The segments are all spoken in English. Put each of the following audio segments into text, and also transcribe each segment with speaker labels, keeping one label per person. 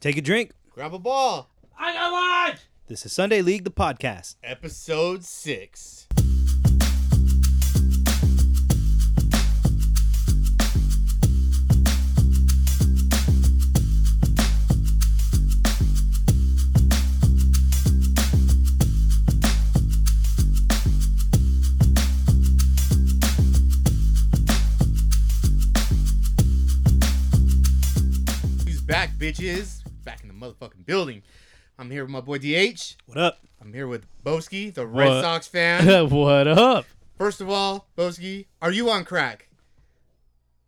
Speaker 1: Take a drink.
Speaker 2: Grab a ball.
Speaker 3: I got one.
Speaker 1: This is Sunday League, the podcast.
Speaker 2: Episode six. He's back, bitches. Back in the motherfucking building. I'm here with my boy DH.
Speaker 1: What up?
Speaker 2: I'm here with Boski, the Red
Speaker 3: What?
Speaker 2: Sox fan.
Speaker 3: what up?
Speaker 2: First of all, Boski, are you on crack?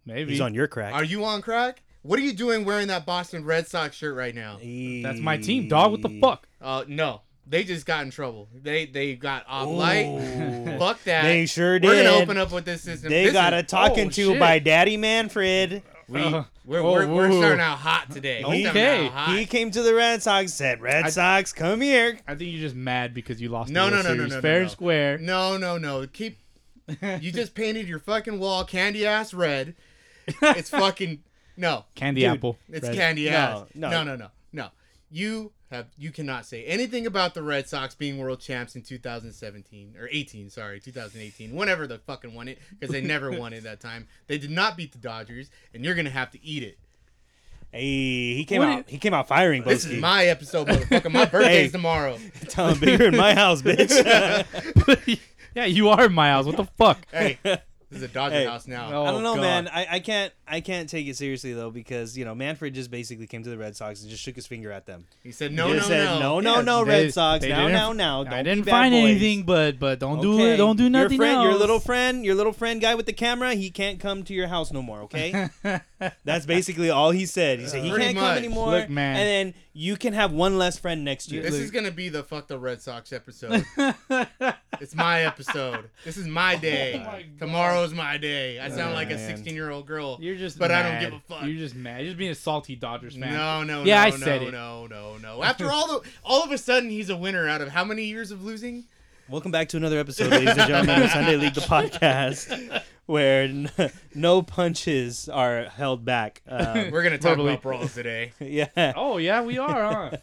Speaker 3: Maybe
Speaker 1: He's on your crack.
Speaker 2: Are you on crack? What are you doing wearing that Boston Red Sox shirt right now?
Speaker 3: That's my team, dog. What the fuck?
Speaker 2: Uh, no, they just got in trouble. They they got off
Speaker 1: Ooh.
Speaker 2: light. Fuck that.
Speaker 1: They sure did.
Speaker 2: We're gonna open up with this system.
Speaker 1: They
Speaker 2: This
Speaker 1: got
Speaker 2: is-
Speaker 1: a talking
Speaker 3: oh,
Speaker 1: to
Speaker 3: shit.
Speaker 1: by Daddy Manfred.
Speaker 2: We,
Speaker 3: Uh,
Speaker 2: we're,
Speaker 3: oh,
Speaker 2: we're, we're
Speaker 3: whoa.
Speaker 2: starting out hot today. We're starting
Speaker 3: Okay.
Speaker 2: out hot.
Speaker 1: He came to the Red Sox, said, "Red
Speaker 3: I-
Speaker 1: Sox, come here."
Speaker 3: I think you're just mad because you lost.
Speaker 2: No,
Speaker 3: the World
Speaker 2: no, no, no,
Speaker 3: Series.
Speaker 2: no, no,
Speaker 3: fair
Speaker 2: no.
Speaker 3: and square.
Speaker 2: No, no, no. Keep. You just painted your fucking wall candy ass red. It's fucking no.
Speaker 3: Candy
Speaker 1: Dude,
Speaker 3: apple.
Speaker 2: It's
Speaker 3: Red.
Speaker 2: candy
Speaker 1: No,
Speaker 2: ass.
Speaker 1: no.
Speaker 2: No, no, no, no, You have you cannot say anything about the Red Sox being world champs in 2017 or 18. Sorry, 2018. Whenever they fucking won it, because they never won it that time. They did not beat the Dodgers, and you're gonna have to eat it.
Speaker 1: Hey, he came
Speaker 3: What
Speaker 1: out. He came out firing.
Speaker 2: This
Speaker 1: Boski.
Speaker 2: is my episode, motherfucker. My birthday's
Speaker 1: Hey.
Speaker 2: tomorrow.
Speaker 1: Tell him bigger in my house, bitch.
Speaker 3: yeah, you are Miles. What the fuck?
Speaker 2: Hey, this is a Dodger
Speaker 1: Hey.
Speaker 2: house now.
Speaker 3: No.
Speaker 1: I don't
Speaker 3: Oh,
Speaker 1: know,
Speaker 3: God.
Speaker 1: man. I, I can't. I can't take it seriously though because you know Manfred just basically came to the Red Sox and just shook his finger at them.
Speaker 2: He said no,
Speaker 1: he
Speaker 2: no,
Speaker 1: just said, no,
Speaker 2: no,
Speaker 1: no,
Speaker 3: Yeah,
Speaker 1: no,
Speaker 3: they-
Speaker 1: Red Sox.
Speaker 3: they
Speaker 1: Now,
Speaker 3: didn't-
Speaker 1: now, now. Don't
Speaker 3: I
Speaker 1: be
Speaker 3: didn't
Speaker 1: bad
Speaker 3: find
Speaker 1: boys.
Speaker 3: anything, but but don't do
Speaker 1: Okay.
Speaker 3: it. Don't do nothing
Speaker 1: Your friend,
Speaker 3: else.
Speaker 1: your little friend, your little friend guy with the camera, he can't come to your house no more. Okay, that's basically all he said. He said he
Speaker 2: Pretty
Speaker 1: can't
Speaker 2: much.
Speaker 1: come anymore.
Speaker 3: Look, man.
Speaker 1: and then you can have one less friend next year.
Speaker 2: This is gonna be the fuck the Red Sox episode. it's my episode. This is my day.
Speaker 3: Oh my God.
Speaker 2: Tomorrow's my day. I
Speaker 1: Oh,
Speaker 2: sound like a
Speaker 1: man.
Speaker 2: 16 year old girl.
Speaker 3: You're just.
Speaker 2: But I don't
Speaker 3: mad.
Speaker 2: give a fuck.
Speaker 3: You're just mad. You're just being a salty Dodgers fan.
Speaker 2: No, no,
Speaker 3: Yeah,
Speaker 2: no,
Speaker 3: I
Speaker 2: no,
Speaker 3: said it.
Speaker 2: no, no, no. After all the, all of a sudden, he's a winner out of how many years of losing?
Speaker 1: Welcome back to another episode, ladies and gentlemen, of Sunday League, the podcast, where n- no punches are held back. Um,
Speaker 2: We're gonna talk
Speaker 3: Verbally.
Speaker 2: about brawls today.
Speaker 1: yeah.
Speaker 3: Oh yeah, we are, huh?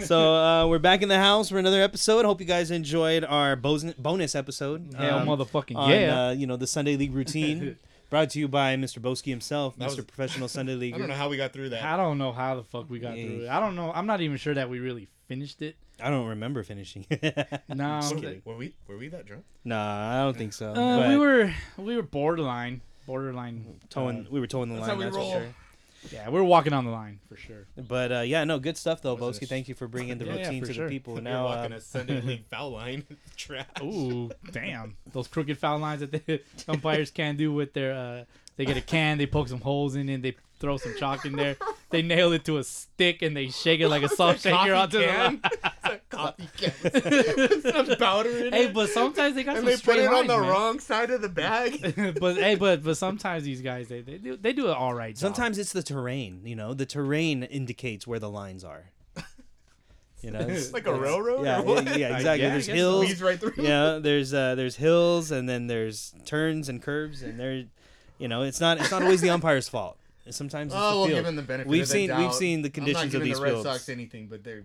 Speaker 1: So uh, we're back in the house for another episode. Hope you guys enjoyed our bos- bonus episode.
Speaker 3: Hell,
Speaker 1: um,
Speaker 3: motherfucking
Speaker 1: on,
Speaker 3: yeah.
Speaker 1: uh, you know, the Sunday League routine. Brought to you by Mr. Boski himself,
Speaker 2: That
Speaker 1: Mr.
Speaker 2: was-
Speaker 1: Professional Sunday
Speaker 2: I don't know
Speaker 1: League.
Speaker 2: how we got through that.
Speaker 3: I don't know how the fuck we got
Speaker 1: Yeah.
Speaker 3: through it. I don't know. I'm not even sure that we really finished it.
Speaker 1: I don't remember finishing. nah,
Speaker 3: No.
Speaker 1: Just
Speaker 2: Were
Speaker 1: kidding.
Speaker 2: we- were we were we that drunk?
Speaker 1: I don't think so.
Speaker 3: Uh,
Speaker 1: but
Speaker 3: we were we were borderline, borderline
Speaker 1: towing, we were towing the
Speaker 2: That's
Speaker 1: line,
Speaker 2: how we
Speaker 1: that's for
Speaker 2: roll.
Speaker 1: sure.
Speaker 3: uh, yeah, we were walking on the line for sure.
Speaker 1: But uh, yeah, no, good stuff though,
Speaker 2: Wasn't
Speaker 1: Boski.
Speaker 2: it?
Speaker 1: Thank you for bringing the
Speaker 3: Yeah, yeah,
Speaker 1: routine
Speaker 3: for
Speaker 1: to
Speaker 3: sure.
Speaker 1: the people.
Speaker 2: You're
Speaker 1: now,
Speaker 2: walking
Speaker 1: um,
Speaker 2: a Sunday league foul line. Trash.
Speaker 3: Ooh, damn! Those crooked foul lines that the umpires can do with their uh, they get a can, they poke some holes in it, they throw some chalk in there, they nail it to a stick, and they shake it like a soft shaker onto the line.
Speaker 2: it's a coffee can. With some powder in
Speaker 3: Hey,
Speaker 2: it.
Speaker 3: but sometimes they got
Speaker 2: and
Speaker 3: some
Speaker 2: they put
Speaker 3: straight
Speaker 2: it on
Speaker 3: lines,
Speaker 2: the
Speaker 3: man.
Speaker 2: wrong side of the bag.
Speaker 3: but hey, but but sometimes these guys they they do they do it all right. Job.
Speaker 1: sometimes it's the terrain. You know, the terrain indicates where the lines are. You know, it's-
Speaker 2: like a
Speaker 1: it's-
Speaker 2: railroad.
Speaker 1: Yeah,
Speaker 2: or what?
Speaker 1: yeah, yeah,
Speaker 3: I
Speaker 1: exactly. there's
Speaker 3: guess- I guess so.
Speaker 1: hills.
Speaker 2: Squeeze right through.
Speaker 1: yeah, there's uh, there's hills and then there's turns and curves and there, you know, it's not it's not always the umpire's fault. Sometimes it's
Speaker 2: Oh,
Speaker 1: the
Speaker 2: we'll
Speaker 1: field.
Speaker 2: give him the benefit.
Speaker 1: We've
Speaker 2: of the
Speaker 1: seen- we've
Speaker 2: doubt.
Speaker 1: seen the conditions
Speaker 2: I'm
Speaker 1: of
Speaker 2: not giving
Speaker 1: these
Speaker 2: the Red
Speaker 1: fields.
Speaker 2: Sox anything, but they're.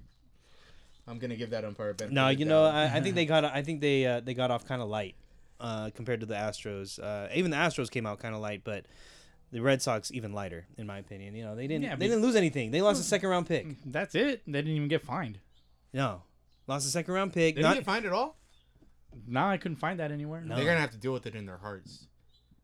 Speaker 2: I'm gonna give that umpire a benefit.
Speaker 1: no,
Speaker 2: of the
Speaker 1: you know,
Speaker 2: doubt.
Speaker 1: I, I think they got I think they uh, they got off kind of light uh, compared to the Astros. Uh, even the Astros came out kind of light, but the Red Sox even lighter in my opinion. You know, they didn't
Speaker 3: Yeah,
Speaker 1: they
Speaker 3: be-
Speaker 1: didn't lose anything. They lost a second round pick.
Speaker 3: that's it. They didn't even get fined.
Speaker 1: No, lost a second round pick.
Speaker 2: Didn't
Speaker 1: Not,
Speaker 2: they find it all?
Speaker 3: Now I couldn't find that anywhere.
Speaker 1: No.
Speaker 2: They're gonna have to deal with it in their hearts.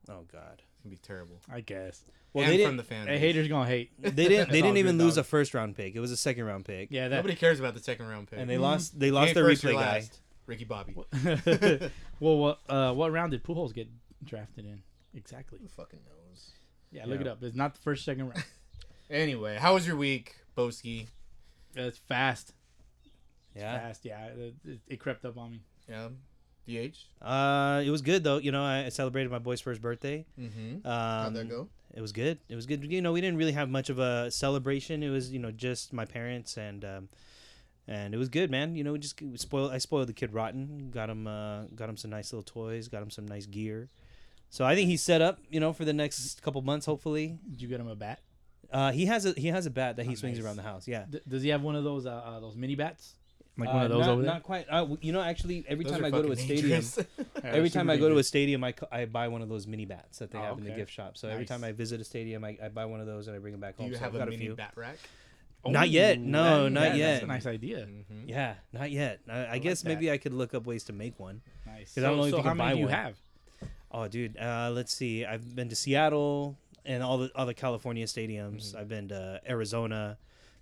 Speaker 1: oh God.
Speaker 2: It's gonna be terrible.
Speaker 3: I guess.
Speaker 1: Well,
Speaker 2: and
Speaker 1: they
Speaker 2: from
Speaker 1: didn't.
Speaker 2: the fan.
Speaker 3: Hey,
Speaker 2: base.
Speaker 3: haters gonna hate.
Speaker 1: they didn't.
Speaker 3: That's
Speaker 1: They
Speaker 3: all
Speaker 1: didn't even
Speaker 3: good,
Speaker 1: lose
Speaker 3: dog.
Speaker 1: a first round pick. It was a second round pick.
Speaker 3: Yeah, that
Speaker 2: Nobody cares about the second round pick.
Speaker 1: And they
Speaker 2: You
Speaker 1: lost. They
Speaker 2: ain't
Speaker 1: lost their
Speaker 2: Mm-hmm. first, you're
Speaker 1: replay guy.
Speaker 2: last. Ricky Bobby. Who
Speaker 3: well, what uh, what round did Pujols get drafted in? Exactly.
Speaker 2: fucking knows?
Speaker 3: Yeah, look
Speaker 1: Yeah.
Speaker 3: it up. It's not the first, second round.
Speaker 2: Anyway, how was your week, Boski?
Speaker 3: it's fast,
Speaker 1: Yeah.
Speaker 3: fast. Yeah, it, it- it crept up on me.
Speaker 2: Yeah. DH.
Speaker 1: Uh, it was good though. You know, I I celebrated my boy's first birthday. Um,
Speaker 2: Mm-hmm. How'd that go?
Speaker 1: It was good. It was good. You know, we didn't really have much of a celebration. It was, you know, just my parents and um, and it was good, man. You know, we just we spoiled. I spoiled the kid rotten. Got him. Uh, got him some nice little toys. Got him some nice gear. So I think he's set up. You know, for the next couple months, hopefully.
Speaker 3: Did you get him a bat?
Speaker 1: Uh, he has a he has a bat that he
Speaker 2: Oh,
Speaker 1: swings
Speaker 2: nice.
Speaker 1: around the house. Yeah,
Speaker 3: D- does he have one of those uh, uh those mini bats? Like
Speaker 1: Uh,
Speaker 3: one of those
Speaker 1: not,
Speaker 3: over there.
Speaker 1: Not quite. Uh, w- you know, actually, every
Speaker 2: Those
Speaker 1: time
Speaker 2: are
Speaker 1: I go to a
Speaker 2: fucking
Speaker 1: stadium,
Speaker 2: dangerous.
Speaker 3: Yeah,
Speaker 1: every
Speaker 3: they're
Speaker 1: time
Speaker 3: super
Speaker 1: I go to a
Speaker 3: dangerous.
Speaker 1: stadium, I, cu- I buy one of those mini bats that they
Speaker 3: Oh,
Speaker 1: have in the
Speaker 3: okay.
Speaker 1: gift shop. So every
Speaker 2: Nice.
Speaker 1: time I visit a stadium, I, I buy one of those and I bring them back
Speaker 2: Do
Speaker 1: home.
Speaker 2: you
Speaker 1: Oh, so
Speaker 2: have
Speaker 1: I've
Speaker 2: a
Speaker 1: got a
Speaker 2: mini
Speaker 1: few.
Speaker 2: bat rack?
Speaker 1: Not yet.
Speaker 3: Ooh,
Speaker 1: No,
Speaker 3: that-
Speaker 1: not
Speaker 3: that-
Speaker 1: yet.
Speaker 3: That's a nice idea.
Speaker 2: Mm-hmm.
Speaker 1: Yeah, not yet. I, I, guess
Speaker 3: that.
Speaker 1: maybe I could look up ways to make one.
Speaker 3: Nice.
Speaker 1: 'Cause I don't know if
Speaker 3: so
Speaker 1: you
Speaker 3: how
Speaker 1: can
Speaker 3: many
Speaker 1: buy
Speaker 3: do you
Speaker 1: one.
Speaker 3: have?
Speaker 1: Oh, dude. Uh, let's see. I've been to Seattle and all the all the California stadiums.
Speaker 3: Mm-hmm.
Speaker 1: I've been to Arizona,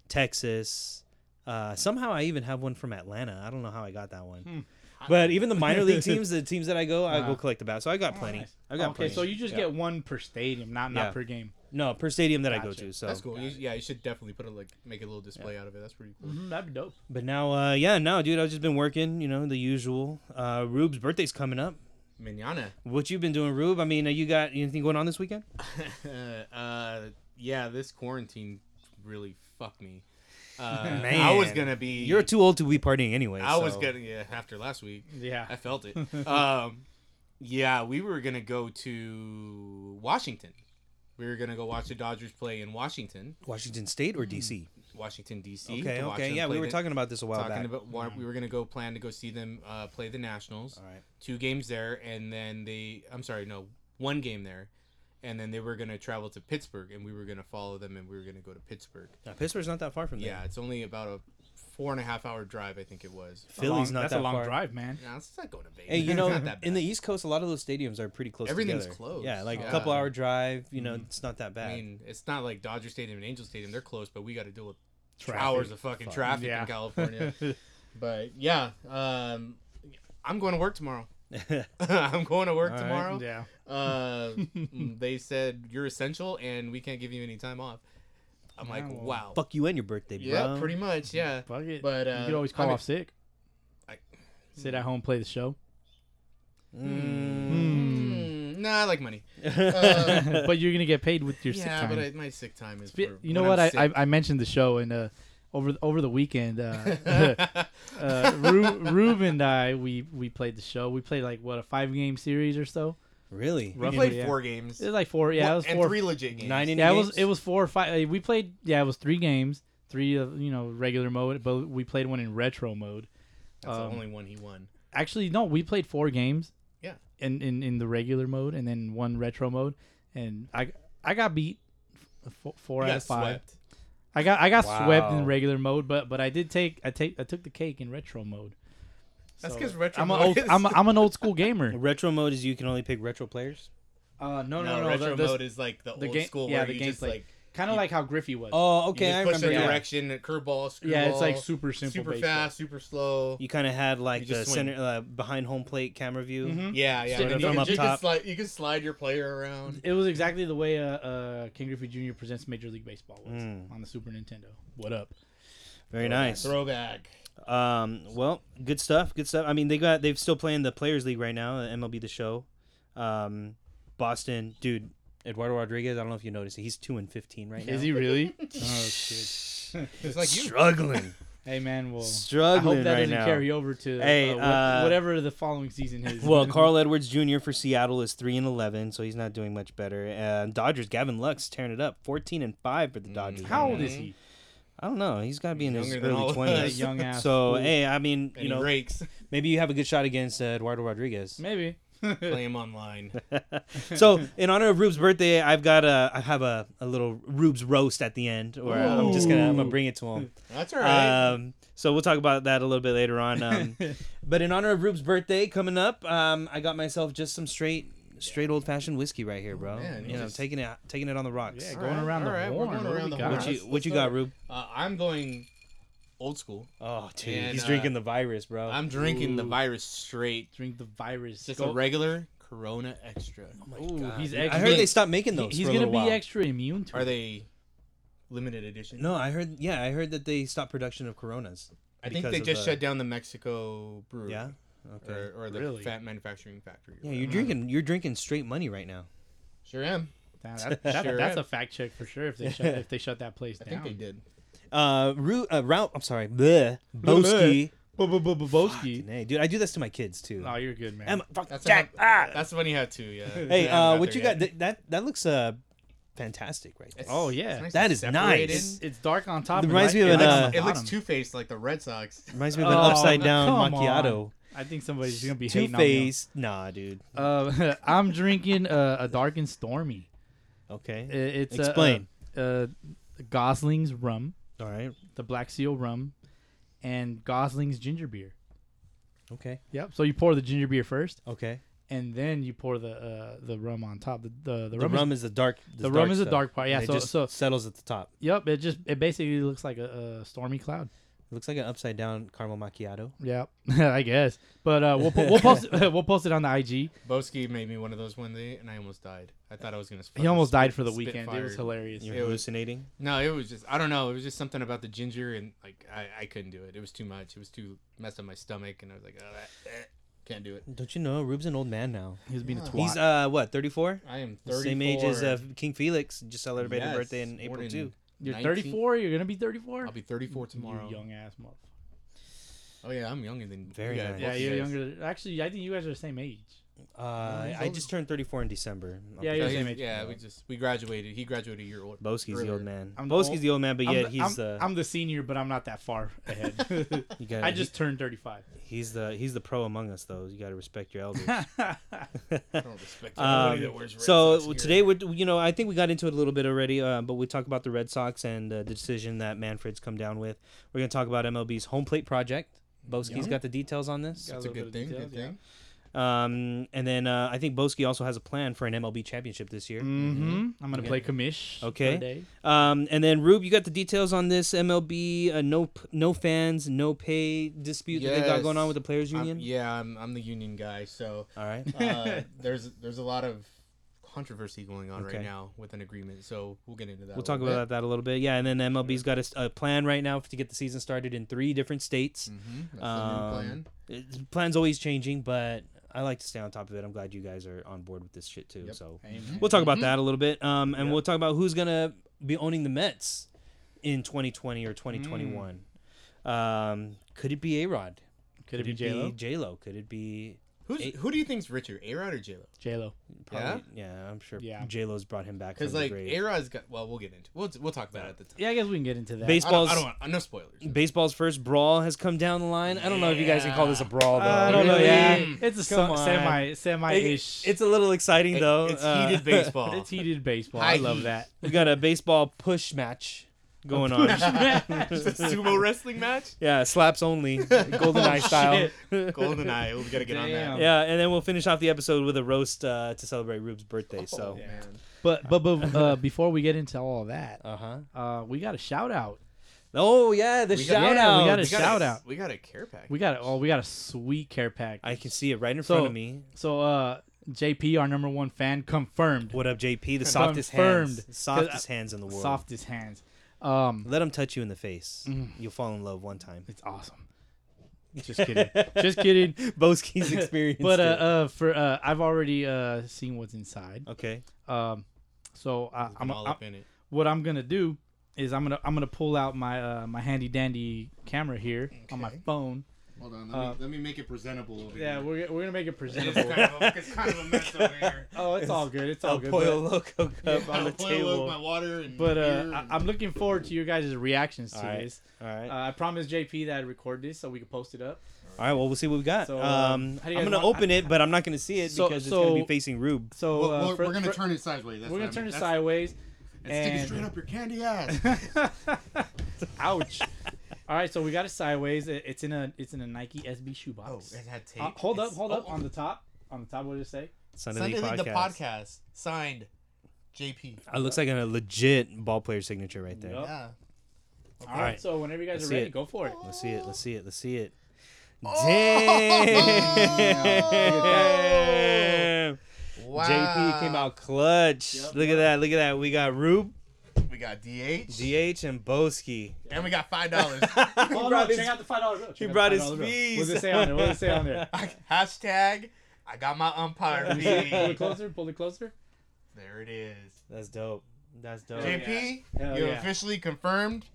Speaker 1: Texas. Uh, somehow I even have one from Atlanta. I don't know how I got that one. But even the minor league teams, the teams that I go, I
Speaker 3: Wow. Oh,
Speaker 1: go collect the bat. So I got plenty.
Speaker 3: nice.
Speaker 1: I got
Speaker 3: okay,
Speaker 1: plenty.
Speaker 3: so you just
Speaker 1: Yeah.
Speaker 3: get one per stadium, not
Speaker 1: Yeah.
Speaker 3: not per game.
Speaker 1: no per stadium that I go
Speaker 3: Gotcha.
Speaker 1: to. So
Speaker 2: That's cool.
Speaker 3: Got
Speaker 2: You,
Speaker 3: it.
Speaker 2: yeah, you should definitely put a like make a little display out of it. That's pretty cool.
Speaker 3: Mm-hmm, that'd be dope.
Speaker 1: But now, uh, yeah, now, dude, I've just been working. You know the usual. Uh, Rube's birthday's coming up.
Speaker 2: Manana.
Speaker 1: What you been doing, Rube? I mean, uh, you got anything going on this weekend?
Speaker 2: uh, yeah, this quarantine really fucked me. Uh, I was
Speaker 1: Man.
Speaker 2: gonna be.
Speaker 1: You're too old to be partying anyway.
Speaker 2: I was
Speaker 1: so-
Speaker 2: gonna yeah. After last week,
Speaker 3: Yeah.
Speaker 2: I felt it. um, yeah, we were gonna go to Washington. We were gonna go watch the Dodgers play in Washington,
Speaker 1: Washington State
Speaker 2: Hmm.
Speaker 1: or DC?
Speaker 2: Washington D.C.
Speaker 1: Okay,
Speaker 2: to watch
Speaker 1: okay,
Speaker 2: them
Speaker 1: yeah, we
Speaker 2: play
Speaker 1: were
Speaker 2: the-
Speaker 1: talking about this a while
Speaker 2: talking
Speaker 1: back.
Speaker 2: about why we were gonna go plan to go see them uh, play the Nationals.
Speaker 1: mm-hmm. All right.
Speaker 2: Two games there, and then they. I'm sorry, no, one game there, and then they were gonna travel to Pittsburgh, and we were gonna follow them, and we were gonna go to Pittsburgh.
Speaker 1: Now, Pittsburgh's not that far from there.
Speaker 2: Yeah, it's only about a four and a half hour drive, I think it was.
Speaker 3: That's a
Speaker 1: Philly's
Speaker 3: long-
Speaker 1: not
Speaker 3: that's
Speaker 1: that
Speaker 3: a long
Speaker 1: far.
Speaker 3: drive, man.
Speaker 2: Nah, it's not going to Vegas.
Speaker 1: Hey, you
Speaker 2: It's
Speaker 1: know,
Speaker 2: not that
Speaker 1: in the
Speaker 2: bad.
Speaker 1: East Coast, a lot of those stadiums are pretty close.
Speaker 2: Everything's
Speaker 1: together.
Speaker 2: close.
Speaker 1: Yeah, like
Speaker 2: Yeah. Mm-hmm.
Speaker 1: a couple hour drive. You know, it's not that bad.
Speaker 2: I mean, it's not like Dodger Stadium and Angel Stadium. They're close, but we got to deal with
Speaker 3: Traffic.
Speaker 2: hours of fucking
Speaker 1: Fuck.
Speaker 2: traffic
Speaker 3: Yeah.
Speaker 2: in California. but yeah, um, I'm going to work tomorrow. I'm going to work
Speaker 1: All right.
Speaker 2: tomorrow.
Speaker 3: Yeah.
Speaker 2: Uh, they said you're essential and we can't give you any time off. I'm like,
Speaker 3: Yeah, well,
Speaker 2: wow.
Speaker 1: Fuck you and your birthday,
Speaker 2: yeah,
Speaker 1: bro.
Speaker 2: pretty much. Yeah.
Speaker 3: Fuck it.
Speaker 2: But,
Speaker 3: you
Speaker 2: uh,
Speaker 3: could always call
Speaker 2: I'm-
Speaker 3: off sick.
Speaker 2: I-
Speaker 3: Sit at home, play the show.
Speaker 1: Mm.
Speaker 2: Mm, nah, I like money. Mm. Uh,
Speaker 3: but you're gonna get paid with your sick
Speaker 2: yeah,
Speaker 3: time.
Speaker 2: but I, my sick time is.
Speaker 3: Spe-
Speaker 2: for
Speaker 3: you know
Speaker 2: when
Speaker 3: what?
Speaker 2: I'm
Speaker 3: I, I
Speaker 2: sick.
Speaker 3: I mentioned the show and uh, over the, over the weekend, uh, uh, Ru- Rube and I we we played the show. We played like what a five game series or so.
Speaker 1: Really?
Speaker 2: we
Speaker 3: Roughly,
Speaker 2: played
Speaker 3: yeah.
Speaker 2: four games.
Speaker 3: It was like four. Yeah, it was
Speaker 2: and
Speaker 3: four.
Speaker 2: three legit games.
Speaker 1: Nine inning
Speaker 3: yeah, it
Speaker 1: games?
Speaker 3: was it was four or five. uh, We played. Yeah, it was three games. Three of you know regular mode, but we played one in retro mode.
Speaker 2: That's
Speaker 3: Um,
Speaker 2: the only one he won.
Speaker 3: Actually, no, we played four games.
Speaker 2: Yeah.
Speaker 3: In in, in the regular mode and then one retro mode, and I I got beat. f- Four, four
Speaker 2: You
Speaker 3: out
Speaker 2: got
Speaker 3: of five.
Speaker 2: swept.
Speaker 3: I got I got swept
Speaker 1: Wow.
Speaker 3: in regular mode, but but I did take I take I took the cake in retro mode.
Speaker 2: That's
Speaker 3: So,
Speaker 2: 'cause retro
Speaker 3: I'm
Speaker 2: mode
Speaker 3: An old,
Speaker 2: is-
Speaker 3: I'm, a, I'm an old school gamer.
Speaker 1: Retro mode is you can only pick retro players.
Speaker 3: Uh, no, no, no,
Speaker 2: retro
Speaker 3: the,
Speaker 2: mode is like the,
Speaker 3: the
Speaker 2: old
Speaker 3: game-
Speaker 2: school
Speaker 3: yeah,
Speaker 2: where
Speaker 3: the
Speaker 2: you just
Speaker 3: gameplay.
Speaker 2: like
Speaker 3: kind of like how Griffey was.
Speaker 1: Oh,
Speaker 2: you
Speaker 1: okay, I
Speaker 2: just push
Speaker 1: remember.
Speaker 2: a
Speaker 1: Yeah.
Speaker 2: direction, a curveball, screwball.
Speaker 3: yeah, it's like super simple,
Speaker 2: super
Speaker 3: baseball.
Speaker 2: fast, super slow.
Speaker 1: You kind of had like
Speaker 2: You just
Speaker 1: the
Speaker 2: swing. Mm-hmm.
Speaker 1: center uh, behind home plate camera view.
Speaker 3: Mhm.
Speaker 2: Yeah, yeah.
Speaker 1: Sort
Speaker 2: and
Speaker 1: of
Speaker 2: you
Speaker 1: from
Speaker 2: can-
Speaker 1: up
Speaker 2: you can
Speaker 1: top.
Speaker 2: slide- you can slide your player around.
Speaker 3: It was exactly the way uh, uh, King Griffey Jr. presents Major League Baseball was
Speaker 1: Mm.
Speaker 3: on the Super Nintendo. What up?
Speaker 1: Very nice.
Speaker 2: Throwback.
Speaker 1: Um, well, good stuff. Good stuff. I mean, they got they've still playing the Players League right now, MLB the Show. Um, Boston, dude, Eduardo Rodriguez. I don't know if you noticed, he's two and fifteen right now.
Speaker 3: Is he really? oh shit!
Speaker 2: It's like you.
Speaker 1: struggling,
Speaker 3: Hey man, well, I
Speaker 1: struggling
Speaker 3: hope that
Speaker 1: right
Speaker 3: doesn't
Speaker 1: now.
Speaker 3: carry over to
Speaker 1: Hey,
Speaker 3: uh, what-
Speaker 1: uh,
Speaker 3: whatever the following season is.
Speaker 1: well, Carl Edwards Jr. for Seattle is three and eleven, so he's not doing much better. And Dodgers, Gavin Lux tearing it up, fourteen and five for the Dodgers.
Speaker 3: how
Speaker 1: right
Speaker 3: old
Speaker 1: now.
Speaker 3: is he?
Speaker 1: I don't know. He's got to be in his
Speaker 2: Mm-hmm. Younger than all
Speaker 1: early
Speaker 2: of us.
Speaker 3: That
Speaker 1: twenties.
Speaker 3: young ass.
Speaker 1: So
Speaker 3: fool.
Speaker 1: hey, I mean, you know,
Speaker 2: rakes.
Speaker 1: maybe you have a good shot against uh, Eduardo Rodriguez.
Speaker 3: maybe.
Speaker 2: Play him online.
Speaker 1: so in honor of Rube's birthday, I've got a I have a, a little Rube's roast at the end, or I'm just gonna I'm gonna bring it to him.
Speaker 2: That's all right.
Speaker 1: Um, so we'll talk about that a little bit later on. Um, but in honor of Rube's birthday coming up, um, I got myself just some straight straight old fashioned whiskey right here, bro.
Speaker 2: man,
Speaker 1: you
Speaker 2: you
Speaker 1: know,
Speaker 2: just-
Speaker 1: taking it taking it on the rocks.
Speaker 3: Yeah,
Speaker 2: All
Speaker 3: going
Speaker 2: right,
Speaker 3: around the
Speaker 2: all right, we're going
Speaker 3: horn. what do we
Speaker 2: around the
Speaker 3: got?
Speaker 2: horn.
Speaker 1: What you
Speaker 2: Let's-
Speaker 1: what you
Speaker 2: let's
Speaker 1: got,
Speaker 2: go.
Speaker 1: Rube?
Speaker 2: uh, I'm going old school.
Speaker 1: Oh, dude,
Speaker 2: And,
Speaker 1: he's
Speaker 2: uh,
Speaker 1: drinking the virus, bro.
Speaker 2: I'm drinking the
Speaker 3: Ooh.
Speaker 2: virus straight.
Speaker 3: drink the virus.
Speaker 2: It's just
Speaker 3: Go-
Speaker 2: a regular Corona Extra.
Speaker 1: Oh
Speaker 3: Ooh, he's
Speaker 1: I
Speaker 3: extra.
Speaker 1: heard they stopped making
Speaker 3: he-
Speaker 1: those.
Speaker 3: he's
Speaker 1: for a
Speaker 3: gonna
Speaker 1: little
Speaker 3: be
Speaker 1: while.
Speaker 3: extra immune to.
Speaker 2: Are
Speaker 3: it.
Speaker 2: they limited edition?
Speaker 1: No, I heard. Yeah, I heard that they stopped production of Coronas.
Speaker 2: I think
Speaker 1: because
Speaker 2: they
Speaker 1: of
Speaker 2: just
Speaker 1: the-
Speaker 2: shut down the Mexico brewery.
Speaker 1: Yeah. Okay.
Speaker 2: Or, or the
Speaker 3: Really?
Speaker 2: fat manufacturing factory. or
Speaker 1: Yeah, you're
Speaker 2: whatever.
Speaker 1: drinking. You're drinking straight money right now.
Speaker 2: Sure am.
Speaker 3: Damn, that- that-
Speaker 2: Sure
Speaker 3: that's
Speaker 2: am.
Speaker 3: a fact check for sure. If they shut if they shut that place
Speaker 2: I think
Speaker 3: down.
Speaker 2: they did.
Speaker 1: Uh, Ru- uh Ralph. I'm sorry. Bleh.
Speaker 3: Bleh.
Speaker 1: Boski.
Speaker 3: Boski.
Speaker 1: Hey, dude, I do this to my kids too.
Speaker 3: Oh, you're good, man.
Speaker 1: Emma, fuck
Speaker 2: That's
Speaker 1: Jack.
Speaker 2: enough-
Speaker 1: Ah.
Speaker 2: That's when you had two. Yeah.
Speaker 1: Hey,
Speaker 2: Yeah, I'm
Speaker 1: uh,
Speaker 2: not
Speaker 1: what
Speaker 2: there
Speaker 1: you
Speaker 2: yet.
Speaker 1: got? Th- that that looks uh fantastic right there.
Speaker 2: It's-
Speaker 3: Oh, yeah.
Speaker 2: it's nice
Speaker 1: That
Speaker 2: and
Speaker 1: is
Speaker 2: separated.
Speaker 1: nice.
Speaker 3: It's dark on top.
Speaker 1: It
Speaker 3: and
Speaker 1: reminds
Speaker 3: light-
Speaker 1: me of
Speaker 2: It
Speaker 1: an,
Speaker 3: lights
Speaker 1: uh,
Speaker 3: on
Speaker 2: looks, it looks
Speaker 3: bottom.
Speaker 2: two faced like the Red Sox.
Speaker 1: Reminds me of an
Speaker 3: Oh,
Speaker 1: upside down
Speaker 3: come on.
Speaker 1: macchiato.
Speaker 3: I think somebody's gonna be
Speaker 1: Two
Speaker 3: hating on me.
Speaker 1: Face. Nah, dude.
Speaker 3: Uh, I'm drinking uh, a dark and stormy. I-
Speaker 1: Okay.
Speaker 3: It's a-
Speaker 1: Explain.
Speaker 3: A, uh, Gosling's rum,
Speaker 1: All right.
Speaker 3: the Black Seal rum, and Gosling's ginger beer.
Speaker 1: Okay.
Speaker 3: Yep. So you pour the ginger beer first,
Speaker 1: Okay.
Speaker 3: and then you pour the uh, the rum on top. The the, the
Speaker 1: The,
Speaker 3: rum,
Speaker 1: rum,
Speaker 3: is-
Speaker 1: is, the dark.
Speaker 3: the rum is the
Speaker 1: stuff.
Speaker 3: dark part. Yeah.
Speaker 1: And it
Speaker 3: So
Speaker 1: just
Speaker 3: so
Speaker 1: settles at the top.
Speaker 3: yep. It just it basically looks like a, a stormy cloud.
Speaker 1: It looks like an upside down caramel macchiato.
Speaker 3: Yeah, I guess. But uh, we'll, po- we'll post we'll post it on the IG.
Speaker 2: Boski made me one of those one day, and I almost died. I thought I was gonna.
Speaker 3: He almost died for the
Speaker 2: spit
Speaker 3: weekend. It was
Speaker 2: fired.
Speaker 3: hilarious.
Speaker 1: You're
Speaker 2: It was-
Speaker 1: hallucinating.
Speaker 2: No, it was just I don't know. It was just something about the ginger, and like I, I couldn't do it. It was too much. It was too messed up my stomach, and I was like, oh, that, eh, can't do it.
Speaker 1: Don't you know Rube's an old man now?
Speaker 3: He was being a
Speaker 2: Yeah.
Speaker 3: twat.
Speaker 1: He's uh what 34?
Speaker 2: I am
Speaker 1: The
Speaker 2: thirty.
Speaker 1: Same age as uh, King Felix. Just celebrated
Speaker 2: Yes,
Speaker 1: birthday in
Speaker 2: born
Speaker 1: April
Speaker 2: in-
Speaker 1: too.
Speaker 3: You're
Speaker 2: 19.
Speaker 3: 34. You're gonna be 34.
Speaker 2: I'll be thirty-four tomorrow.
Speaker 3: You young ass motherfucker.
Speaker 2: Oh yeah, I'm younger than
Speaker 1: Very
Speaker 2: you
Speaker 1: nice.
Speaker 2: guys.
Speaker 3: Yeah,
Speaker 2: Both of
Speaker 3: you're
Speaker 2: you guys.
Speaker 3: younger. Actually, I think you guys are the same age.
Speaker 1: Uh, I just turned 34 in December.
Speaker 2: Yeah,
Speaker 3: Yeah, You're the same
Speaker 2: he's-
Speaker 3: age.
Speaker 2: yeah, we just we graduated. He graduated a year older.
Speaker 1: Boski's the old
Speaker 2: earlier.
Speaker 1: man.
Speaker 3: I'm the
Speaker 1: Boski's
Speaker 3: old-
Speaker 1: the old man, but
Speaker 3: I'm
Speaker 1: yet
Speaker 3: the,
Speaker 1: he's uh,
Speaker 3: I'm,
Speaker 1: the
Speaker 3: I'm the senior, but I'm not that far ahead.
Speaker 1: you gotta,
Speaker 3: I just turned 35.
Speaker 1: he- he's the he's the pro among us though. You got to respect your elders.
Speaker 2: I don't respect anybody that
Speaker 1: Um,
Speaker 2: wears Red Sox
Speaker 1: so
Speaker 2: gear.
Speaker 1: today we're you know I think we got into it a little bit already, uh, but we talk about the Red Sox and uh, the decision that Manfred's come down with. We're gonna talk about MLB's home plate project. Boski's
Speaker 3: Yeah.
Speaker 1: got the details on this,
Speaker 3: Got
Speaker 2: That's a
Speaker 3: little
Speaker 2: good
Speaker 3: bit
Speaker 2: thing.
Speaker 3: of
Speaker 2: Good
Speaker 3: details,
Speaker 2: thing.
Speaker 1: um, and then uh, I think Boski also has a plan for an MLB championship this year.
Speaker 3: Mm-hmm. I'm gonna
Speaker 1: Yeah.
Speaker 3: play commish.
Speaker 1: Okay.
Speaker 3: Today.
Speaker 1: Um, and then Rube, you got the details on this MLB uh, no p- no fans, no pay dispute that they got
Speaker 2: Yes.
Speaker 1: going on with the players
Speaker 2: I'm-
Speaker 1: union.
Speaker 2: Um, yeah, I'm I'm the union guy. So
Speaker 1: All right.
Speaker 2: uh, there's there's a lot of controversy going on
Speaker 1: Okay.
Speaker 2: right now with an agreement. So we'll get into that.
Speaker 1: We'll talk about that a little bit. Yeah, and then MLB's got a s- a, plan right now to get the season started in three different states.
Speaker 2: Mm-hmm. That's
Speaker 1: Um,
Speaker 2: the new plan.
Speaker 1: It- plan's always changing, but I like to stay on top of it. I'm glad you guys are on board with this shit too.
Speaker 2: Yep.
Speaker 1: So
Speaker 3: Amen.
Speaker 1: we'll talk about
Speaker 2: Mhm.
Speaker 1: that a little bit, um, and
Speaker 3: Yep.
Speaker 1: we'll talk about who's gonna be owning the Mets in 2020 or 2021. Um, could it be A Rod?
Speaker 3: Could it be J Lo?
Speaker 1: J Lo? Could it be
Speaker 2: Who's
Speaker 1: eight-
Speaker 2: who do you think's richer, A Rod or J Lo?
Speaker 3: J Lo.
Speaker 1: Probably, yeah? I'm sure.
Speaker 3: Yeah.
Speaker 1: J Lo's brought him back
Speaker 2: Because
Speaker 1: from
Speaker 2: like
Speaker 1: the
Speaker 2: A
Speaker 1: grave.
Speaker 2: Rod's got. Well, we'll get into. We'll we'll talk about it at the time.
Speaker 3: Yeah, I guess we can get into that.
Speaker 1: Base-
Speaker 2: I don't, I
Speaker 1: Baseball's-
Speaker 2: don't want uh, no spoilers.
Speaker 1: Baseball's first brawl has come down the line. I don't know if you guys can call this a
Speaker 2: Yeah.
Speaker 1: brawl though.
Speaker 3: I don't know.
Speaker 1: Really?
Speaker 3: Yeah,
Speaker 2: Really?
Speaker 3: it's a
Speaker 1: Come
Speaker 3: so-
Speaker 1: on.
Speaker 3: semi semi
Speaker 1: It-
Speaker 3: ish.
Speaker 1: it's a little exciting
Speaker 2: It-
Speaker 1: though.
Speaker 2: it's
Speaker 1: Uh,
Speaker 2: heated baseball.
Speaker 3: It's heated baseball.
Speaker 2: High
Speaker 3: I love
Speaker 2: heat.
Speaker 3: that.
Speaker 1: we got a baseball push match going on.
Speaker 2: It's a sumo wrestling match.
Speaker 1: yeah, slaps only, golden
Speaker 3: Oh,
Speaker 1: eye style.
Speaker 2: Golden Eye. We gotta get on
Speaker 3: Damn.
Speaker 2: that.
Speaker 1: Yeah, and then we'll finish off the episode with a roast uh, to celebrate Rube's birthday. So,
Speaker 2: Oh, man.
Speaker 3: but but, but uh, before we get into all that,
Speaker 1: uh huh.
Speaker 3: uh, we got a shout out.
Speaker 1: Oh yeah, the
Speaker 2: We got-
Speaker 1: shout
Speaker 3: yeah, we
Speaker 1: out.
Speaker 3: got
Speaker 2: We
Speaker 3: a
Speaker 2: got a-
Speaker 3: shout out.
Speaker 2: We got a care pack.
Speaker 3: We got a, oh we got a sweet care pack.
Speaker 1: I can see it right in
Speaker 3: So-
Speaker 1: front of me.
Speaker 3: so uh, JP, our number one fan, confirmed
Speaker 1: What up, JP? The softest hands,
Speaker 3: Confirmed.
Speaker 1: softest hands in the world.
Speaker 3: softest hands. Um,
Speaker 1: Let them touch you in the face.
Speaker 3: Mm.
Speaker 1: You'll fall in love one time.
Speaker 3: it's awesome. Just kidding. Just kidding.
Speaker 1: Boski's experience.
Speaker 3: But uh, uh for uh, I've already uh seen what's inside.
Speaker 1: okay.
Speaker 3: Um, so I,
Speaker 2: I'm
Speaker 3: I'm,
Speaker 2: all
Speaker 3: I'm
Speaker 2: up in it.
Speaker 3: what I'm gonna do is I'm gonna I'm gonna pull out my uh, my handy dandy camera here on my
Speaker 2: Okay.
Speaker 3: phone.
Speaker 2: Hold on. Let,
Speaker 3: uh,
Speaker 2: me, let me make it presentable over
Speaker 3: Yeah,
Speaker 2: here.
Speaker 3: we're, we're gonna make it
Speaker 2: It's
Speaker 3: presentable.
Speaker 2: kind, of a, it's kind of a mess over here.
Speaker 3: oh, it's all good. It's all
Speaker 1: a
Speaker 3: good.
Speaker 1: Pollo
Speaker 3: But,
Speaker 1: Loco cup on the
Speaker 2: I'll boil up
Speaker 1: table.
Speaker 2: My water and
Speaker 3: but
Speaker 2: beer
Speaker 3: uh,
Speaker 2: and-
Speaker 3: I, I'm looking forward to your guys' reactions to
Speaker 1: All right.
Speaker 3: this.
Speaker 1: All right.
Speaker 3: Uh, I promised JP that I'd record this so we could post it up.
Speaker 1: All right. Well, we'll see what we got.
Speaker 3: So, um,
Speaker 1: um,
Speaker 3: how
Speaker 1: I'm
Speaker 3: do you guys
Speaker 1: gonna
Speaker 3: want-
Speaker 1: open it, but I'm not gonna see it
Speaker 3: So-
Speaker 1: because it's
Speaker 3: so-
Speaker 1: gonna be facing Rube.
Speaker 3: So
Speaker 2: Well,
Speaker 3: uh,
Speaker 2: we're,
Speaker 3: for-
Speaker 2: we're gonna
Speaker 3: for-
Speaker 2: turn it sideways. That's
Speaker 3: we're
Speaker 2: what
Speaker 3: gonna
Speaker 2: I
Speaker 3: turn
Speaker 2: mean.
Speaker 3: it
Speaker 2: That's-
Speaker 3: sideways.
Speaker 2: It's sticking
Speaker 3: and-
Speaker 2: straight up your candy ass.
Speaker 3: Ouch. All right, so we got it sideways. It- It's in a it's in a Nike SB
Speaker 1: Oh,
Speaker 3: shoebox.
Speaker 2: Oh, had tape.
Speaker 3: Uh, hold up,
Speaker 2: It's-
Speaker 3: hold
Speaker 2: oh,
Speaker 3: up on the top. On the top, what did it say?
Speaker 1: Sunday,
Speaker 2: Sunday
Speaker 1: League
Speaker 2: League,
Speaker 1: podcast.
Speaker 2: the podcast signed, JP.
Speaker 1: It looks like a legit ball player signature right there.
Speaker 3: Yup.
Speaker 2: Yeah.
Speaker 3: All
Speaker 1: right.
Speaker 3: right, so whenever you guys
Speaker 1: Let's
Speaker 3: are
Speaker 1: see
Speaker 3: ready,
Speaker 1: it.
Speaker 3: go for it.
Speaker 1: Let's see it. Let's see it. Let's see it.
Speaker 3: Oh!
Speaker 1: Damn.
Speaker 2: Wow.
Speaker 1: JP came out clutch.
Speaker 3: Yup.
Speaker 1: Look at that. Look at that. We got Rube,
Speaker 2: We got DH.
Speaker 1: DH, and Boski.
Speaker 2: and we got five dollars.
Speaker 1: He
Speaker 3: Oh, no,
Speaker 1: brought
Speaker 3: check
Speaker 1: his-
Speaker 3: out the five dollar bill. Check out the
Speaker 1: brought his
Speaker 3: $5 bill.
Speaker 1: fees.
Speaker 3: What does it say on there? What does it say on there?
Speaker 2: Hashtag. I got my umpire
Speaker 3: pull it
Speaker 2: fee.
Speaker 3: closer. Pull it closer.
Speaker 2: there it is.
Speaker 1: That's dope. That's dope.
Speaker 3: Hell
Speaker 2: JP,
Speaker 3: yeah. Hell
Speaker 2: you
Speaker 3: yeah.
Speaker 2: officially confirmed.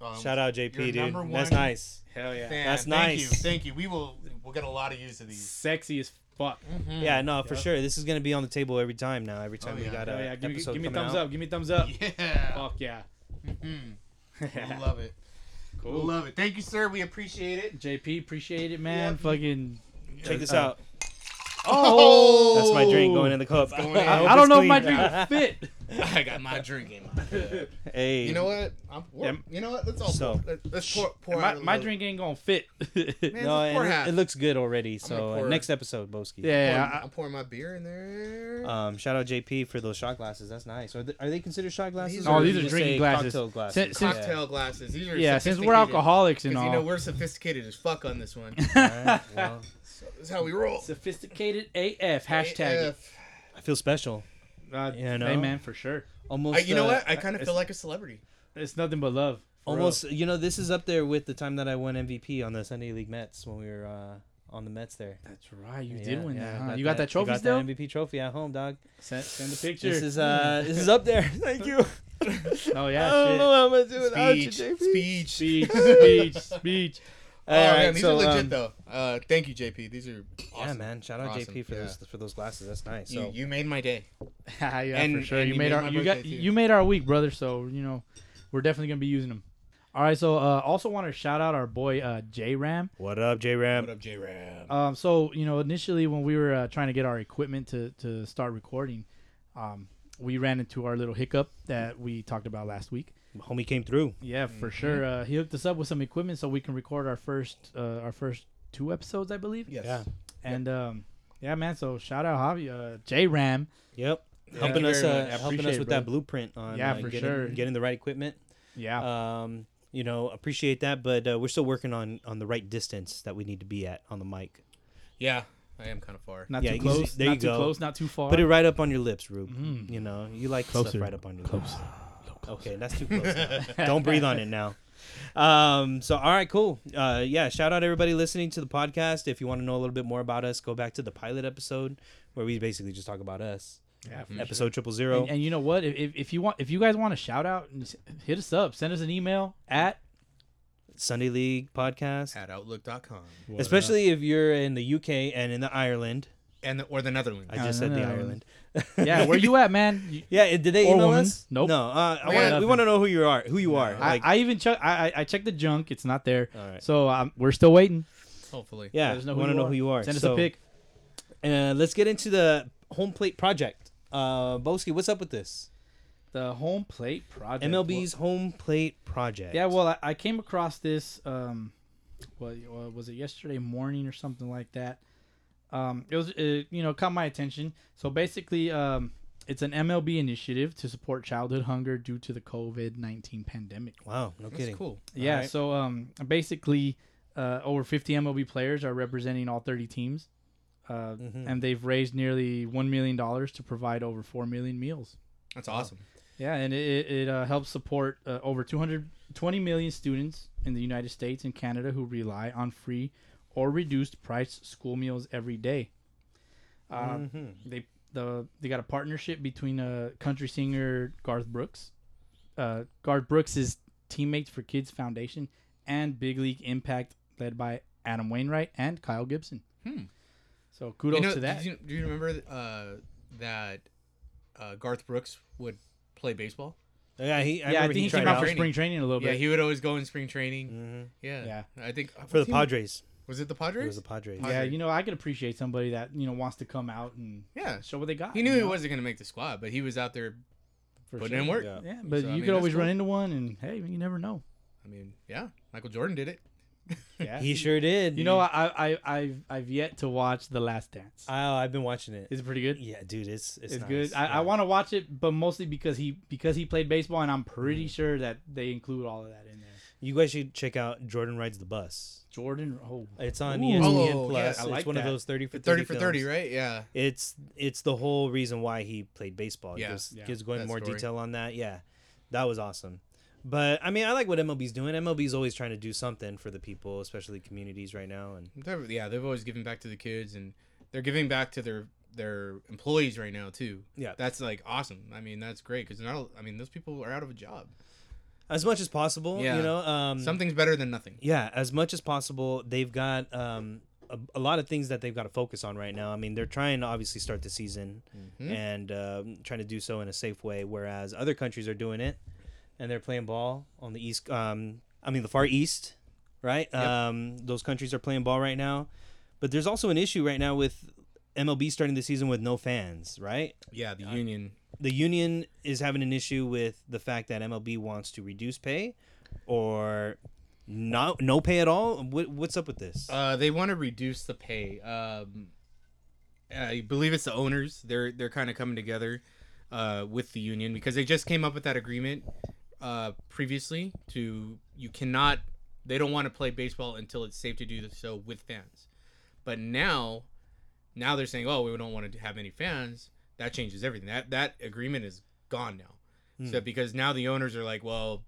Speaker 2: Um,
Speaker 1: Shout out
Speaker 2: You're
Speaker 1: JP, dude.
Speaker 2: number
Speaker 1: That's
Speaker 2: one
Speaker 1: nice.
Speaker 3: Hell yeah.
Speaker 2: fan.
Speaker 1: That's
Speaker 2: Thank
Speaker 1: nice.
Speaker 2: You. Thank you. We will. We'll get a lot of use of these.
Speaker 3: Sexy as Fuck.
Speaker 1: Yeah, no, for
Speaker 3: Yeah.
Speaker 1: sure. This is gonna be on the table every time now. Every time we
Speaker 2: yeah.
Speaker 1: got
Speaker 3: Oh,
Speaker 1: a
Speaker 3: yeah, give me,
Speaker 1: episode
Speaker 3: give me
Speaker 1: coming
Speaker 3: thumbs
Speaker 1: out.
Speaker 3: up. Give me thumbs up.
Speaker 2: Mm-hmm. Yeah.
Speaker 3: Fuck yeah.
Speaker 2: Mhm. Love it.
Speaker 3: cool.
Speaker 2: Love it. Thank you, sir. We appreciate it.
Speaker 3: JP, appreciate it, man.
Speaker 2: Yeah.
Speaker 3: Fucking.
Speaker 1: Check this
Speaker 3: Uh,
Speaker 1: out.
Speaker 2: Oh,
Speaker 1: That's my drink going in the cup.
Speaker 2: going in. I
Speaker 1: hope
Speaker 3: I don't
Speaker 1: it's
Speaker 3: know if my
Speaker 1: clean.
Speaker 3: drink will fit.
Speaker 2: I got my drink in my.
Speaker 1: Hey,
Speaker 2: You know what? I'm, we're-
Speaker 3: Yeah.
Speaker 2: You know what? Let's all
Speaker 1: So-
Speaker 2: pour, let, us pour, pour
Speaker 3: My,
Speaker 2: out a
Speaker 3: my
Speaker 2: little-
Speaker 3: drink ain't gonna fit.
Speaker 2: Man,
Speaker 1: No,
Speaker 2: let's pour
Speaker 1: and
Speaker 2: half.
Speaker 1: it, it looks good already.
Speaker 2: gonna
Speaker 1: So uh,
Speaker 2: pour-
Speaker 1: next episode, Boski.
Speaker 3: yeah,
Speaker 2: Pour-
Speaker 3: I-
Speaker 2: I'm pouring my beer in there.
Speaker 1: Um, shout out JP for those shot glasses. That's nice. Are they, are they considered shot glasses?
Speaker 2: These are-
Speaker 1: or
Speaker 2: Oh, these
Speaker 1: you
Speaker 2: are
Speaker 1: just
Speaker 3: drinking
Speaker 1: say
Speaker 3: glasses.
Speaker 1: Cocktail
Speaker 3: Since-
Speaker 1: glasses.
Speaker 3: since-
Speaker 2: Cocktail glasses. These are
Speaker 3: yeah. Since we're
Speaker 2: sophisticated.
Speaker 3: alcoholics and
Speaker 2: Because
Speaker 3: all,
Speaker 2: you know we're sophisticated as fuck on this one.
Speaker 1: Alright, well,
Speaker 2: so that's how we roll.
Speaker 3: sophisticated AF hashtag. it.
Speaker 2: AF.
Speaker 1: I feel special.
Speaker 3: Uh,
Speaker 1: Yeah, I
Speaker 3: Hey
Speaker 1: know.
Speaker 3: man, for sure.
Speaker 1: Almost.
Speaker 2: I, you know
Speaker 1: uh,
Speaker 2: what? I kind of
Speaker 3: it's-
Speaker 2: feel like a celebrity.
Speaker 3: It's nothing but love. for
Speaker 1: Almost. You know, this is up there with the time that I won MVP on the Sunday League Mets when we were uh, on the Mets there.
Speaker 3: real. That's right. You
Speaker 1: Yeah,
Speaker 3: did win
Speaker 1: yeah,
Speaker 3: that.
Speaker 1: I
Speaker 3: Huh? You got that
Speaker 1: I
Speaker 3: trophy
Speaker 1: got
Speaker 3: still?
Speaker 1: That MVP trophy at home, dog.
Speaker 3: Send, send the picture.
Speaker 1: This is uh, this is up there. Thank you.
Speaker 3: oh
Speaker 1: I
Speaker 3: yeah.
Speaker 1: don't
Speaker 3: shit.
Speaker 1: know how I'm gonna do without you,
Speaker 2: Speech.
Speaker 1: JP.
Speaker 2: Speech.
Speaker 3: Speech, speech, speech.
Speaker 2: Oh,
Speaker 1: All
Speaker 2: man,
Speaker 1: right,
Speaker 2: these
Speaker 1: so,
Speaker 2: are legit
Speaker 1: um,
Speaker 2: though. Uh, thank you, JP. These are awesome.
Speaker 1: Yeah, man. Shout out
Speaker 2: Awesome,
Speaker 1: JP for
Speaker 2: yeah.
Speaker 1: those for those glasses. That's nice.
Speaker 2: You,
Speaker 1: So
Speaker 2: you made my day.
Speaker 3: yeah, for
Speaker 2: And-
Speaker 3: sure.
Speaker 2: and
Speaker 3: You made our
Speaker 2: my
Speaker 3: you got
Speaker 2: birthday, too.
Speaker 3: you made our week, brother. So you know, we're definitely gonna be using them. All right. So uh, also want to shout out our boy uh, J Ram.
Speaker 1: what up, J
Speaker 2: What
Speaker 1: Ram?
Speaker 2: up, J Ram?
Speaker 3: Um, so you know, initially when we were uh, trying to get our equipment to to start recording, um, we ran into our little hiccup that we talked about last week.
Speaker 1: Homie came through.
Speaker 3: Yeah, for sure. Uh, he hooked us up with some equipment so we can record our first uh, our first two episodes, I believe.
Speaker 2: Yes.
Speaker 1: Yeah.
Speaker 3: And um, yeah, man. So shout out Javi, uh, J Ram.
Speaker 1: Yep.
Speaker 2: Thank
Speaker 1: helping
Speaker 2: you
Speaker 1: us,
Speaker 2: very
Speaker 1: uh,
Speaker 2: much.
Speaker 3: I
Speaker 1: helping
Speaker 3: appreciate
Speaker 1: us
Speaker 3: it,
Speaker 1: with
Speaker 3: brother.
Speaker 1: that blueprint on
Speaker 3: Yeah,
Speaker 1: uh,
Speaker 3: for
Speaker 1: getting,
Speaker 3: sure.
Speaker 1: getting the right equipment.
Speaker 3: Yeah.
Speaker 1: Um, you know, appreciate that, but uh, we're still working on on the right distance that we need to be at on the mic.
Speaker 2: Yeah, I am kind of far.
Speaker 3: Not
Speaker 1: Yeah,
Speaker 3: too
Speaker 1: you can see-
Speaker 3: close.
Speaker 1: there
Speaker 3: not
Speaker 1: you
Speaker 3: too
Speaker 1: go.
Speaker 3: close. Not too far.
Speaker 1: Put it right up on your lips, Rube.
Speaker 3: Mm.
Speaker 1: You know, you like
Speaker 3: Closer.
Speaker 1: stuff right up on your lips. Okay, that's too close. now.
Speaker 2: Thank
Speaker 1: Don't breathe on it now. Um, so all right, cool. Uh, yeah, shout out everybody listening to the podcast. If you want to know a little bit more about us, go back to the pilot episode where we basically just talk about us.
Speaker 3: Yeah, for
Speaker 1: Episode triple
Speaker 3: sure.
Speaker 1: zero.
Speaker 3: Mm-hmm. And, and you know what? If, if, if you want, if you guys want a shout out, s- hit us up. Send us an email at
Speaker 1: Sunday League podcast.
Speaker 2: At Outlook.com
Speaker 1: Especially if you're in the UK and in the Ireland.
Speaker 2: and the, or the Netherlands.
Speaker 1: I just
Speaker 3: no,
Speaker 1: said the
Speaker 3: no, no.
Speaker 1: Ireland.
Speaker 3: yeah. Where you at, man? You-
Speaker 1: Yeah, it- did they
Speaker 3: Or
Speaker 1: email
Speaker 3: woman.
Speaker 1: us?
Speaker 3: Nope.
Speaker 1: No, uh, I
Speaker 2: We
Speaker 1: wanna,
Speaker 2: got
Speaker 1: we want to know who you are. Who you are?
Speaker 3: I,
Speaker 1: Like,
Speaker 3: I even check. I, I I checked the junk. It's not there.
Speaker 1: all right.
Speaker 3: So um, we're still waiting.
Speaker 2: Hopefully.
Speaker 1: yeah,
Speaker 3: Let us know
Speaker 1: we
Speaker 3: who
Speaker 1: want to
Speaker 3: you
Speaker 1: know
Speaker 3: are.
Speaker 1: who you are.
Speaker 3: Send us
Speaker 1: So,
Speaker 3: a pic.
Speaker 1: Uh, let's get into the home plate project. Uh, Boski, what's up with this?
Speaker 3: The home plate project.
Speaker 1: MLB's home plate project.
Speaker 3: Yeah, well, I, I came across this. Um, what, what was it yesterday morning or something like that? Um, it was, it, you know, caught my attention. So basically, um, it's an MLB initiative to support childhood hunger due to the COVID nineteen pandemic.
Speaker 1: wow, no
Speaker 2: That's
Speaker 1: kidding.
Speaker 2: cool.
Speaker 3: Yeah,
Speaker 1: Alright.
Speaker 3: so um, basically, uh, over fifty MLB players are representing all thirty teams, uh,
Speaker 1: Mhm.
Speaker 3: and they've raised nearly one million dollars to provide over four million meals.
Speaker 2: That's awesome.
Speaker 3: Yeah, and it, it, it uh, helps support uh, over 220 million students in the United States and Canada who rely on free or reduced price school meals every day. Uh,
Speaker 1: Mhm.
Speaker 2: Mm-hmm.
Speaker 3: They the they got a partnership between uh, country singer Garth Brooks, uh, Garth Brooks's Teammates for Kids Foundation, and Big League Impact led by Adam Wainwright and Kyle Gibson.
Speaker 2: Hmm.
Speaker 3: So kudos
Speaker 2: You know,
Speaker 3: to that.
Speaker 2: Did you, do you remember uh, that uh, Garth Brooks would play baseball?
Speaker 1: Yeah, he, I
Speaker 3: yeah, I
Speaker 1: remember
Speaker 3: think he
Speaker 1: tried
Speaker 3: came out for
Speaker 2: training.
Speaker 3: spring training a little
Speaker 2: Yeah,
Speaker 3: bit.
Speaker 2: he would always go in spring training.
Speaker 1: Mhm.
Speaker 2: Yeah.
Speaker 3: Yeah.
Speaker 2: I think
Speaker 1: For
Speaker 2: what
Speaker 1: the
Speaker 2: team-
Speaker 1: Padres.
Speaker 2: Was it the
Speaker 1: It
Speaker 2: Padres?
Speaker 1: was the Padres.
Speaker 2: Yeah.
Speaker 3: yeah, you know, I could appreciate somebody that you know wants to come out and
Speaker 2: yeah.
Speaker 3: show what they got.
Speaker 2: He knew
Speaker 3: you
Speaker 2: he
Speaker 3: know,
Speaker 2: wasn't going to make the squad, but he was out there
Speaker 3: for
Speaker 2: putting
Speaker 3: sure.
Speaker 2: in work.
Speaker 1: Yeah.
Speaker 3: Yeah, but
Speaker 2: So, I
Speaker 3: you
Speaker 2: mean,
Speaker 3: could
Speaker 2: that's
Speaker 3: always run
Speaker 2: cool.
Speaker 3: into one, and hey, you never know.
Speaker 2: I mean, yeah. Michael Jordan did it.
Speaker 3: Yeah,
Speaker 1: He sure did.
Speaker 3: You know, I, I, I've, I've yet to watch The Last Dance.
Speaker 1: oh, I've been watching it.
Speaker 3: Is it pretty good?
Speaker 1: Yeah, dude, it's it's,
Speaker 3: It's,
Speaker 1: nice.
Speaker 3: good. I,
Speaker 1: Yeah.
Speaker 3: I want to watch it, but mostly because he, because he played baseball, and I'm
Speaker 2: Mm-hmm.
Speaker 3: pretty sure that they include all of that in there.
Speaker 1: You guys should check out Jordan rides the bus.
Speaker 3: Jordan, oh,
Speaker 2: Uh,
Speaker 1: It's on E
Speaker 3: Ooh.
Speaker 1: ESPN
Speaker 2: Oh, yeah, I
Speaker 1: Plus.
Speaker 3: like
Speaker 1: it's one
Speaker 3: that.
Speaker 1: of those thirty for
Speaker 2: 30,
Speaker 1: thirty,
Speaker 2: for 30,
Speaker 1: films.
Speaker 2: right? Yeah.
Speaker 1: It's it's the whole reason why he played baseball.
Speaker 2: Yeah.
Speaker 1: Yeah, gives,
Speaker 3: Yeah,
Speaker 1: gives going
Speaker 2: that
Speaker 1: more
Speaker 2: story.
Speaker 1: detail on that. Yeah, that was awesome. But I mean, I like what MLB's doing. MLB's always trying to do something for the people, especially communities right now. And
Speaker 2: They're- yeah, they've always given back to the kids, and they're giving back to their their employees right now too.
Speaker 1: Yeah.
Speaker 2: that's like awesome. I mean, that's great because not. I mean, those people are out of a job.
Speaker 1: as much as possible,
Speaker 2: Yeah.
Speaker 1: you know, um,
Speaker 2: Something's better than nothing.
Speaker 1: yeah, as much as possible, they've got um, a, a lot of things that they've got to focus on right now. I mean, they're trying to obviously start the season and um, trying to do so in a safe way, whereas other countries are doing it and they're playing ball on the east. Um, I mean, the far east, right? Um, those countries are playing ball right now, but there's also an issue right now with MLB starting the season with no fans, right?
Speaker 2: Yeah, the union.
Speaker 1: the union is having an issue with the fact that MLB wants to reduce pay or not no pay at all. What, what's up with this?
Speaker 2: Uh, they want to reduce the pay. Um, I believe it's the owners. They're they're kind of coming together uh, with the union because they just came up with that agreement uh, previously. To you cannot. They don't want to play baseball until it's safe to do so with fans. But now, now they're saying, "Oh, we don't want to have any fans." That changes everything. That that agreement is gone now. So because now the owners are like, "Well,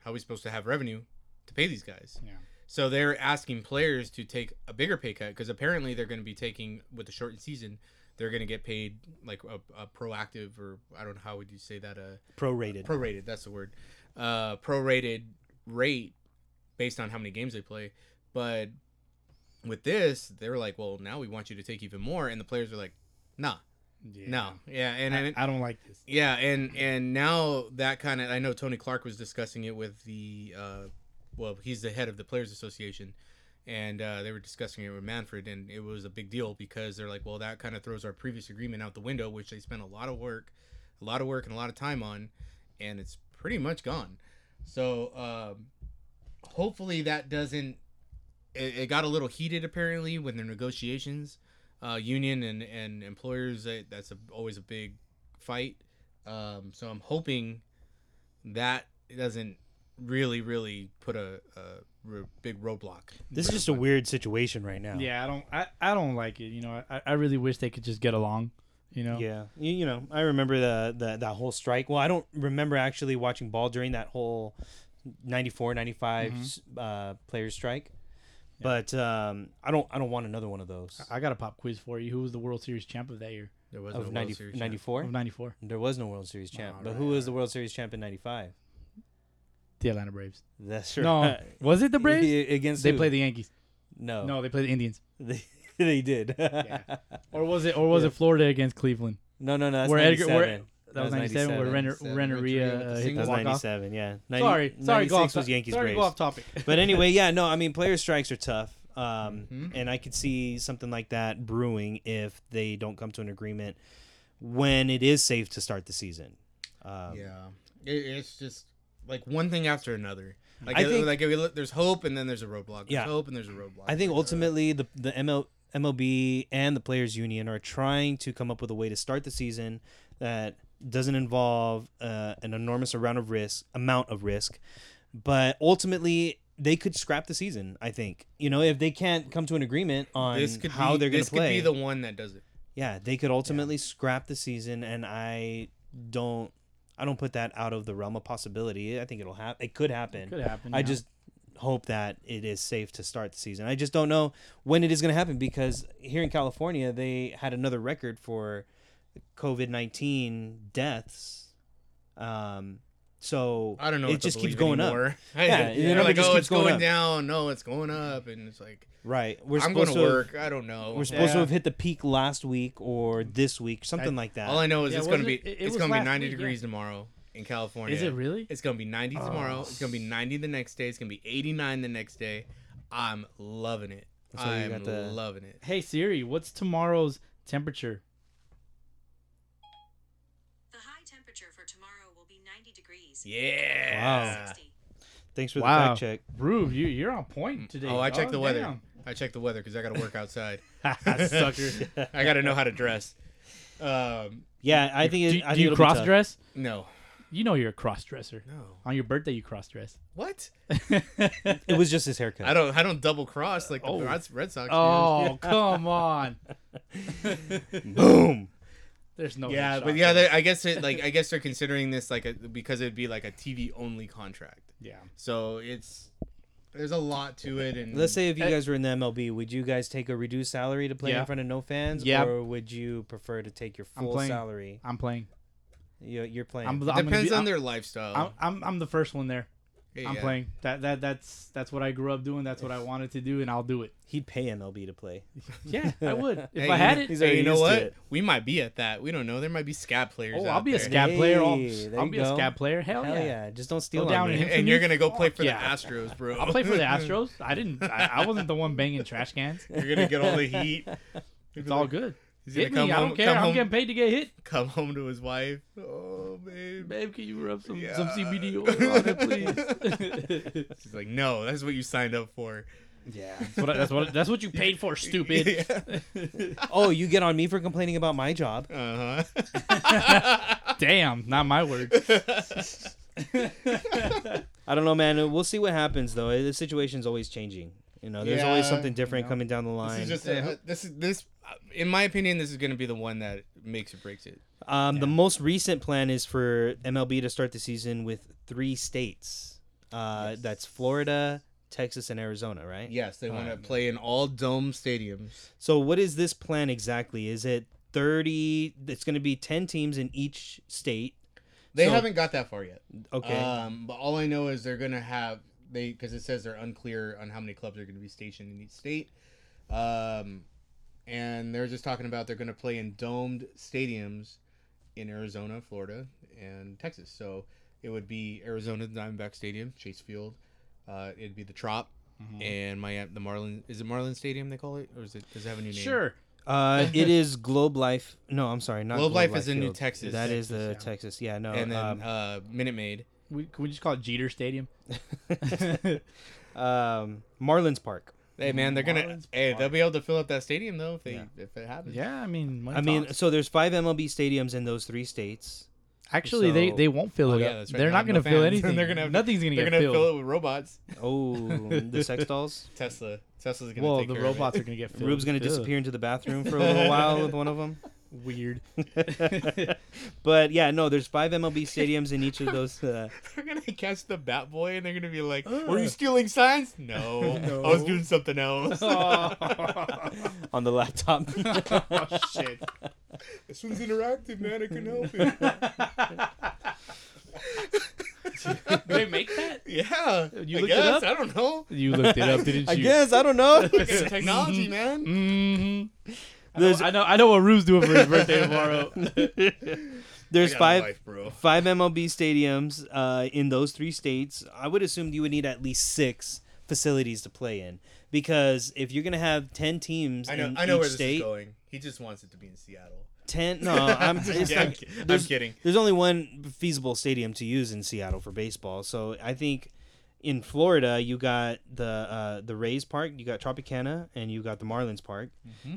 Speaker 2: how are we supposed to have revenue to pay these guys?"
Speaker 3: Yeah.
Speaker 2: So they're asking players to take a bigger pay cut because apparently they're going to be taking with the shortened season, they're going to get paid like a, a proactive or I don't know how would you say that a
Speaker 1: Prorated.
Speaker 2: prorated. That's the word. Uh, prorated rate based on how many games they play. But with this, they're like, well, now we want you to take even more, and the players are like, nah,
Speaker 3: Yeah.
Speaker 2: no, yeah, and I,
Speaker 3: I, I don't like this.
Speaker 2: yeah, and and now that kind of I know Tony Clark was discussing it with the uh, well, he's the head of the Players Association, and uh, they were discussing it with Manfred, and it was a big deal because they're like, well, that kind of throws our previous agreement out the window, which they spent a lot of work, a lot of work and a lot of time on, and it's pretty much gone. So um, hopefully that doesn't. It, it got a little heated apparently when the negotiations, uh, union and and employers. eh, That's a, always a big fight. Um, so I'm hoping that doesn't really, really put a, a r- big roadblock.
Speaker 1: This is just a weird situation right now.
Speaker 3: Yeah, I don't. I, I don't like it. You know, I, I really wish they could just get along. You know.
Speaker 1: Yeah, you, you know, I remember the, the that whole strike. Well, I don't remember actually watching ball during that whole 94, 95
Speaker 3: Mm-hmm.
Speaker 1: uh, players strike. But um, I don't I don't want another one of those.
Speaker 3: I got a pop quiz for you. Who was the World Series champ of that year?
Speaker 2: There was
Speaker 1: of
Speaker 2: no 90,
Speaker 1: 90, 94?
Speaker 3: Of '94,
Speaker 1: There was no World Series champ.
Speaker 3: All
Speaker 1: but
Speaker 3: right,
Speaker 1: who was the World Series champ in 95?
Speaker 3: the Atlanta Braves.
Speaker 1: That's
Speaker 3: No,
Speaker 1: right.
Speaker 3: was it the Braves?
Speaker 1: Against
Speaker 3: They
Speaker 1: who?
Speaker 3: played the Yankees.
Speaker 1: No.
Speaker 3: No, they played the Indians.
Speaker 1: They, they did.
Speaker 3: Or was it? Or was it Florida against Cleveland?
Speaker 1: No, no, no. That's
Speaker 3: Where Edgar-
Speaker 1: 97.
Speaker 3: where- That was '97
Speaker 1: 97.
Speaker 3: where Renner,
Speaker 2: 97,
Speaker 3: Renneria
Speaker 2: Renteria
Speaker 3: uh,
Speaker 2: with the
Speaker 3: hit the
Speaker 1: That was
Speaker 3: walk off.
Speaker 1: 97, yeah. 90,
Speaker 3: Sorry, sorry, go off.
Speaker 1: 96 was Yankees
Speaker 3: sorry, go
Speaker 1: Braves.
Speaker 3: off topic.
Speaker 1: But anyway, yeah, no, I mean, player strikes are tough. Um,
Speaker 3: Mm-hmm.
Speaker 2: Mhm.
Speaker 1: And I could see something like that brewing if they don't come to an agreement when it is safe to start the season. Um,
Speaker 2: Yeah, it, it's just like one thing after another. Like,
Speaker 1: I
Speaker 2: I
Speaker 1: think-
Speaker 2: like if you look- there's hope and then there's a roadblock. There's
Speaker 1: Yeah.
Speaker 2: hope and there's a roadblock.
Speaker 1: I think
Speaker 2: Like, uh,
Speaker 1: ultimately the the ML, MLB and the players union are trying to come up with a way to start the season that doesn't involve uh, an enormous amount of risk, amount of risk, but ultimately they could scrap the season. I think you know if they can't come to an agreement on
Speaker 2: this could
Speaker 1: how
Speaker 2: be,
Speaker 1: they're going
Speaker 2: this
Speaker 1: to play.
Speaker 2: could be the one that does it.
Speaker 1: yeah, they could ultimately scrap the season, and I don't. I don't put that out of the realm of possibility. I think it'll happen. It could happen.
Speaker 3: Could happen.
Speaker 1: I
Speaker 3: yeah.
Speaker 1: just hope that it is safe to start the season. I just don't know when it is going to happen because here in California they had another record for COVID nineteen deaths. Um, so
Speaker 2: I don't know.
Speaker 1: It
Speaker 2: what to
Speaker 1: just keeps
Speaker 2: believe
Speaker 1: going up.
Speaker 2: anymore.
Speaker 1: Yeah,
Speaker 2: They're
Speaker 1: the number
Speaker 2: like,
Speaker 1: just
Speaker 2: oh,
Speaker 1: keeps
Speaker 2: it's going,
Speaker 1: going up."
Speaker 2: down. No, it's going up, and it's like
Speaker 1: Right, we're
Speaker 2: I'm going
Speaker 1: supposed
Speaker 2: to
Speaker 1: to have-
Speaker 2: work. I don't know.
Speaker 1: We're supposed to
Speaker 3: Yeah.
Speaker 1: have hit the peak last week or this week, something like that.
Speaker 2: All I know is
Speaker 3: Yeah,
Speaker 2: it's going to
Speaker 3: wasn't
Speaker 2: be
Speaker 3: it- it
Speaker 2: it's
Speaker 3: was
Speaker 2: going to be
Speaker 3: last
Speaker 2: 90
Speaker 3: week, yeah.
Speaker 2: degrees tomorrow in California.
Speaker 3: Is it really?
Speaker 2: It's going to be 90 tomorrow. It's going to be 90 the next day. It's going to be 89 the next day. I'm loving it.
Speaker 1: That's why you
Speaker 2: I'm
Speaker 1: got the-
Speaker 2: loving it.
Speaker 3: Hey Siri, what's tomorrow's temperature?
Speaker 4: The high temperature for tomorrow will be 90 degrees.
Speaker 2: Yeah.
Speaker 4: 60.
Speaker 1: Thanks for
Speaker 3: Wow.
Speaker 1: the fact check.
Speaker 3: Rube, you you're on point today.
Speaker 2: Oh, I checked
Speaker 3: dog.
Speaker 2: the weather.
Speaker 3: Damn.
Speaker 2: I checked the weather because I got to work outside.
Speaker 3: Sucker.
Speaker 2: I got to know how to dress. Um,
Speaker 1: Yeah, I think. It,
Speaker 3: do,
Speaker 1: I think
Speaker 3: do you
Speaker 1: it'll be tough.
Speaker 3: cross dress?
Speaker 2: no,
Speaker 3: You know you're a cross dresser.
Speaker 2: no.
Speaker 3: On your birthday, you cross dress.
Speaker 2: What?
Speaker 1: It was just his haircut.
Speaker 2: I don't. I don't double cross like the
Speaker 3: Oh.
Speaker 2: Red Red Sox. do.
Speaker 3: oh, come on.
Speaker 1: Boom.
Speaker 3: There's no.
Speaker 2: Yeah,
Speaker 3: headshot
Speaker 2: but yeah,
Speaker 3: there.
Speaker 2: they- I guess it, like I guess they're considering this like a, because it'd be like a TV only contract.
Speaker 3: yeah.
Speaker 2: So it's there's a lot to it, and
Speaker 1: Let's say if you
Speaker 3: Eh.
Speaker 1: guys were in the MLB, would you guys take a reduced salary to play
Speaker 3: Yeah.
Speaker 1: in front of no fans,
Speaker 3: Yeah.
Speaker 1: or would you prefer to take your
Speaker 3: I'm
Speaker 1: full
Speaker 3: playing.
Speaker 1: salary?
Speaker 3: I'm playing.
Speaker 1: You're, you're playing.
Speaker 3: I'm, I'm gonna
Speaker 2: depends
Speaker 3: be-
Speaker 2: on
Speaker 3: I'm-
Speaker 2: their lifestyle.
Speaker 3: I'm, I'm I'm the first one there.
Speaker 2: Hey,
Speaker 3: I'm
Speaker 2: yeah.
Speaker 3: playing. That that that's that's what I grew up doing. That's what I wanted to do, and I'll do it.
Speaker 1: He'd pay MLB to play.
Speaker 3: Yeah, I would
Speaker 2: Hey,
Speaker 3: if I
Speaker 2: you
Speaker 3: had
Speaker 2: know-
Speaker 3: it.
Speaker 1: He's
Speaker 2: Hey,
Speaker 1: already
Speaker 2: you know
Speaker 1: used to
Speaker 2: what?
Speaker 1: it.
Speaker 2: We might be at that. We don't know. There might be scat players.
Speaker 3: Oh,
Speaker 2: out
Speaker 3: I'll be a
Speaker 2: there.
Speaker 3: scat player. I'll,
Speaker 1: Hey, there
Speaker 3: I'll
Speaker 1: you
Speaker 3: be a
Speaker 1: go.
Speaker 3: scat player. Hell,
Speaker 1: Hell yeah.
Speaker 3: yeah.
Speaker 1: Just don't steal
Speaker 3: down
Speaker 1: on
Speaker 3: and
Speaker 1: me.
Speaker 3: hit-
Speaker 2: And you're gonna go play
Speaker 3: Fuck
Speaker 2: for
Speaker 3: yeah.
Speaker 2: the Astros, bro.
Speaker 3: I'll play for the Astros. I didn't. I, I wasn't the one banging trash cans.
Speaker 2: you're gonna get all the heat.
Speaker 3: It's all good.
Speaker 2: He's gonna
Speaker 3: Hit me.
Speaker 2: come
Speaker 3: I
Speaker 2: home,
Speaker 3: don't care.
Speaker 2: Come
Speaker 3: I'm
Speaker 2: home,
Speaker 3: getting paid to get hit.
Speaker 2: come home to his wife. Oh, babe.
Speaker 3: Babe, can you rub some,
Speaker 2: Yeah.
Speaker 3: some CBD oil on it, please?
Speaker 2: She's like, no, that's what you signed up for.
Speaker 1: Yeah.
Speaker 3: That's what, that's what that's what you paid for, stupid.
Speaker 1: Oh, you get on me for complaining about my job.
Speaker 2: Uh
Speaker 3: Damn, not my word.
Speaker 2: huh.
Speaker 1: I don't know, man. We'll see what happens, though. Eh, The situation's always changing. You know, there's always
Speaker 2: Yeah,
Speaker 1: something different
Speaker 3: you know.
Speaker 1: coming down the line.
Speaker 2: This is just a, this is this. uh, In my opinion, this is going to be the one that makes or breaks it.
Speaker 1: Um, The most recent plan is for MLB to start the season with three states. Uh, That's Florida, Texas, and Arizona, right?
Speaker 2: Yes, they want to
Speaker 1: Um,
Speaker 2: play in all dome stadiums.
Speaker 1: So, what is this plan exactly? Is it 30? It's going to be 10 teams in each state.
Speaker 2: They
Speaker 1: So-
Speaker 2: haven't got that far yet.
Speaker 1: Okay.
Speaker 2: Um, but all I know is they're going to have they because it says they're unclear on how many clubs are going to be stationed in each state. Um, and they're just talking about they're going to play in domed stadiums in Arizona, Florida, and Texas. So it would be Arizona Diamondback Stadium, Chase Field. Uh, it'd be the Trop.
Speaker 3: Mm-hmm.
Speaker 2: and my the Marlin is it Marlin Stadium they call it or is it does it have a new name?
Speaker 3: Sure.
Speaker 1: Uh, it is Globe Life. No, I'm sorry, not
Speaker 2: Globe Life is in New
Speaker 1: Field.
Speaker 2: Texas.
Speaker 1: That is the
Speaker 3: Texas,
Speaker 1: Texas. Yeah, no.
Speaker 2: And then
Speaker 1: um,
Speaker 2: uh, Minute Maid.
Speaker 3: We, can we just call it Jeter Stadium?
Speaker 2: uh,
Speaker 1: um, Marlins Park.
Speaker 2: Hey man, they're gonna
Speaker 3: Marlins
Speaker 2: hey they'll
Speaker 3: Park.
Speaker 2: be able to fill up that stadium though if they
Speaker 1: Yeah.
Speaker 2: if it happens.
Speaker 3: Yeah, I mean, money
Speaker 1: I mean,
Speaker 3: talks.
Speaker 1: so there's five MLB stadiums in those three states.
Speaker 3: actually, they,
Speaker 1: so-
Speaker 3: they won't fill
Speaker 2: Oh,
Speaker 3: it
Speaker 2: yeah,
Speaker 3: up.
Speaker 2: that's right.
Speaker 3: They're
Speaker 2: Not
Speaker 3: not going
Speaker 2: enough
Speaker 3: to fill
Speaker 2: fans.
Speaker 3: anything.
Speaker 2: They're gonna-
Speaker 3: Nothing's going to
Speaker 2: They're
Speaker 3: get
Speaker 2: gonna
Speaker 3: filled.
Speaker 2: fill it with robots.
Speaker 1: Oh, the sex dolls.
Speaker 2: Tesla. Tesla's gonna
Speaker 3: well,
Speaker 2: take
Speaker 3: the
Speaker 2: care of it.
Speaker 3: robots are going to get filled.
Speaker 1: Rube's gonna
Speaker 3: Ugh.
Speaker 1: disappear into the bathroom for a little while with one of them.
Speaker 3: Weird.
Speaker 1: But yeah, no, there's five MLB stadiums in each of those. Uh,
Speaker 2: They're gonna catch the Bat Boy and they're gonna be like, "Were you
Speaker 3: Ugh.
Speaker 2: stealing signs? No,
Speaker 3: No.
Speaker 2: I was doing something else.
Speaker 1: on the laptop.
Speaker 3: oh, shit.
Speaker 2: this one's interactive, man. I can help it.
Speaker 3: they make that?
Speaker 2: yeah,
Speaker 3: You
Speaker 2: I
Speaker 3: looked it
Speaker 2: guess.
Speaker 3: up?
Speaker 2: I don't know.
Speaker 3: You looked it up, didn't you?
Speaker 1: I guess I don't know.
Speaker 2: It's technology, man.
Speaker 3: Mm-hmm. I, know,
Speaker 1: There's-
Speaker 3: I know. I know what Rube's doing for his birthday tomorrow.
Speaker 1: There's
Speaker 2: I got a
Speaker 1: five
Speaker 2: life, bro.
Speaker 1: five MLB stadiums uh, in those three states. I would assume you would need at least six facilities to play in because if you're gonna have ten teams
Speaker 2: I know.
Speaker 1: in
Speaker 2: I know
Speaker 1: each
Speaker 2: where this
Speaker 1: state,
Speaker 2: is going. He just wants it to be in Seattle.
Speaker 1: ten. No, I'm, it's
Speaker 2: Yeah, I'm
Speaker 1: like-
Speaker 2: ki- I'm
Speaker 1: there's-
Speaker 2: kidding.
Speaker 1: There's only one feasible stadium to use in Seattle for baseball, so I think. In Florida, you got the uh, the Rays Park, you got Tropicana, and you got the Marlins Park.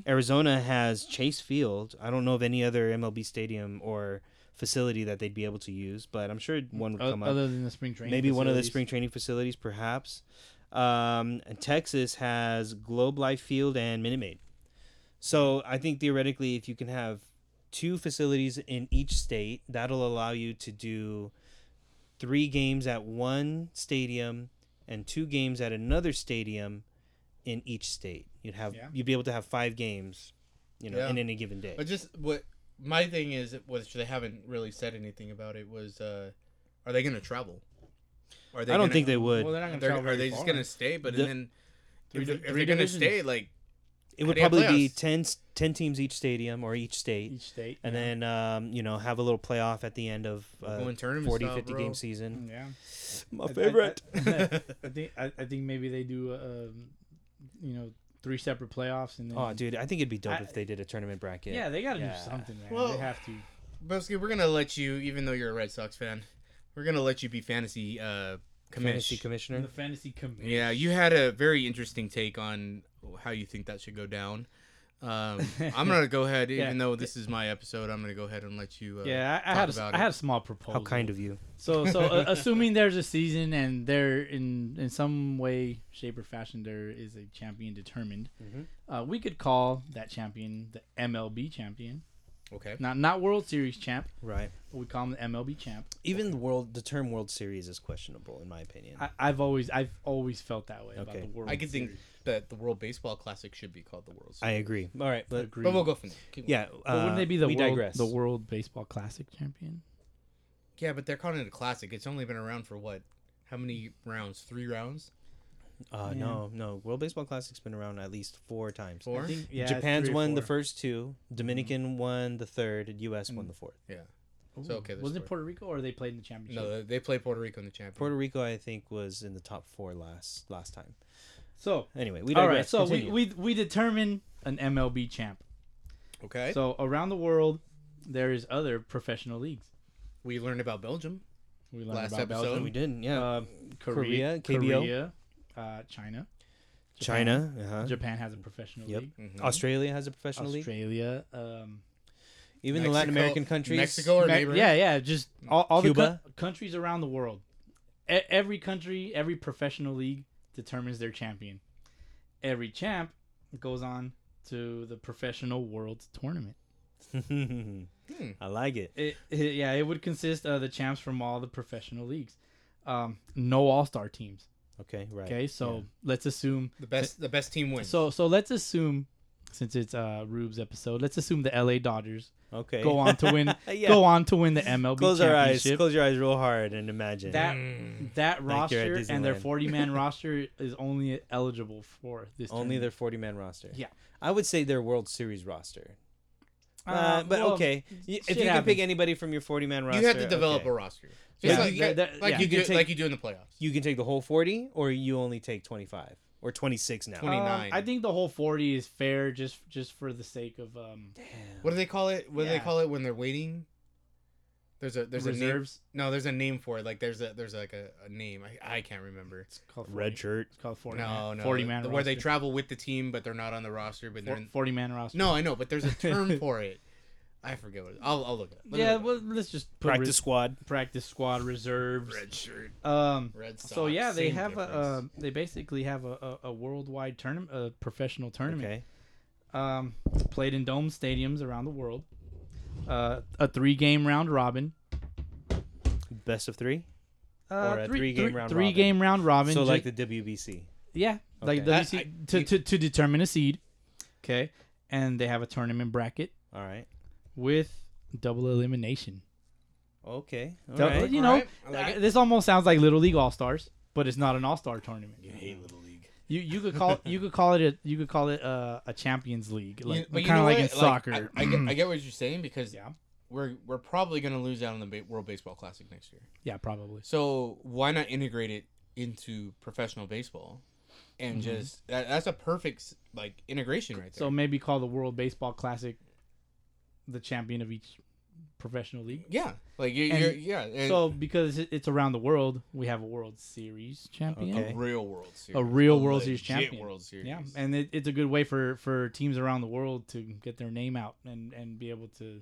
Speaker 1: Arizona has Chase Field. I don't know of any other MLB stadium or facility that they'd be able to use, but I'm sure one would come up.
Speaker 3: Other than the spring training,
Speaker 1: maybe one of the
Speaker 3: facilities.
Speaker 1: spring training facilities, perhaps. Um, and Texas has Globe Life Field and Minute Maid. So I think theoretically, if you can have two facilities in each state, that'll allow you to do three games at one stadium and two games at another stadium in each state. You'd have
Speaker 3: Yeah.
Speaker 1: you'd be able to have five games, you know,
Speaker 2: Yeah.
Speaker 1: in any given day.
Speaker 2: But just what my thing is, which they haven't really said anything about it, was uh, are they going to travel? Are
Speaker 1: I don't
Speaker 2: gonna-
Speaker 1: think they would.
Speaker 3: Well, they're not going to
Speaker 2: they're-
Speaker 3: travel.
Speaker 2: Are they just going to
Speaker 3: to?
Speaker 2: stay? But
Speaker 1: The-
Speaker 2: then
Speaker 3: Three
Speaker 2: if,
Speaker 3: di-
Speaker 2: they're- if
Speaker 3: three
Speaker 2: they're going to
Speaker 3: divisions.
Speaker 2: stay, like
Speaker 1: it would
Speaker 2: How do you
Speaker 1: probably
Speaker 2: have
Speaker 1: be
Speaker 2: playoffs?
Speaker 1: 10, 10 teams each stadium or each state.
Speaker 3: each state?
Speaker 1: and
Speaker 3: yeah.
Speaker 1: then um, you know have a little playoff at the end of uh,
Speaker 2: going tournament
Speaker 1: 40
Speaker 2: style,
Speaker 1: 50
Speaker 2: bro.
Speaker 1: game season
Speaker 3: yeah.
Speaker 1: my
Speaker 3: I- I- I, I think I, I think maybe they do um, you know three separate playoffs and then
Speaker 1: oh dude i think it'd be dope
Speaker 3: mm. I-
Speaker 1: if they did a tournament bracket
Speaker 3: yeah, they got to
Speaker 1: Yeah.
Speaker 3: do something man
Speaker 2: Well-
Speaker 3: they have to
Speaker 2: Bosky, we're going to let you, even though you're a Red Sox fan, we're going to let you be fantasy uh,
Speaker 1: fantasy
Speaker 2: commish.
Speaker 3: the
Speaker 1: commissioner
Speaker 3: fantasy committee
Speaker 2: yeah, you had a very interesting take on how you think that should go down. Um, I'm gonna go ahead, even
Speaker 3: Yeah.
Speaker 2: though this is my episode. I'm gonna go ahead and let you. Uh,
Speaker 3: yeah I, I
Speaker 2: talk
Speaker 3: had a,
Speaker 2: about
Speaker 3: I
Speaker 2: it.
Speaker 3: had a small proposal
Speaker 1: how kind of you
Speaker 3: so so uh, assuming there's a season and there in in some way shape or fashion there is a champion determined
Speaker 1: Mhm.
Speaker 3: uh, we could call that champion the MLB champion
Speaker 2: Okay.
Speaker 3: not not World Series champ
Speaker 1: right
Speaker 3: but we call him the MLB champ
Speaker 1: even the world the term world series is questionable in my opinion
Speaker 3: I, I've always I've always felt that way about
Speaker 1: Okay.
Speaker 3: the World
Speaker 2: I could think
Speaker 3: Series.
Speaker 2: that the World Baseball Classic should be called the World Series.
Speaker 1: I agree all right but
Speaker 3: Agreed.
Speaker 2: But we'll go from there. Keep
Speaker 1: yeah
Speaker 3: But
Speaker 1: uh,
Speaker 3: wouldn't they be the
Speaker 1: we
Speaker 3: world,
Speaker 1: digress
Speaker 3: the World Baseball Classic champion?
Speaker 2: Yeah, but they're calling it a classic. It's only been around for what? how many rounds? Three rounds.
Speaker 1: Uh,
Speaker 3: Yeah.
Speaker 1: No, no. World Baseball Classic's been around at least four times.
Speaker 2: Four.
Speaker 3: think- yeah, it's
Speaker 1: Japan's
Speaker 3: three or
Speaker 1: won the
Speaker 3: four. Mm-hmm.
Speaker 1: first two. Dominican won the third. and U.S. won
Speaker 3: Mm.
Speaker 1: the fourth.
Speaker 2: Yeah.
Speaker 3: Ooh,
Speaker 2: So, okay, there's
Speaker 3: wasn't
Speaker 2: four.
Speaker 3: it Puerto Rico or they played in the championship?
Speaker 2: No, they play Puerto Rico in the championship.
Speaker 1: Puerto Rico, I think, was in the top four last last time.
Speaker 3: so
Speaker 1: Anyway, we
Speaker 3: all
Speaker 1: digress.
Speaker 3: right, so we,
Speaker 1: Continue.
Speaker 3: we we determine an MLB champ.
Speaker 2: okay.
Speaker 3: So around the world, there is other professional leagues.
Speaker 2: we learned about Belgium.
Speaker 3: We learned
Speaker 2: Last
Speaker 3: about
Speaker 2: episode.
Speaker 1: Oh,
Speaker 3: Belgium,
Speaker 1: we didn't. Yeah,
Speaker 3: uh,
Speaker 1: Korea,
Speaker 3: Korea,
Speaker 1: KBO.
Speaker 3: Korea, uh, China, Japan.
Speaker 1: China, uh-huh.
Speaker 3: Japan has a professional
Speaker 1: Yep.
Speaker 3: league.
Speaker 2: Mm-hmm.
Speaker 1: Australia has a professional league.
Speaker 3: Australia, um,
Speaker 1: Even the Latin
Speaker 2: Mexico-
Speaker 1: American countries.
Speaker 2: Mexico or
Speaker 3: Ma-
Speaker 2: neighbor.
Speaker 3: yeah, yeah, just all, all
Speaker 1: Cuba.
Speaker 3: the cou- countries around the world. E- every country, every professional league determines their champion. Every champ goes on to the professional world tournament.
Speaker 1: Hmm. I like it.
Speaker 3: It, it- yeah, it would consist of the champs from all the professional leagues. Um, no all star teams.
Speaker 1: Okay, right.
Speaker 3: Okay, so let's assume.
Speaker 2: The best the best team wins.
Speaker 3: So so let's assume, since it's uh Rube's episode, let's assume the L.A. Dodgers
Speaker 1: Okay.
Speaker 3: go on to win.
Speaker 1: Yeah.
Speaker 3: Go on to win the MLB
Speaker 1: Close our eyes.
Speaker 3: championship.
Speaker 1: Close your eyes real hard and imagine.
Speaker 3: That that
Speaker 1: you're at
Speaker 3: roster and their
Speaker 1: Disneyland.
Speaker 3: 40 man roster is only eligible for this.
Speaker 1: Only their
Speaker 3: tournament.
Speaker 1: 40 man roster.
Speaker 3: Yeah.
Speaker 1: I would say their World Series roster. Uh,
Speaker 3: Uh,
Speaker 1: but
Speaker 3: well,
Speaker 1: okay. Y- If you
Speaker 3: shit
Speaker 1: can
Speaker 3: happens.
Speaker 1: pick anybody from your 40 man roster,
Speaker 2: you have to develop
Speaker 1: okay.
Speaker 2: a roster.
Speaker 1: Yeah,
Speaker 2: Just
Speaker 3: you
Speaker 2: like,
Speaker 3: get- that-
Speaker 2: like
Speaker 3: yeah.
Speaker 2: you,
Speaker 1: You can
Speaker 2: do,
Speaker 1: take-
Speaker 2: like you do in the playoffs.
Speaker 1: You can take the whole 40 or you only take 25 or 26 now.
Speaker 2: 20.
Speaker 3: um,
Speaker 2: 29.
Speaker 3: I think the whole 40 is fair just just for the sake of um
Speaker 2: What do they call it? What do
Speaker 3: Yeah.
Speaker 2: they call it when they're waiting? There's a there's
Speaker 3: reserves.
Speaker 2: a name. No, there's a name for it. Like there's a there's like a, a name. I, I can't remember.
Speaker 3: It's called 40,
Speaker 1: Red shirt.
Speaker 3: It's called 40
Speaker 2: No,
Speaker 3: man,
Speaker 2: no.
Speaker 3: 40 man
Speaker 2: the-
Speaker 3: roster.
Speaker 2: where they travel with the team, but they're not on the roster. But they're
Speaker 3: Four-
Speaker 2: in,
Speaker 3: 40 man roster.
Speaker 2: no, I know. But there's a term for it. I forget what. It, I'll I'll look it up. Let me
Speaker 3: Yeah,
Speaker 2: look it
Speaker 3: well, let's just put
Speaker 1: Practice
Speaker 3: res-
Speaker 1: squad.
Speaker 3: practice squad reserves.
Speaker 2: up. red shirt,
Speaker 3: Um
Speaker 2: red Sox.
Speaker 3: so yeah, they
Speaker 2: same
Speaker 3: have a
Speaker 2: difference.
Speaker 3: um, they basically have a, a, a worldwide tournament, a professional
Speaker 1: Okay.
Speaker 3: tournament. um, played in dome stadiums around the world. Uh, a three-game round robin.
Speaker 1: Best of three.
Speaker 3: Uh,
Speaker 1: Or a three-game round
Speaker 3: three
Speaker 1: robin.
Speaker 3: game round robin.
Speaker 1: so,
Speaker 3: ju-
Speaker 1: like the WBC.
Speaker 3: yeah,
Speaker 1: Okay.
Speaker 3: like the
Speaker 2: That-
Speaker 3: WC
Speaker 2: I-
Speaker 3: to,
Speaker 2: you-
Speaker 3: to to determine a seed. Okay, and they have a tournament bracket
Speaker 1: All right.
Speaker 3: with double elimination.
Speaker 1: Okay. All
Speaker 3: Dou-
Speaker 1: right.
Speaker 3: You know,
Speaker 2: Alright, I like
Speaker 3: uh,
Speaker 2: it.
Speaker 3: this almost sounds like Little League All Stars, but it's not an All Star tournament.
Speaker 2: You hate little league.
Speaker 3: You you could call you could call it a you could call it a, a Champions League, like
Speaker 2: but
Speaker 3: kind of
Speaker 2: know
Speaker 3: like in
Speaker 2: what?
Speaker 3: soccer.
Speaker 2: I, I, get, I get what you're saying because
Speaker 3: yeah,
Speaker 2: we're we're probably gonna lose out on the ba- World Baseball Classic next year.
Speaker 3: yeah, probably.
Speaker 2: So why not integrate it into professional baseball, and just that, that's a perfect s- like integration right there.
Speaker 3: Mm-hmm. So maybe call the World Baseball Classic the champion of each professional league.
Speaker 2: yeah, like you,
Speaker 3: And-
Speaker 2: you're yeah, and
Speaker 3: So because it- it's around the world, we have a World Series champion.
Speaker 2: a
Speaker 1: Okay.
Speaker 2: real World Series,
Speaker 3: A real
Speaker 2: A
Speaker 3: World Series
Speaker 2: legit
Speaker 3: champion.
Speaker 2: World Series.
Speaker 3: Yeah, and it, it's a good way for for teams around the world to get their name out and and be able to,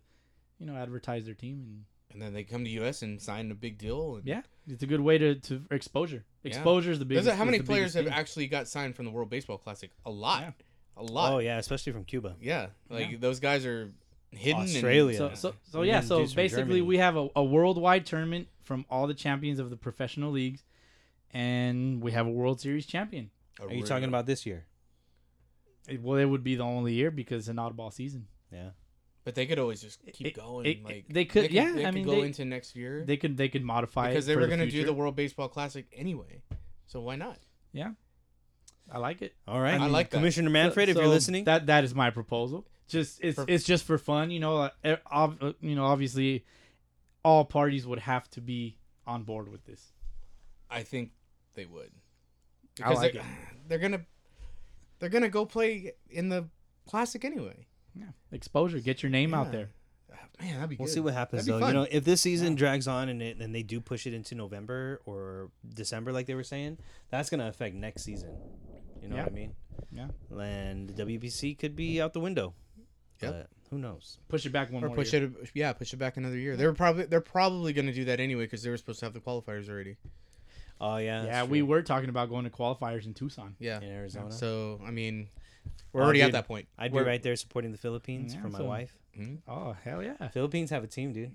Speaker 3: you know, advertise their team and
Speaker 2: and then they come to U.S. and sign a big deal. And
Speaker 3: yeah, it's a good way to to for exposure. Exposure is the
Speaker 2: There's
Speaker 3: biggest.
Speaker 2: a- how
Speaker 3: is
Speaker 2: many
Speaker 3: the
Speaker 2: players
Speaker 3: biggest
Speaker 2: have
Speaker 3: thing.
Speaker 2: actually got signed from the World Baseball Classic? A lot,
Speaker 3: Yeah.
Speaker 2: a lot.
Speaker 1: Oh, yeah. Especially from Cuba.
Speaker 2: Yeah, like
Speaker 3: Yeah.
Speaker 2: those guys are hidden. and-
Speaker 1: Australia.
Speaker 3: So so so
Speaker 1: And
Speaker 3: yeah.
Speaker 1: then
Speaker 3: So
Speaker 1: dudes from
Speaker 3: basically,
Speaker 1: Germany.
Speaker 3: we have a, a worldwide tournament from all the champions of the professional leagues, and we have a World Series champion.
Speaker 2: a
Speaker 1: Are you
Speaker 2: real-
Speaker 1: talking about this year?
Speaker 3: It, well, it would be the only year because it's an oddball season.
Speaker 1: Yeah.
Speaker 2: But they could always just keep
Speaker 3: It-
Speaker 2: going.
Speaker 3: it-
Speaker 2: like
Speaker 3: they could- yeah,
Speaker 2: They
Speaker 3: I
Speaker 2: could
Speaker 3: mean,
Speaker 2: go
Speaker 3: they-
Speaker 2: into next year
Speaker 3: They could they could modify
Speaker 2: because
Speaker 3: it
Speaker 2: they
Speaker 3: for
Speaker 2: were
Speaker 3: the
Speaker 2: going to do
Speaker 3: future.
Speaker 2: the World Baseball Classic anyway. So why not?
Speaker 3: Yeah, I like it.
Speaker 1: All right.
Speaker 2: I like that.
Speaker 1: Commissioner Manfred, if
Speaker 3: So-
Speaker 1: you're
Speaker 3: so
Speaker 1: listening.
Speaker 3: that that is my proposal. Just it's
Speaker 2: Perfect.
Speaker 3: it's just for fun, you know. like, eh, ob- uh, you know, obviously, all parties would have to be on board with this.
Speaker 2: I think they would.
Speaker 3: I
Speaker 2: Because
Speaker 3: like
Speaker 2: they're, they're gonna they're gonna go play in the Classic anyway.
Speaker 3: Yeah, exposure. Get your name out
Speaker 2: Yeah.
Speaker 3: there.
Speaker 2: Ah, Man, that'd be.
Speaker 1: We'll
Speaker 2: good.
Speaker 1: see what happens
Speaker 2: That'd
Speaker 1: though.
Speaker 2: be
Speaker 1: You
Speaker 2: fun.
Speaker 1: know, if this season drags on and it, and they do push it into November or December, like they were saying, that's gonna affect next season. You know
Speaker 3: Yeah.
Speaker 1: what I mean?
Speaker 3: Yeah.
Speaker 1: And the WBC could be out the window.
Speaker 2: Yep.
Speaker 1: But who knows?
Speaker 3: Push it back one
Speaker 2: Or
Speaker 3: more.
Speaker 2: push
Speaker 3: year.
Speaker 2: it, yeah, push it back another year. They're probably they're probably going to do that anyway because they were supposed to have the qualifiers already.
Speaker 1: Oh yeah.
Speaker 3: Yeah,
Speaker 1: that's
Speaker 3: we
Speaker 1: true.
Speaker 3: were talking about going to qualifiers in Tucson.
Speaker 2: Yeah.
Speaker 1: in Arizona.
Speaker 2: So I mean, we're
Speaker 1: Oh,
Speaker 2: already at
Speaker 1: dude.
Speaker 2: that point.
Speaker 1: I'd be
Speaker 2: We're-
Speaker 1: right there supporting the Philippines
Speaker 3: Yeah,
Speaker 1: for my
Speaker 3: so-
Speaker 1: wife.
Speaker 3: Oh hell yeah!
Speaker 1: Philippines have a team, dude.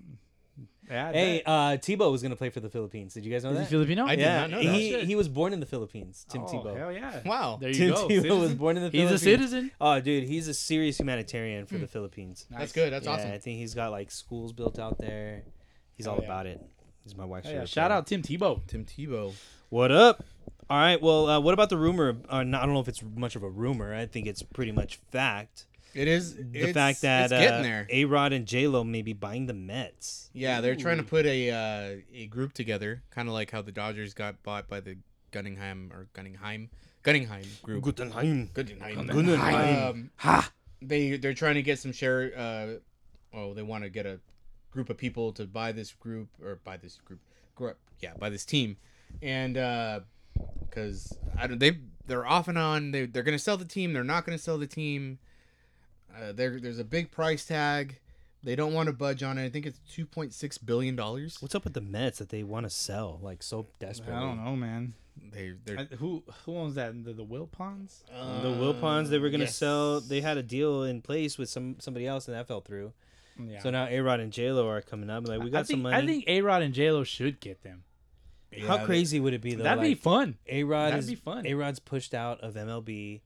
Speaker 3: yeah
Speaker 1: Hey,
Speaker 3: that-
Speaker 1: uh, Tebow was gonna play for the Philippines. Did you guys know
Speaker 3: is he
Speaker 1: that?
Speaker 3: Filipino? Oh,
Speaker 2: I did
Speaker 1: yeah,
Speaker 2: not know that.
Speaker 1: he
Speaker 3: Shit.
Speaker 1: he was born in the Philippines. Tim
Speaker 3: oh,
Speaker 1: Tebow.
Speaker 3: Hell yeah!
Speaker 2: Wow.
Speaker 3: There you
Speaker 1: Tim
Speaker 3: go.
Speaker 1: Tebow was
Speaker 3: citizen.
Speaker 1: born in the
Speaker 3: He's
Speaker 1: Philippines.
Speaker 3: a citizen.
Speaker 1: Oh, dude, he's a serious humanitarian for the Philippines.
Speaker 2: That's good. That's
Speaker 1: yeah,
Speaker 2: awesome.
Speaker 1: I think he's got like schools built out there. He's
Speaker 3: Hell
Speaker 1: all
Speaker 3: yeah.
Speaker 1: about it. He's my wife's.
Speaker 3: Hey, uh,
Speaker 1: favorite
Speaker 3: shout
Speaker 1: player.
Speaker 3: out Tim Tebow.
Speaker 2: Tim Tebow.
Speaker 1: What up? All right. Well, uh, what about the rumor? Uh, no, I don't know if it's much of a rumor. I think it's pretty much fact.
Speaker 2: It is
Speaker 1: The fact that
Speaker 2: it's getting
Speaker 1: uh,
Speaker 2: there.
Speaker 1: A Rod and J Lo may be buying the Mets.
Speaker 2: Yeah, they're trying to put a uh, a group together, kind of like how the Dodgers got bought by the Gunningham or Gunningham Gunningham group.
Speaker 1: Guggenheim.
Speaker 2: Gunningham.
Speaker 1: Gunningham.
Speaker 2: Um, They they're trying to get some share. Uh, oh, they want to get a group of people to buy this group or buy this group. gr- Yeah, buy this team, and because I don't they they're off and on. They they're gonna sell the team. They're not gonna sell the team. Uh, there there's a big price tag. They don't want to budge on it. I think it's two point six billion dollars.
Speaker 1: What's up with the Mets that they want to sell like so desperately?
Speaker 3: I don't know, man.
Speaker 2: They they're
Speaker 3: I, who who owns that? The, the Will Ponds?
Speaker 1: The Wilpons they were gonna
Speaker 2: yes.
Speaker 1: sell. They had a deal in place with some somebody else, and that fell through.
Speaker 3: Yeah.
Speaker 1: So now A Rod and J Lo are coming up. Like we got
Speaker 3: I think,
Speaker 1: some money.
Speaker 3: I think A Rod and J Lo should get them.
Speaker 1: How crazy would it be though?
Speaker 3: That'd be fun.
Speaker 1: A Rod
Speaker 3: that'd
Speaker 1: is
Speaker 3: be fun.
Speaker 1: A Rod's pushed out of MLB.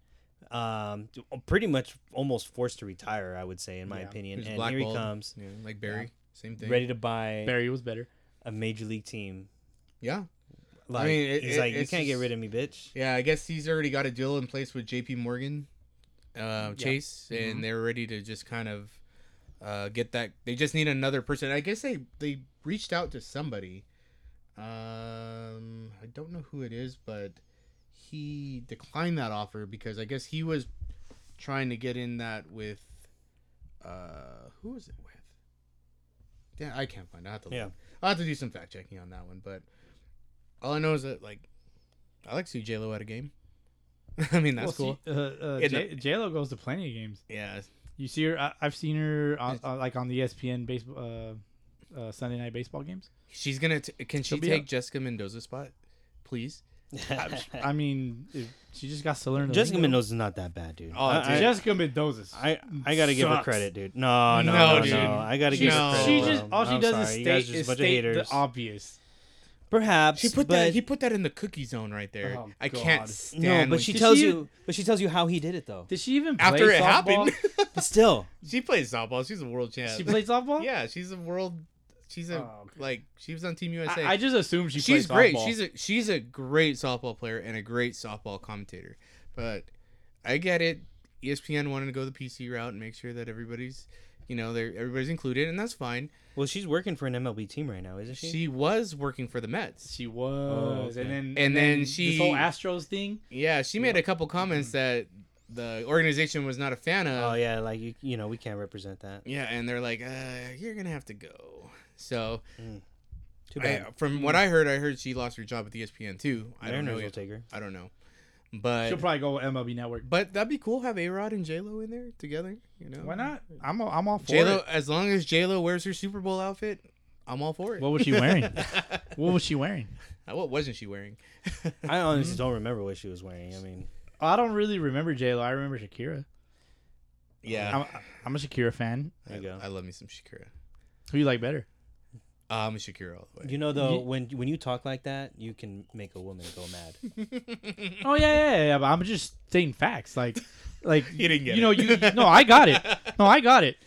Speaker 1: Um, pretty much almost forced to retire. I would say, in my
Speaker 3: Yeah.
Speaker 1: opinion.
Speaker 2: He's
Speaker 1: and here
Speaker 2: blackballed.
Speaker 1: he comes,
Speaker 2: Yeah, like Barry, same thing.
Speaker 1: ready to buy
Speaker 3: Barry was better.
Speaker 1: a major league team.
Speaker 2: Yeah,
Speaker 1: Like
Speaker 2: mean, it-
Speaker 1: he's
Speaker 2: it-
Speaker 1: like, you
Speaker 2: it's
Speaker 1: can't get
Speaker 2: just-
Speaker 1: rid of me, bitch.
Speaker 2: yeah. I guess he's already got a deal in place with J.P. Morgan, uh, Chase, and they're ready to just kind of uh, get that. They just need another person. I guess they they reached out to somebody. Um, I don't know who it is, but he declined that offer because I guess he was trying to get in that with uh, who was it with? Yeah, I can't find. It. I have to.
Speaker 1: Yeah.
Speaker 2: Look. I'll have to do some fact checking on that one, but all I know is that like I like to see J Lo at a game. I mean that's
Speaker 3: Well,
Speaker 2: cool.
Speaker 3: see, uh, uh,
Speaker 2: In
Speaker 3: J- Lo goes to plenty of games.
Speaker 2: yeah,
Speaker 3: You see her? I, I've seen her on, uh, like on the ESPN baseball uh, uh, Sunday night baseball games.
Speaker 2: she's gonna. T- can she
Speaker 3: She'll be
Speaker 2: take
Speaker 3: up.
Speaker 2: Jessica Mendoza's spot, please?
Speaker 3: I mean, if- she just got to learn. the
Speaker 1: Jessica
Speaker 3: lingo.
Speaker 1: Mendoza's not that bad, dude.
Speaker 2: Oh,
Speaker 1: I-
Speaker 2: dude.
Speaker 1: I-
Speaker 3: Jessica Mendoza.
Speaker 1: I I gotta give her
Speaker 3: Sucks.
Speaker 1: credit, dude. No, no,
Speaker 2: No,
Speaker 1: no, no.
Speaker 2: dude.
Speaker 1: I gotta give
Speaker 2: No.
Speaker 1: her credit.
Speaker 3: She
Speaker 1: bro.
Speaker 3: just all she
Speaker 1: I'm
Speaker 3: does
Speaker 1: sorry.
Speaker 3: is
Speaker 1: You
Speaker 3: state,
Speaker 1: guys are just
Speaker 3: is
Speaker 1: a bunch of
Speaker 3: state the
Speaker 1: haters.
Speaker 3: obvious.
Speaker 1: Perhaps
Speaker 2: She put
Speaker 1: but,
Speaker 2: that. He put that in the cookie zone right there.
Speaker 3: Oh,
Speaker 2: I
Speaker 3: God.
Speaker 2: can't
Speaker 3: No,
Speaker 2: stand.
Speaker 1: no, but
Speaker 2: when
Speaker 1: she
Speaker 3: Did
Speaker 1: tells
Speaker 3: she-
Speaker 1: you, but she tells you how he did it though.
Speaker 3: Did she even play
Speaker 2: after it
Speaker 3: softball?
Speaker 2: happened.
Speaker 1: But still,
Speaker 2: she plays softball. She's a world champ.
Speaker 3: she played softball.
Speaker 2: Yeah, she's a world. She's a
Speaker 3: Oh, okay.
Speaker 2: like she was on Team USA.
Speaker 3: I, I just assumed she
Speaker 2: she's
Speaker 3: played
Speaker 2: great.
Speaker 3: softball.
Speaker 2: She's a she's a great softball player and a great softball commentator. But I get it. E ESPN wanted to go the PC route and make sure that everybody's, you know, they're everybody's included, and that's fine.
Speaker 1: well, she's working for an MLB team right now, isn't she?
Speaker 2: She was working for the Mets.
Speaker 3: She was,
Speaker 1: okay.
Speaker 3: and then
Speaker 2: And then
Speaker 3: this
Speaker 2: she-
Speaker 3: whole Astros thing.
Speaker 2: Yeah, she made a couple comments that the organization was not a fan of.
Speaker 1: Mm-hmm.
Speaker 3: uh,
Speaker 1: oh yeah, like you, you know, we can't represent that.
Speaker 2: Yeah, and they're like, uh, "You're gonna have to go." So,
Speaker 1: Too
Speaker 2: I,
Speaker 1: bad.
Speaker 2: from what I heard, I heard she lost her job at E the ESPN too. I don't know.
Speaker 1: Mariners will
Speaker 2: if-
Speaker 1: take her.
Speaker 2: I don't know, but
Speaker 3: She'll probably go MLB Network.
Speaker 2: But that'd be cool. Have A Rod and J Lo in there together. You know
Speaker 3: Why not? I'm all, I'm all for
Speaker 2: J Lo,
Speaker 3: it.
Speaker 2: as long as J Lo wears her Super Bowl outfit, I'm all for it.
Speaker 3: What was she wearing? what was she wearing?
Speaker 2: Uh, what wasn't she wearing?
Speaker 1: I honestly don't remember what she was wearing. I mean,
Speaker 3: I don't really remember J Lo. I remember Shakira.
Speaker 2: Yeah,
Speaker 3: I'm, I'm a Shakira fan.
Speaker 1: there you go.
Speaker 2: I love me some Shakira.
Speaker 3: Who you like better?
Speaker 2: Uh, I'm a Shakira all the way.
Speaker 1: You know, though,
Speaker 3: You-
Speaker 1: when when you talk like that, you can make a woman go mad.
Speaker 3: Oh yeah, yeah, yeah, yeah. But I'm just stating facts. Like, like
Speaker 2: You didn't get
Speaker 3: You know,
Speaker 2: it.
Speaker 3: you no, I got it. No, I got it.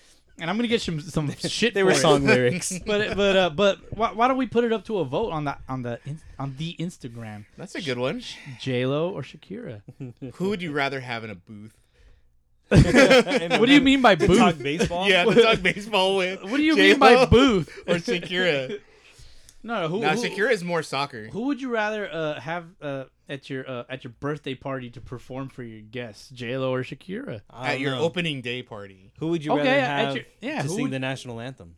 Speaker 3: And I'm gonna get some some shit.
Speaker 1: they were
Speaker 3: for it.
Speaker 1: song lyrics.
Speaker 3: But but uh, but why, why don't we put it up to a vote on the on the in- on the Instagram?
Speaker 2: That's a good one.
Speaker 3: J Lo or Shakira?
Speaker 2: Who would you rather have in a booth?
Speaker 3: What do you mean by
Speaker 1: Talk
Speaker 3: booth?
Speaker 1: baseball.
Speaker 2: Yeah, to talk baseball with.
Speaker 3: What do you mean by booth?
Speaker 2: or Shakira?
Speaker 3: No, no, who,
Speaker 2: now
Speaker 3: who,
Speaker 2: Shakira is more soccer.
Speaker 3: who would you rather uh, have uh, at your uh, at your birthday party to perform for your guests, J Lo or Shakira?
Speaker 1: I
Speaker 2: At
Speaker 1: don't
Speaker 2: your
Speaker 1: know.
Speaker 2: opening day party.
Speaker 1: Who would you rather
Speaker 3: Okay, at
Speaker 1: have
Speaker 3: your- yeah,
Speaker 1: to
Speaker 3: who
Speaker 1: sing
Speaker 3: would-
Speaker 1: the national anthem?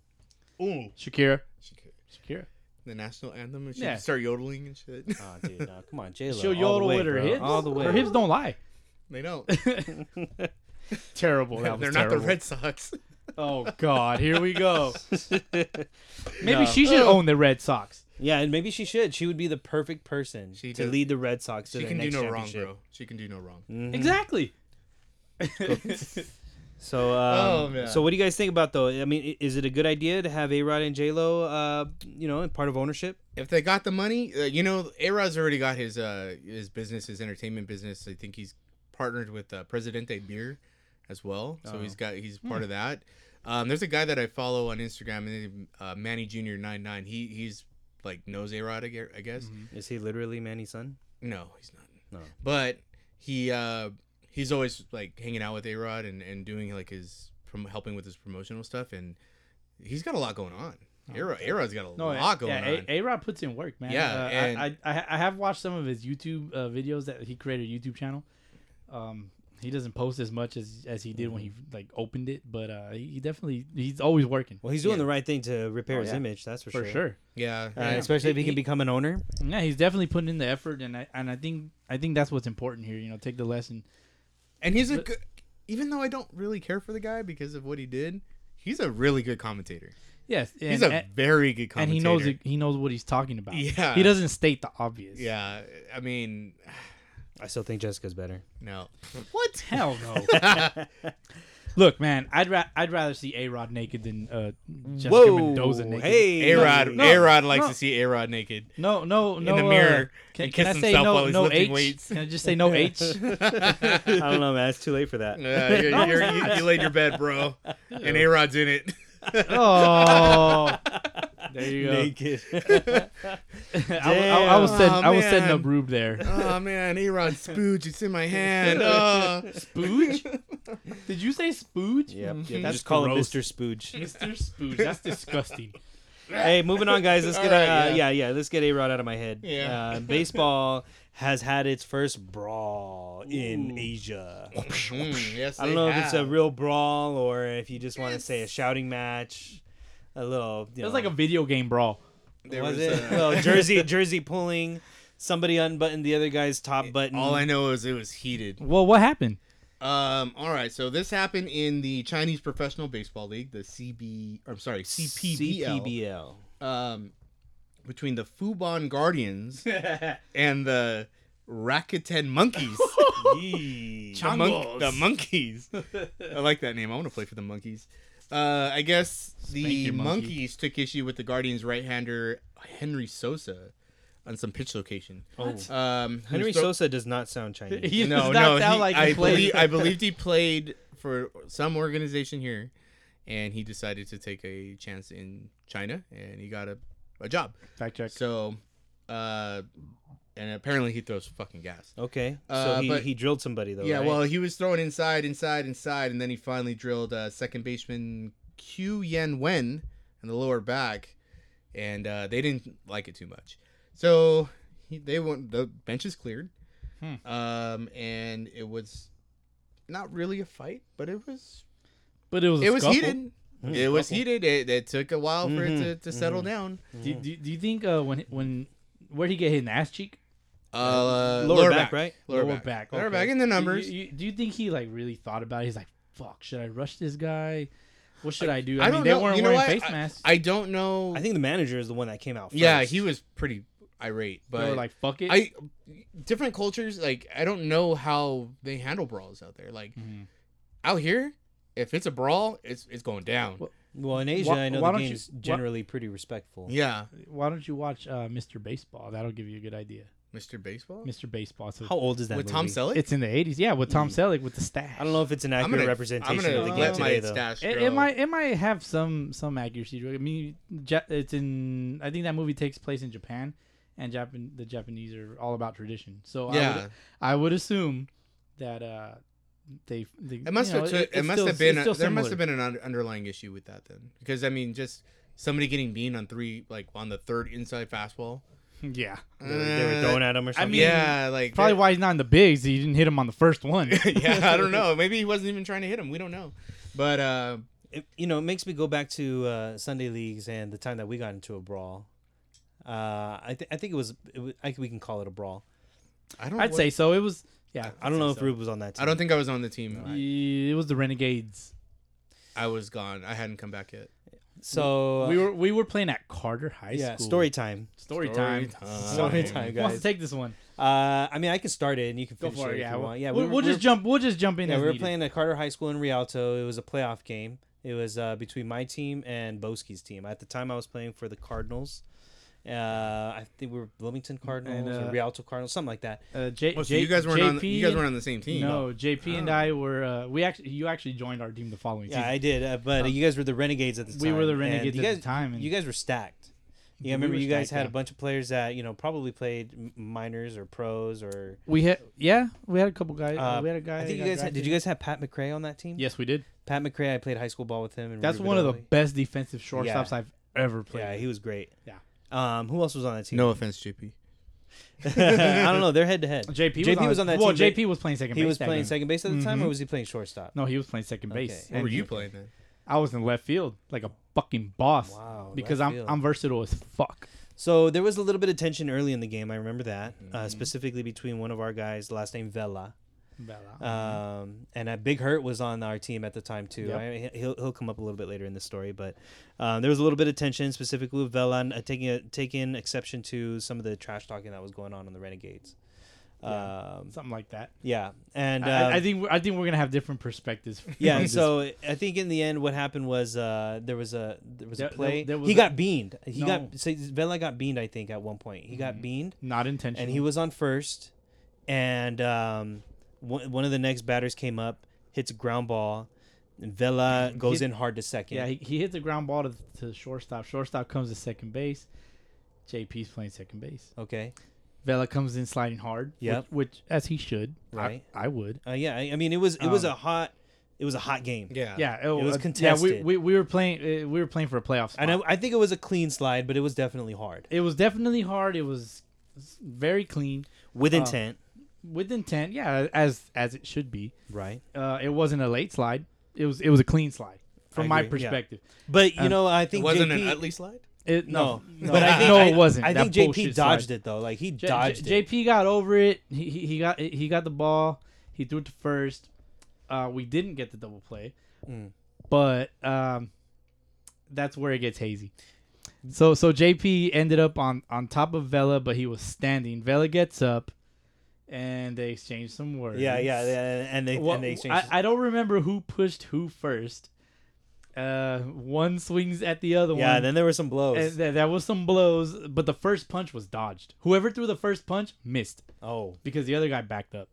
Speaker 2: Ooh,
Speaker 3: Shakira,
Speaker 2: Shakira.
Speaker 3: Shakira.
Speaker 2: The national anthem. And she
Speaker 3: Yeah.
Speaker 2: start yodeling and shit.
Speaker 1: Oh, dude, no, come on, J Lo.
Speaker 3: She'll yodel with her hips.
Speaker 1: all the way.
Speaker 3: Her hips don't lie.
Speaker 2: they don't.
Speaker 3: Terrible. That was
Speaker 2: They're not the
Speaker 3: terrible.
Speaker 2: Red Sox.
Speaker 3: Oh God, here we go. Oh. Maybe she should
Speaker 2: Ugh.
Speaker 3: own the Red Sox.
Speaker 1: Yeah, and maybe she should. She would be the perfect person
Speaker 2: She
Speaker 1: to
Speaker 2: does-
Speaker 1: lead the Red Sox to
Speaker 2: She
Speaker 1: their
Speaker 2: can do
Speaker 1: next
Speaker 2: no wrong,
Speaker 1: championship. Mm-hmm.
Speaker 2: bro. She can do no wrong.
Speaker 3: Exactly.
Speaker 1: So, um,
Speaker 2: Oh, man.
Speaker 1: so what do you guys think about though? I mean, i- is it a good idea to have A Rod and J Lo, uh, you know, in part of ownership?
Speaker 2: If they got the money, uh, you know, A Rod's already got his uh his business, his entertainment business. I think he's partnered with uh, Presidente Beer as well,
Speaker 3: Oh.
Speaker 2: so he's got he's
Speaker 3: Hmm.
Speaker 2: part of that. Um, there's a guy that I follow on Instagram, and uh, Manny Junior Nine Nine. He he's like knows A Rod, I gue- I guess.
Speaker 1: Is he literally Manny's son?
Speaker 3: Mm-hmm.
Speaker 2: No, he's not.
Speaker 1: No.
Speaker 2: But he uh he's always like hanging out with A Rod and and doing like his prom- helping with his promotional stuff, and he's got a lot going on. A Rod's got a
Speaker 3: Oh, No,
Speaker 2: lot going
Speaker 3: yeah,
Speaker 2: on.
Speaker 3: A Rod puts in work, man.
Speaker 2: Yeah,
Speaker 3: uh,
Speaker 2: and-
Speaker 3: I, I I have watched some of his YouTube uh, videos that he created a YouTube channel. Um, he doesn't post as much as as he did when he
Speaker 2: Mm-hmm.
Speaker 3: like opened it, but uh, he he definitely he's always working
Speaker 1: Well, he's doing
Speaker 2: Yeah.
Speaker 1: the right thing to repair
Speaker 3: Oh,
Speaker 1: his
Speaker 3: yeah.
Speaker 1: image. That's for,
Speaker 3: for
Speaker 1: sure.
Speaker 3: sure.
Speaker 2: yeah,
Speaker 1: Uh,
Speaker 2: yeah.
Speaker 1: Especially if he can become an owner.
Speaker 3: Yeah, he's definitely putting in the effort, and I and I think I think that's what's important here. You know, take the lesson.
Speaker 2: and he's a
Speaker 3: but-
Speaker 2: good. Even though I don't really care for the guy because of what he did, he's a really good commentator.
Speaker 3: Yes, and,
Speaker 2: he's a
Speaker 3: and,
Speaker 2: very good
Speaker 3: and
Speaker 2: commentator.
Speaker 3: he knows it, he knows what he's talking about.
Speaker 2: Yeah.
Speaker 3: he doesn't state the obvious.
Speaker 2: Yeah, I mean,
Speaker 1: I still think Jessica's better.
Speaker 2: no. What?
Speaker 3: Hell no. Look, man, I'd ra- I'd rather see A Rod naked than uh, Jessica Mendoza naked.
Speaker 1: Hey,
Speaker 2: A Rod.
Speaker 3: No,
Speaker 2: A Rod likes
Speaker 3: no.
Speaker 2: to see A Rod naked.
Speaker 3: No, no, no.
Speaker 2: the
Speaker 3: uh,
Speaker 2: mirror
Speaker 3: can,
Speaker 2: and
Speaker 3: can
Speaker 2: kiss
Speaker 3: I say
Speaker 2: himself
Speaker 3: no,
Speaker 2: while he's
Speaker 3: no
Speaker 2: lifting
Speaker 3: H?
Speaker 2: weights.
Speaker 3: Can I just say no H?
Speaker 1: I don't know, man. It's too late for that.
Speaker 2: Yeah, you're, you're- you you laid your bed, bro, and A Rod's in it.
Speaker 3: Oh, there you go.
Speaker 1: Naked.
Speaker 3: I, wa- I, I was
Speaker 2: Damn.
Speaker 3: setting,
Speaker 2: Aw,
Speaker 3: I was setting up
Speaker 2: man.
Speaker 3: Rube there.
Speaker 2: oh man, A Rod spooge, it's in my hand. Oh.
Speaker 3: Spooge? Did you say spooge?
Speaker 1: yep.
Speaker 2: Mhm.
Speaker 1: yep.
Speaker 2: That's
Speaker 1: Just call
Speaker 3: gross.
Speaker 1: him Mr. Spooge.
Speaker 3: Mr. Spooge. That's disgusting.
Speaker 1: hey, moving on, guys. Let's
Speaker 2: All
Speaker 1: get
Speaker 2: right,
Speaker 1: uh,
Speaker 2: yeah.
Speaker 1: yeah. yeah, let's get a rod out of my head.
Speaker 2: Yeah.
Speaker 1: Uh, baseball has had its first brawl in
Speaker 3: Ooh.
Speaker 1: Asia.
Speaker 2: Mm, yes,
Speaker 1: I don't
Speaker 2: they
Speaker 1: know if it's a
Speaker 2: have.
Speaker 1: real brawl or if you just want to say a shouting match. A little. You
Speaker 3: That's
Speaker 1: know,
Speaker 3: like a video game brawl.
Speaker 2: There
Speaker 1: was,
Speaker 2: was,
Speaker 1: it?
Speaker 2: uh,
Speaker 1: well, jersey jersey pulling. Somebody unbuttoned the other guy's top button.
Speaker 2: All I know is it was heated.
Speaker 3: Well, what happened?
Speaker 2: Um, all right, so this happened in the Chinese Professional Baseball League, the CB. I'm sorry, CPBL.
Speaker 1: CPBL.
Speaker 2: Um, between the Fubon Guardians and the Rakuten Monkeys.
Speaker 1: Yee.
Speaker 2: the,
Speaker 3: Changos.
Speaker 2: monk, the monkeys. I like that name. I want to play for the monkeys. Uh, I guess the
Speaker 3: you, monkey.
Speaker 2: monkeys took issue with the Guardians' right-hander Henry Sosa on some pitch location.
Speaker 1: What?
Speaker 2: Um, who
Speaker 1: Henry
Speaker 2: thro-
Speaker 1: Sosa does not sound Chinese.
Speaker 3: He
Speaker 2: No,
Speaker 3: does not
Speaker 2: no.
Speaker 3: sound
Speaker 2: he-
Speaker 3: like he
Speaker 2: I,
Speaker 3: played.
Speaker 2: believe, I believed he played for some organization here, and he decided to take a chance in China, and he got a, a job.
Speaker 3: Fact check.
Speaker 2: So, uh, and apparently he throws fucking gas.
Speaker 1: Okay, so
Speaker 2: Uh,
Speaker 1: he,
Speaker 2: but-
Speaker 1: he drilled somebody though.
Speaker 2: Yeah,
Speaker 1: right?
Speaker 2: well, he was thrown inside, inside, inside, and then he finally drilled uh, second baseman Q Yen Wen in the lower back, and uh, they didn't like it too much. So he, they went. The bench is cleared,
Speaker 3: Hmm.
Speaker 2: um, and it was not really a fight, but it was
Speaker 3: But it was. A
Speaker 2: it was
Speaker 3: scuffle.
Speaker 2: heated. It was
Speaker 3: scuffle.
Speaker 2: heated. It, it took a while for
Speaker 1: Mhm,
Speaker 2: it to, to settle down.
Speaker 1: Mm.
Speaker 3: Do, do, do you think uh, when when where would he get hit in the ass cheek?
Speaker 2: Uh,
Speaker 1: Lower back, right?
Speaker 2: Lower, back. Lower back in the
Speaker 3: Do you-
Speaker 2: numbers.
Speaker 3: Do you, do you think he like really thought about it? He's like, "Fuck, should I rush this guy? What should I, do?" I,
Speaker 2: I
Speaker 3: mean,
Speaker 2: don't
Speaker 3: they
Speaker 2: know.
Speaker 3: weren't
Speaker 2: You know
Speaker 3: wearing
Speaker 2: what?
Speaker 3: face
Speaker 2: I-
Speaker 3: masks.
Speaker 2: I don't know.
Speaker 1: I think the manager is the one that came out. First.
Speaker 2: yeah, he was pretty irate, but
Speaker 3: they were like, "Fuck it."
Speaker 2: I different cultures like I don't know how they handle brawls out there. Like
Speaker 3: Mhm.
Speaker 2: out here, if it's a brawl, it's it's going down.
Speaker 3: Well-
Speaker 1: Well, in Asia,
Speaker 3: Why-
Speaker 1: I know
Speaker 3: why
Speaker 1: the
Speaker 3: don't you-
Speaker 1: game's
Speaker 3: why-
Speaker 1: generally pretty respectful.
Speaker 2: Yeah,
Speaker 3: Why don't you watch uh, Mr. Baseball? That'll give you a good idea.
Speaker 2: Mr. Baseball
Speaker 3: Mr. Baseball. So
Speaker 1: How old is that?
Speaker 2: with Tom
Speaker 1: movie?
Speaker 2: Selleck.
Speaker 3: it's in the '80s, yeah, with
Speaker 2: Mm.
Speaker 3: Tom Selleck with the stash.
Speaker 1: I don't know if it's an accurate representation
Speaker 2: I'm gonna
Speaker 1: of the
Speaker 2: let
Speaker 1: game
Speaker 3: let
Speaker 2: my
Speaker 1: today, though.
Speaker 2: stash
Speaker 3: It,
Speaker 2: grow.
Speaker 3: it might it might have some some accuracy. to it. I mean, Ja- it's in. I think that movie takes place in Japan, and Japan the Japanese are all about tradition. So I
Speaker 2: Yeah.
Speaker 3: would, I would assume that uh they, they
Speaker 2: It must
Speaker 3: you know,
Speaker 2: have. took- it,
Speaker 3: it's
Speaker 2: must
Speaker 3: still-
Speaker 2: have been.
Speaker 3: it's
Speaker 2: A,
Speaker 3: still
Speaker 2: there must have
Speaker 3: similar.
Speaker 2: been an un- underlying issue with that then, because I mean, just somebody getting beamed on three, like on the third inside fastball.
Speaker 3: yeah
Speaker 1: They were, they were
Speaker 2: Uh,
Speaker 1: throwing at him or something.
Speaker 3: mean-
Speaker 2: yeah, like
Speaker 3: probably why he's not in the bigs. He didn't hit him on the first one.
Speaker 2: yeah, I don't know. Maybe he wasn't even trying to hit him. We don't know. But uh,
Speaker 1: it, you know, it makes me go back to uh, Sunday leagues and the time that we got into a brawl. Uh, I, th- I think it was, it was I, think we can call it a brawl.
Speaker 2: I don't.
Speaker 3: I'd say so. It was yeah.
Speaker 1: I don't know if
Speaker 3: so.
Speaker 1: Rube was on that team.
Speaker 2: I don't think I was on the team.
Speaker 3: Yeah, It was the Renegades.
Speaker 2: I was gone. I hadn't come back yet.
Speaker 1: so. uh,
Speaker 3: we were we were playing at Carter High
Speaker 1: yeah,
Speaker 3: School.
Speaker 1: story time.
Speaker 3: story,
Speaker 2: Story
Speaker 3: time.
Speaker 2: time.
Speaker 1: Story time,
Speaker 3: Who Wants
Speaker 1: guys.
Speaker 3: to take this one?
Speaker 1: Uh, I mean, I can start it and you can
Speaker 3: Go
Speaker 1: finish
Speaker 3: for
Speaker 1: it if
Speaker 3: it. Yeah,
Speaker 1: you
Speaker 3: we'll,
Speaker 1: want. Yeah,
Speaker 3: we'll,
Speaker 1: we-
Speaker 3: we'll
Speaker 1: we're-
Speaker 3: just jump. We'll just jump in.
Speaker 1: Yeah,
Speaker 3: as
Speaker 1: we were
Speaker 3: needed.
Speaker 1: playing at Carter High School in Rialto. It was a playoff game. It was uh, between my team and Boski's team. At the time, I was playing for the Cardinals. Uh, I think we were Bloomington Cardinals
Speaker 3: uh,
Speaker 1: or Rialto Cardinals, something like that.
Speaker 3: Uh, J-
Speaker 2: Oh, so
Speaker 3: J-
Speaker 2: you guys weren't on.
Speaker 3: JP
Speaker 2: You guys weren't on the same team. Oh.
Speaker 3: No, JP and I were. Uh, we actually, you actually joined our team the following
Speaker 1: Yeah,
Speaker 3: season.
Speaker 1: I did. Uh, but you guys were the Renegades at the
Speaker 3: we
Speaker 1: time.
Speaker 3: were the
Speaker 1: and
Speaker 3: Renegades
Speaker 1: you
Speaker 3: at the
Speaker 1: guys-
Speaker 3: time, and-
Speaker 1: you guys were stacked. Yeah, I remember
Speaker 3: were
Speaker 1: you guys
Speaker 3: stacked
Speaker 1: had a
Speaker 3: up.
Speaker 1: bunch of players that you know probably played m- minors or pros or.
Speaker 3: We had yeah, we had a couple guys.
Speaker 1: Uh,
Speaker 3: we had a guy.
Speaker 1: I
Speaker 3: that
Speaker 1: think you
Speaker 3: got
Speaker 1: guys had, did.
Speaker 3: drafted.
Speaker 1: You guys have Pat McRae on that team?
Speaker 3: Yes, we did.
Speaker 1: Pat McRae. I played high school ball with him. And
Speaker 3: That's
Speaker 1: Ruben
Speaker 3: one of the
Speaker 1: Otley.
Speaker 3: best defensive shortstops I've ever played.
Speaker 1: Yeah, he was great.
Speaker 3: Yeah.
Speaker 1: Um, who else was on that team?
Speaker 2: No offense, JP.
Speaker 1: I don't know. They're head to head.
Speaker 3: JP, was
Speaker 1: JP was on that
Speaker 3: Well,
Speaker 1: team.
Speaker 3: JP was playing second base.
Speaker 1: He was
Speaker 3: that
Speaker 1: playing
Speaker 3: game.
Speaker 1: second base at the time, or
Speaker 3: Mhm.
Speaker 1: was he playing shortstop?
Speaker 3: No, he was playing second
Speaker 1: Okay.
Speaker 3: base.
Speaker 1: What
Speaker 2: Where
Speaker 3: And
Speaker 2: were you
Speaker 3: he-
Speaker 2: playing then?
Speaker 3: I was in left field like a fucking boss.
Speaker 1: Wow,
Speaker 3: Because
Speaker 1: left
Speaker 3: I'm
Speaker 1: field.
Speaker 3: I'm versatile as fuck.
Speaker 1: So there was a little bit of tension early in the game. I remember that uh, specifically between one of our guys, last name Vela,
Speaker 3: Uh,
Speaker 1: um, and uh, Big Hurt was on our team at the time too.
Speaker 3: Yep.
Speaker 1: I, he'll he'll come up a little bit later in the story, but um, there was a little bit of tension specifically with Vela and, uh, taking a, taking exception to some of the trash talking that was going on in the Renegades. Yeah. Um,
Speaker 3: Something like that.
Speaker 1: yeah, and
Speaker 3: I- I,
Speaker 1: um,
Speaker 3: I think we're- I think we're gonna have different perspectives.
Speaker 1: Yeah,
Speaker 3: from
Speaker 1: and
Speaker 3: this.
Speaker 1: so I think in the end, what happened was uh, there was a there was
Speaker 3: There-
Speaker 1: a
Speaker 3: there-
Speaker 1: play.
Speaker 3: there was
Speaker 1: he
Speaker 3: a-
Speaker 1: got beamed. He
Speaker 3: No. Mm-hmm.
Speaker 1: got so Vela got beamed. I think at one point he got beamed,
Speaker 3: not intentional.
Speaker 1: and he was on first, and um, one, one of the next batters came up, hits a ground ball, and Vela goes
Speaker 3: Hit-
Speaker 1: in hard to second.
Speaker 3: yeah he, he hits a ground ball to, to shortstop. Shortstop comes to second base. JP's playing second base.
Speaker 1: okay.
Speaker 3: Vela comes in sliding hard.
Speaker 1: Yep.
Speaker 3: Which, which as he should. I-
Speaker 1: Right.
Speaker 3: I would.
Speaker 1: Uh, yeah. I, I mean, it was it was
Speaker 3: Um,
Speaker 1: a hot it was a hot game.
Speaker 2: Yeah.
Speaker 3: Yeah, it,
Speaker 1: was
Speaker 3: uh, Yeah,
Speaker 1: contested.
Speaker 3: we, we, we were playing uh, we were playing for a playoff
Speaker 1: And
Speaker 3: spot.
Speaker 1: I, I think it was a clean slide, but it was definitely hard
Speaker 3: It was definitely hard. It was very clean
Speaker 1: with
Speaker 3: Uh,
Speaker 1: intent.
Speaker 3: with intent. Yeah, as as it should be.
Speaker 1: right.
Speaker 3: Uh, it wasn't a late slide. It was it was a clean slide
Speaker 1: I
Speaker 3: from my
Speaker 1: agree, yeah.
Speaker 3: perspective.
Speaker 1: But you
Speaker 3: um,
Speaker 1: know, I
Speaker 2: It
Speaker 1: think
Speaker 2: wasn't
Speaker 1: JP
Speaker 2: an Utley slide?
Speaker 3: It,
Speaker 1: No,
Speaker 3: no,
Speaker 1: but I think
Speaker 3: no,
Speaker 1: I-
Speaker 3: it wasn't.
Speaker 1: I
Speaker 3: That
Speaker 1: think JP
Speaker 3: bullshit
Speaker 1: dodged
Speaker 3: slide.
Speaker 1: it though. Like he
Speaker 3: J- J-
Speaker 1: dodged it.
Speaker 3: JP got over it. He, he he got he got the ball. He threw it to first. Uh, we didn't get the double play,
Speaker 1: Mm.
Speaker 3: but um, that's where it gets hazy. So so JP ended up on on top of Vela, but he was standing. Vela gets up, and they exchange some words.
Speaker 1: Yeah, yeah, yeah, and they
Speaker 3: Wha-
Speaker 1: and they exchanged.
Speaker 3: I, I don't remember who pushed who first. Uh, one swings at the other
Speaker 1: yeah,
Speaker 3: one.
Speaker 1: then there were some blows.
Speaker 3: and th- that was some blows, but the first punch was dodged. Whoever threw the first punch missed
Speaker 1: oh,
Speaker 3: because the other guy backed up.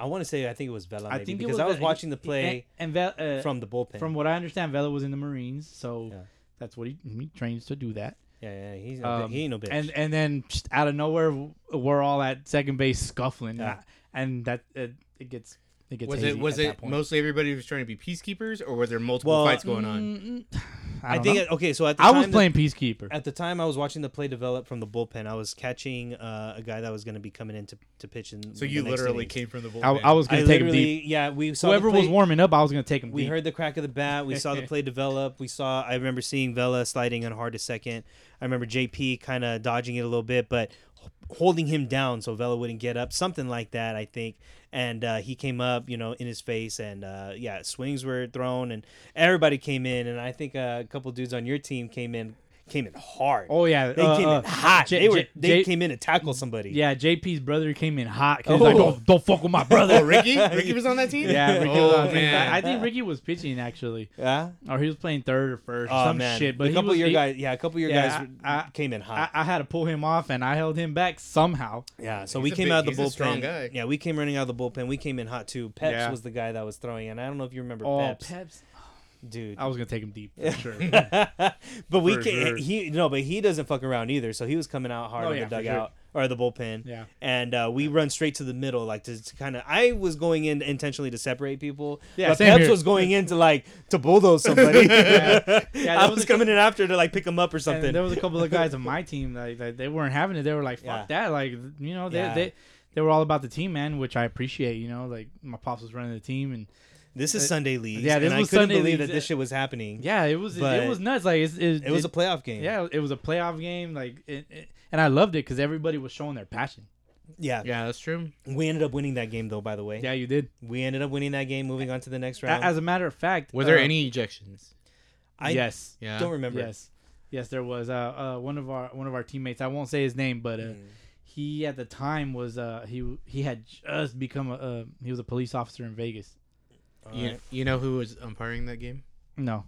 Speaker 1: I want to say I think it was Vela. Maybe,
Speaker 3: I think it
Speaker 1: because I was
Speaker 3: the-
Speaker 1: watching the play
Speaker 3: and, and Vel- uh, from
Speaker 1: from the bullpen.
Speaker 3: from what I understand, Vela was in the Marines, so
Speaker 1: Yeah.
Speaker 3: that's what he, he trains to do that.
Speaker 1: yeah, yeah, he's no,
Speaker 3: Um,
Speaker 1: bi- he ain't no bitch.
Speaker 3: And and then just out of nowhere, w- we're all at second base scuffling,
Speaker 1: Yeah.
Speaker 3: and that it, it gets it gets
Speaker 2: Was
Speaker 3: hazy
Speaker 2: it was
Speaker 3: at that
Speaker 2: it
Speaker 3: point.
Speaker 2: mostly everybody was trying to be peacekeepers or were there multiple
Speaker 1: Well,
Speaker 2: fights going on?
Speaker 3: Mm, I,
Speaker 1: I,
Speaker 3: don't
Speaker 1: think
Speaker 3: know.
Speaker 1: it- okay, so at the
Speaker 3: I
Speaker 1: time
Speaker 3: was
Speaker 1: that-
Speaker 3: playing peacekeeper.
Speaker 1: at the time I was watching the play develop from the bullpen. I was catching uh, a guy that was going to be coming in to, to pitch in.
Speaker 2: So you
Speaker 1: the next
Speaker 2: literally
Speaker 1: innings.
Speaker 2: came from the bullpen.
Speaker 3: I, I was
Speaker 1: I
Speaker 3: gonna take him
Speaker 1: literally-
Speaker 3: deep.
Speaker 1: yeah, we saw the
Speaker 3: Whoever was
Speaker 1: play-
Speaker 3: warming up, I was gonna take him
Speaker 1: We
Speaker 3: deep.
Speaker 1: heard the crack of the bat. We saw the play develop. We saw. I remember seeing Vela sliding on hard to second. I remember JP kind of dodging it a little bit, but h- holding him down so Vela wouldn't get up, something like that, I think. And uh, he came up, you know, in his face, and uh, yeah, swings were thrown, and everybody came in, and I think uh, a couple dudes on your team came in, came in hard.
Speaker 3: oh yeah,
Speaker 1: they
Speaker 3: uh,
Speaker 1: came
Speaker 3: uh,
Speaker 1: in hot.
Speaker 3: J-
Speaker 1: they were.
Speaker 3: J-
Speaker 1: they
Speaker 3: J-
Speaker 1: came in to tackle somebody.
Speaker 3: Yeah, JP's brother came in hot. 'cause he's like,
Speaker 1: Oh.
Speaker 3: don't, don't fuck with my
Speaker 2: Oh,
Speaker 3: brother.
Speaker 2: Ricky? Ricky was on that team?
Speaker 3: yeah, Ricky
Speaker 2: oh,
Speaker 3: was on the team.
Speaker 2: man.
Speaker 3: I, I think Ricky was pitching actually,
Speaker 1: Yeah.
Speaker 3: or he was playing third or first, or
Speaker 1: Oh
Speaker 3: some
Speaker 1: man.
Speaker 3: shit. But
Speaker 1: a
Speaker 3: he
Speaker 1: couple
Speaker 3: was-
Speaker 1: of your
Speaker 3: he-
Speaker 1: guys. Yeah, a couple of your
Speaker 3: Yeah,
Speaker 1: guys
Speaker 3: I- I-
Speaker 1: came in hot.
Speaker 3: I, I had to pull him off, and I held him back somehow.
Speaker 1: Yeah, so
Speaker 2: He's
Speaker 1: we
Speaker 2: a
Speaker 1: came
Speaker 2: big-
Speaker 1: out of
Speaker 2: he's
Speaker 1: the
Speaker 2: a
Speaker 1: bullpen.
Speaker 2: strong guy.
Speaker 1: Yeah, we came running out of the bullpen. We came in hot too. Peps
Speaker 3: Yeah.
Speaker 1: was the guy that was throwing, and I don't know if you remember
Speaker 3: Oh,
Speaker 1: Peps,
Speaker 3: Peps.
Speaker 1: dude.
Speaker 3: I was gonna take him deep for sure.
Speaker 1: but we
Speaker 2: For
Speaker 1: ca-
Speaker 2: sure.
Speaker 1: he no, but he doesn't fuck around either. So he was coming out hard
Speaker 3: Oh,
Speaker 1: on
Speaker 3: yeah,
Speaker 1: the
Speaker 3: for sure.
Speaker 1: dugout or the bullpen.
Speaker 3: Yeah.
Speaker 1: and uh, we run straight to the middle, like to, kind of. I was going in intentionally to separate people.
Speaker 3: Yeah,
Speaker 1: but
Speaker 3: same
Speaker 1: Peps
Speaker 3: here.
Speaker 1: was going in to like to bulldoze somebody.
Speaker 3: Yeah. there
Speaker 1: I
Speaker 3: was
Speaker 1: was
Speaker 3: a
Speaker 1: coming in after to like pick them up or something.
Speaker 3: And there was a couple of guys on my team like that they weren't having it. They were like,
Speaker 1: Yeah.
Speaker 3: "Fuck that!" Like you know, they,
Speaker 1: Yeah.
Speaker 3: they they were all about the team, man, which I appreciate. You know, like my pops was running the team, and
Speaker 1: this is
Speaker 3: uh,
Speaker 1: Sunday league.
Speaker 3: yeah, this
Speaker 1: and I
Speaker 3: was
Speaker 1: couldn't
Speaker 3: Sunday
Speaker 1: believe
Speaker 3: leagues.
Speaker 1: that this shit was happening.
Speaker 3: yeah, it was it,
Speaker 1: But-
Speaker 3: was nuts. Like it's, it,
Speaker 1: it was a playoff game.
Speaker 3: yeah, it was a playoff game. Like it, it- and I loved it because everybody was showing their passion.
Speaker 1: yeah,
Speaker 2: Yeah, that's true.
Speaker 1: We ended up winning that game, though. By the way,
Speaker 3: Yeah, you did.
Speaker 1: we ended up winning that game, moving on to the next
Speaker 3: A-
Speaker 1: round.
Speaker 3: As a matter of fact,
Speaker 2: Were there
Speaker 3: uh,
Speaker 2: any ejections?
Speaker 1: I
Speaker 3: yes,
Speaker 2: Yeah.
Speaker 1: don't remember.
Speaker 3: yes, yes. There was uh, uh one of our one of our teammates. I won't say his name, but uh,
Speaker 1: Mm,
Speaker 2: Mm.
Speaker 3: he at the time was uh he he had just become a uh, he was a police officer in Vegas.
Speaker 1: All
Speaker 2: You,
Speaker 1: right.
Speaker 2: you know who was umpiring that game?
Speaker 3: No,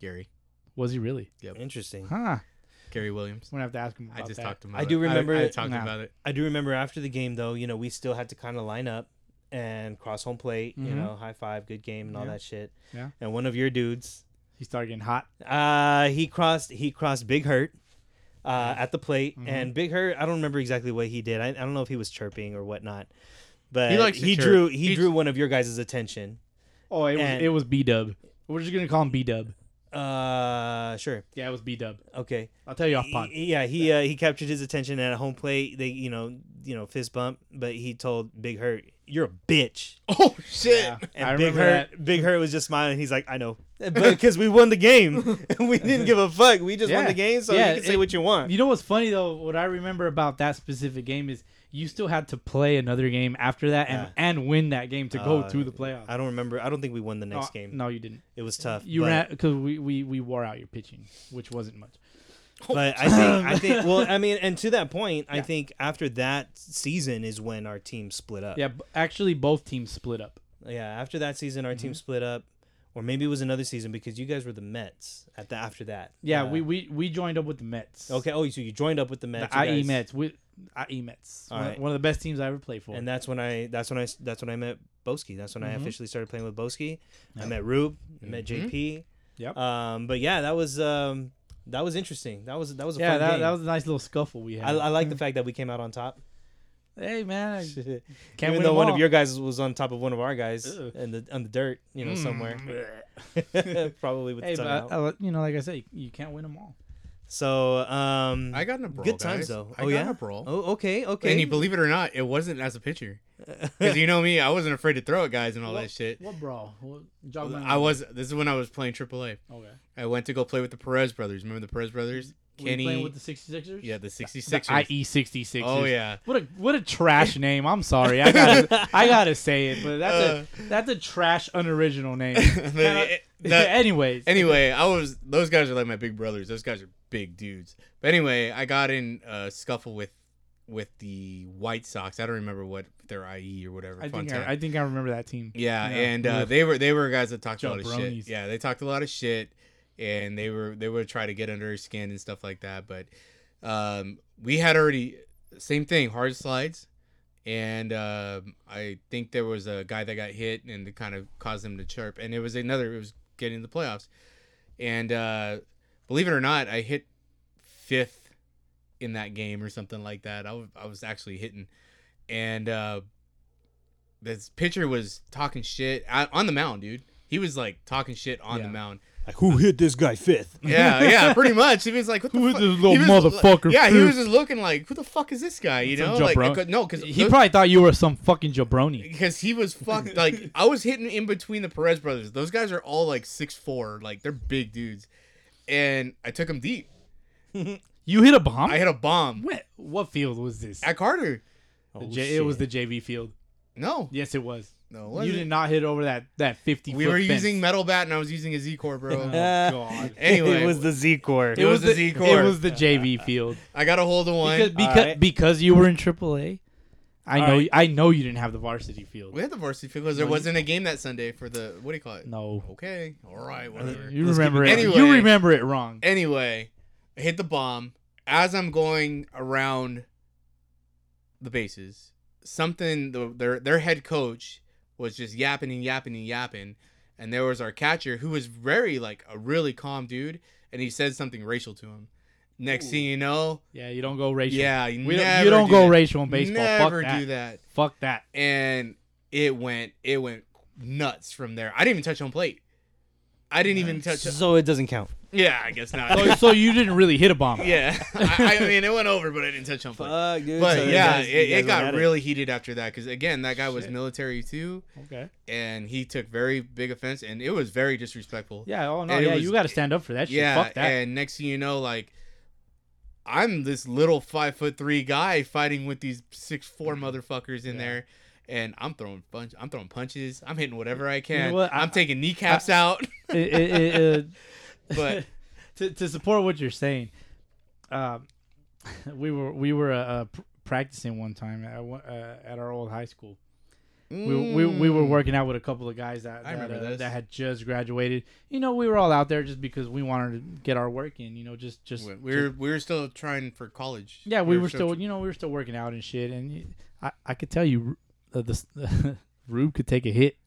Speaker 2: Gary.
Speaker 3: was he really?
Speaker 1: Interesting.
Speaker 3: Huh.
Speaker 2: Gary Williams.
Speaker 3: I'm gonna have to ask him. About
Speaker 2: I just
Speaker 3: that.
Speaker 2: talked to him.
Speaker 1: I
Speaker 2: about
Speaker 1: do
Speaker 2: it.
Speaker 1: remember
Speaker 2: I, I
Speaker 1: it.
Speaker 2: talked
Speaker 3: Nah.
Speaker 2: about it.
Speaker 1: I do remember after the game, though. You know, we still had to kind of line up and cross home plate. You
Speaker 3: Mhm.
Speaker 1: know, high five, good game, and all
Speaker 3: Yeah.
Speaker 1: that shit.
Speaker 3: Yeah.
Speaker 1: And one of your dudes,
Speaker 3: He started getting hot.
Speaker 1: uh, he crossed. He crossed Big Hurt. uh, at the plate,
Speaker 3: Mm-hmm.
Speaker 1: and Big Hurt. I don't remember exactly what he did. I, I don't know if he was chirping or whatnot, but he,
Speaker 2: likes to chirp.
Speaker 1: drew he
Speaker 2: He-
Speaker 1: drew one of your guys' attention.
Speaker 3: Oh, it was
Speaker 1: And-
Speaker 3: it was B Dub. We're just gonna call him B Dub.
Speaker 1: Uh, sure,
Speaker 3: Yeah, it was B Dub.
Speaker 1: okay.
Speaker 3: I'll tell you off pod.
Speaker 1: He- he- yeah, he uh, he captured his attention at a home plate. They you know you know fist bump, but he told Big Hurt, "You're a bitch."
Speaker 2: Oh shit!
Speaker 3: Yeah,
Speaker 1: And
Speaker 3: I
Speaker 1: Big
Speaker 3: remember
Speaker 1: Hurt, Big Hurt was just smiling. He's like, "I know," because we won the game. we didn't give a fuck. We just won
Speaker 3: Yeah.
Speaker 1: the game, so
Speaker 3: Yeah,
Speaker 1: you can say
Speaker 3: it-
Speaker 1: what you want.
Speaker 3: You know what's funny though? What I remember about that specific game is you still had to play another game after that and,
Speaker 1: Yeah.
Speaker 3: and win that game to go
Speaker 1: Uh,
Speaker 3: to the playoffs.
Speaker 1: I don't remember. I don't think we won the next
Speaker 3: no,
Speaker 1: game.
Speaker 3: No, you didn't.
Speaker 1: It was tough.
Speaker 3: You
Speaker 1: but,
Speaker 3: ran because we, we we wore out your pitching, which wasn't much.
Speaker 1: but I think I think well, I mean, and to that point, I
Speaker 3: Yeah.
Speaker 1: think after that season is when our team split up.
Speaker 3: Yeah, b- actually, both teams split up.
Speaker 1: Yeah, after that season, our
Speaker 3: Mm-hmm.
Speaker 1: team split up, or maybe it was another season because you guys were the Mets at the after that.
Speaker 3: Yeah,
Speaker 1: Uh,
Speaker 3: we, we we joined up with the Mets.
Speaker 1: okay. Oh, so you joined up with the Mets.
Speaker 3: the
Speaker 1: you
Speaker 3: IE
Speaker 1: guys-
Speaker 3: Mets. We, IE Mets.
Speaker 1: All
Speaker 3: One,
Speaker 1: right.
Speaker 3: one of the best teams I ever played for.
Speaker 1: and that's when I that's when I that's when I met Boski. That's when I
Speaker 3: Mhm.
Speaker 1: officially started playing with Boski. I
Speaker 3: Yep.
Speaker 1: met Rube, I met JP.
Speaker 3: Mm-hmm. Yep.
Speaker 1: Um, but yeah, that was um, that was interesting. That was that was a
Speaker 3: yeah,
Speaker 1: fun
Speaker 3: that,
Speaker 1: game.
Speaker 3: that was a nice little scuffle we
Speaker 1: I,
Speaker 3: had.
Speaker 1: I like the fact that we came out on top.
Speaker 3: hey man, I can't
Speaker 1: Even
Speaker 3: win
Speaker 1: though
Speaker 3: them
Speaker 1: one
Speaker 3: all.
Speaker 1: of your guys was on top of one of our guys
Speaker 3: Ugh.
Speaker 1: in the on the dirt, you know, somewhere, probably with
Speaker 3: Mm. Hey,
Speaker 1: the tongue out.
Speaker 3: but I, I- you know, like I said, you can't win them all.
Speaker 1: so um,
Speaker 2: I got in a brawl.
Speaker 1: good times
Speaker 2: guys.
Speaker 1: though.
Speaker 2: I
Speaker 1: oh
Speaker 2: got
Speaker 1: yeah,
Speaker 2: in a brawl.
Speaker 1: Oh okay, okay.
Speaker 2: And you believe it or not, it wasn't as a pitcher. Because you know me, I wasn't afraid to throw at guys and all that shit.
Speaker 3: What brawl? What, jog my
Speaker 2: I was. This is when I was playing AAA.
Speaker 3: okay.
Speaker 2: I went to go play with the Perez brothers. Remember the Perez brothers?
Speaker 3: Kenny,
Speaker 2: Kenny.
Speaker 3: with the 66ers?
Speaker 2: yeah, the 66ers.
Speaker 3: The IE 66ers.
Speaker 2: oh yeah.
Speaker 3: What a what a trash name. I'm sorry. I gotta I gotta say it,
Speaker 2: Uh.
Speaker 3: but that's a that's a trash unoriginal name.
Speaker 2: The- the-
Speaker 3: Anyways.
Speaker 2: anyway, I was those guys are like my big brothers. Those guys are big dudes. But anyway, I got in a scuffle with with the White Sox. I don't remember what their IE or whatever.
Speaker 3: I
Speaker 2: fun
Speaker 3: think
Speaker 2: time.
Speaker 3: I, I think I remember that team.
Speaker 2: yeah,
Speaker 3: Mm-hmm. Yeah,
Speaker 2: and
Speaker 3: we
Speaker 2: uh,
Speaker 3: were
Speaker 2: they were they were guys that talked a lot of
Speaker 3: jabronis.
Speaker 2: shit. Yeah, they talked a lot of shit, and they were they would try to get under her skin and stuff like that. But um, we had already same thing, hard slides, and um, I think there was a guy that got hit and it kind of caused them to chirp. And it was another. It was getting to the playoffs, and uh, believe it or not, I hit fifth in that game or something like that. I wa- I was actually hitting, and uh, this pitcher was talking shit I, on the mound, dude. He was like talking shit on the
Speaker 3: Yeah.
Speaker 2: mound.
Speaker 1: like, who hit this guy fifth?
Speaker 2: Yeah, yeah, pretty much. He was like, "What the
Speaker 3: Who is
Speaker 2: fuck?"
Speaker 3: this little
Speaker 2: He was-
Speaker 3: motherfucker,
Speaker 2: Yeah, he
Speaker 3: dude?
Speaker 2: was just looking like, "Who the fuck is this guy?" You
Speaker 3: Some
Speaker 2: know, like
Speaker 3: jabroni.
Speaker 2: I could- no, because
Speaker 3: He probably thought you were some fucking jabroni.
Speaker 2: because he was fucked. Like I was hitting in between the Perez brothers. Those guys are all like six four, like they're big dudes. And I took him deep.
Speaker 3: You hit a bomb?
Speaker 2: I hit a bomb
Speaker 3: what, what field was this?
Speaker 2: at Carter.
Speaker 1: Oh,
Speaker 3: The J- it
Speaker 1: shit.
Speaker 3: was the JV field.
Speaker 2: No,
Speaker 3: Yes, it was.
Speaker 2: no, it
Speaker 3: you
Speaker 2: wasn't.
Speaker 3: did not hit over that that 50
Speaker 2: We
Speaker 3: foot
Speaker 2: were
Speaker 3: fence.
Speaker 2: using metal bat, and I was using a Z core, bro.
Speaker 1: Uh,
Speaker 3: God.
Speaker 2: anyway,
Speaker 1: it was the Z core.
Speaker 2: It was the Z
Speaker 3: It
Speaker 2: core.
Speaker 3: was the JV field.
Speaker 2: I got a hold of one.
Speaker 3: Because because,
Speaker 1: right.
Speaker 3: because you were in AAA, I
Speaker 1: All
Speaker 3: know
Speaker 1: right.
Speaker 3: I know you didn't have the varsity field.
Speaker 2: we had the varsity field because there
Speaker 3: No, you-
Speaker 2: wasn't a game that Sunday for the what do you call it?
Speaker 3: No,
Speaker 2: Okay, all
Speaker 3: Uh,
Speaker 2: right, whatever.
Speaker 3: you
Speaker 1: Let's
Speaker 3: remember it.
Speaker 2: keep it-
Speaker 3: You
Speaker 2: Anyway.
Speaker 3: remember it wrong.
Speaker 2: Anyway, I hit the bomb. As I'm going around the bases, something the, their their head coach was just yapping and yapping and yapping, and there was our catcher who was very like a really calm dude, and he said something racial to him. Next thing you know,
Speaker 3: Yeah, you don't go racial.
Speaker 2: yeah, you
Speaker 3: we don't,
Speaker 2: never
Speaker 3: you don't
Speaker 2: do
Speaker 3: go
Speaker 2: that.
Speaker 3: racial in baseball.
Speaker 2: Never
Speaker 3: Fuck that.
Speaker 2: do that.
Speaker 3: Fuck that.
Speaker 2: And it went it went nuts from there. I didn't even touch home plate. I didn't even touch.
Speaker 1: so it doesn't count.
Speaker 2: Yeah, I guess not.
Speaker 3: So, so you didn't really hit a bomb.
Speaker 2: Yeah, I, I mean it went over, but I didn't touch on play.
Speaker 1: Fuck, dude.
Speaker 2: But
Speaker 1: so you
Speaker 2: yeah,
Speaker 1: guys- you
Speaker 2: it,
Speaker 1: guys
Speaker 2: it got
Speaker 1: went at
Speaker 2: really heated after that because again, that guy was
Speaker 3: Shit.
Speaker 2: military too,
Speaker 3: Okay.
Speaker 2: and he took very big offense, and it was very disrespectful.
Speaker 3: Yeah. Oh no.
Speaker 2: And it
Speaker 3: yeah,
Speaker 2: was-
Speaker 3: you got to stand up for that shit.
Speaker 2: Yeah,
Speaker 3: Fuck that.
Speaker 2: and next thing you know, like I'm this little five foot three guy fighting with these six four motherfuckers in
Speaker 3: Mm-hmm. Yeah.
Speaker 2: there. And I'm throwing punch. I'm throwing punches. I'm hitting whatever I
Speaker 3: know
Speaker 2: can.
Speaker 3: what? I-
Speaker 2: I'm taking kneecaps out.
Speaker 3: It- it- it- it-
Speaker 2: But
Speaker 3: to, to support what you're saying, um, we were we were uh, uh, pr- practicing one time at, one- uh, at our old high school. We, we, we were working out with a couple of guys that
Speaker 2: Mm. I
Speaker 3: that,
Speaker 2: remember
Speaker 3: uh,
Speaker 2: this.
Speaker 3: that had just graduated. You know, we were all out there just because we wanted to get our work in. You know, just just
Speaker 2: we were we were still trying for college.
Speaker 3: yeah, we were still you know we were still working out and shit. And you- I I could tell you, uh, the Rube could take a hit.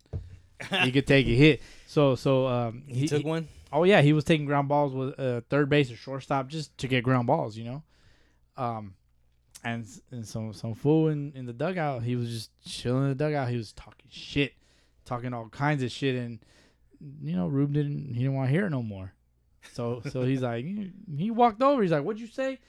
Speaker 3: he could take a hit. So so um
Speaker 1: He, took one.
Speaker 3: oh yeah, he was taking ground balls with uh, third base or shortstop just to get ground balls, you know. Um, and, s- and some some fool in, in the dugout, he was just chilling in the dugout. He was talking shit, talking all kinds of shit, and you know Rube didn't he didn't want to hear it no more. So so he's like he walked over. He's like, "What'd you say?"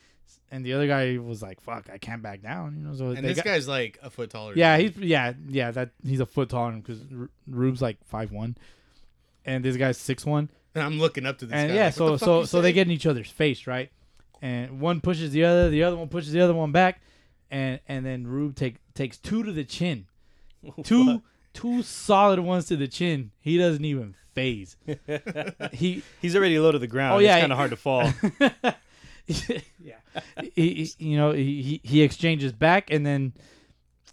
Speaker 3: And the other guy was like, "Fuck, I can't back down," you know. So
Speaker 2: And
Speaker 3: they
Speaker 2: this
Speaker 3: got-
Speaker 2: guy's like a foot taller.
Speaker 3: yeah,
Speaker 2: than
Speaker 3: he's yeah, yeah. That he's a foot taller because Rube's like five one, and this guy's six one.
Speaker 2: me. I'm looking up to this.
Speaker 3: And
Speaker 2: guy,
Speaker 3: yeah,
Speaker 2: like, "What
Speaker 3: so
Speaker 2: the fuck
Speaker 3: so
Speaker 2: you
Speaker 3: so they
Speaker 2: say?"
Speaker 3: get in each other's face, right? And one pushes the other, the other one pushes the other one back, and and then Rube take takes two to the chin, two two solid ones to the chin. He doesn't even phase. he
Speaker 1: He's already low to the ground.
Speaker 3: Oh, yeah,
Speaker 1: it's kind of hard to fall.
Speaker 3: yeah. He, he- you know, he, he he exchanges back, and then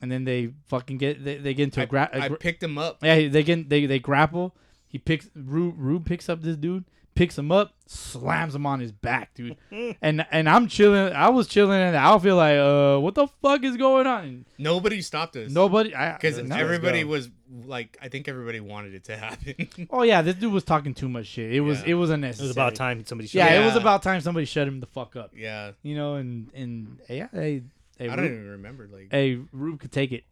Speaker 3: and then they fucking get they, they get into
Speaker 2: I,
Speaker 3: a, gra- a
Speaker 2: I
Speaker 3: gra-
Speaker 2: picked him up.
Speaker 3: Yeah, they get they they grapple. He picks Rube. Rube picks up this dude, picks him up, slams him on his back, dude. and and I'm chilling. I was chilling in the outfield, like, uh, what the fuck is going on? And
Speaker 2: Nobody stopped us.
Speaker 3: nobody, I uh,
Speaker 2: because
Speaker 3: no.
Speaker 2: everybody was like, I think everybody wanted it to happen.
Speaker 3: Oh yeah, this dude was talking too much shit. It was
Speaker 2: Yeah.
Speaker 3: it was
Speaker 1: It
Speaker 3: unnecessary.
Speaker 1: was about time somebody. showed
Speaker 3: Yeah,
Speaker 1: up.
Speaker 3: it was
Speaker 2: Yeah.
Speaker 3: about time somebody shut him the fuck up.
Speaker 2: yeah,
Speaker 3: You know, and and yeah, hey, hey,
Speaker 2: I don't
Speaker 3: Rube,
Speaker 2: even remember. Like
Speaker 3: hey, Rube could take it.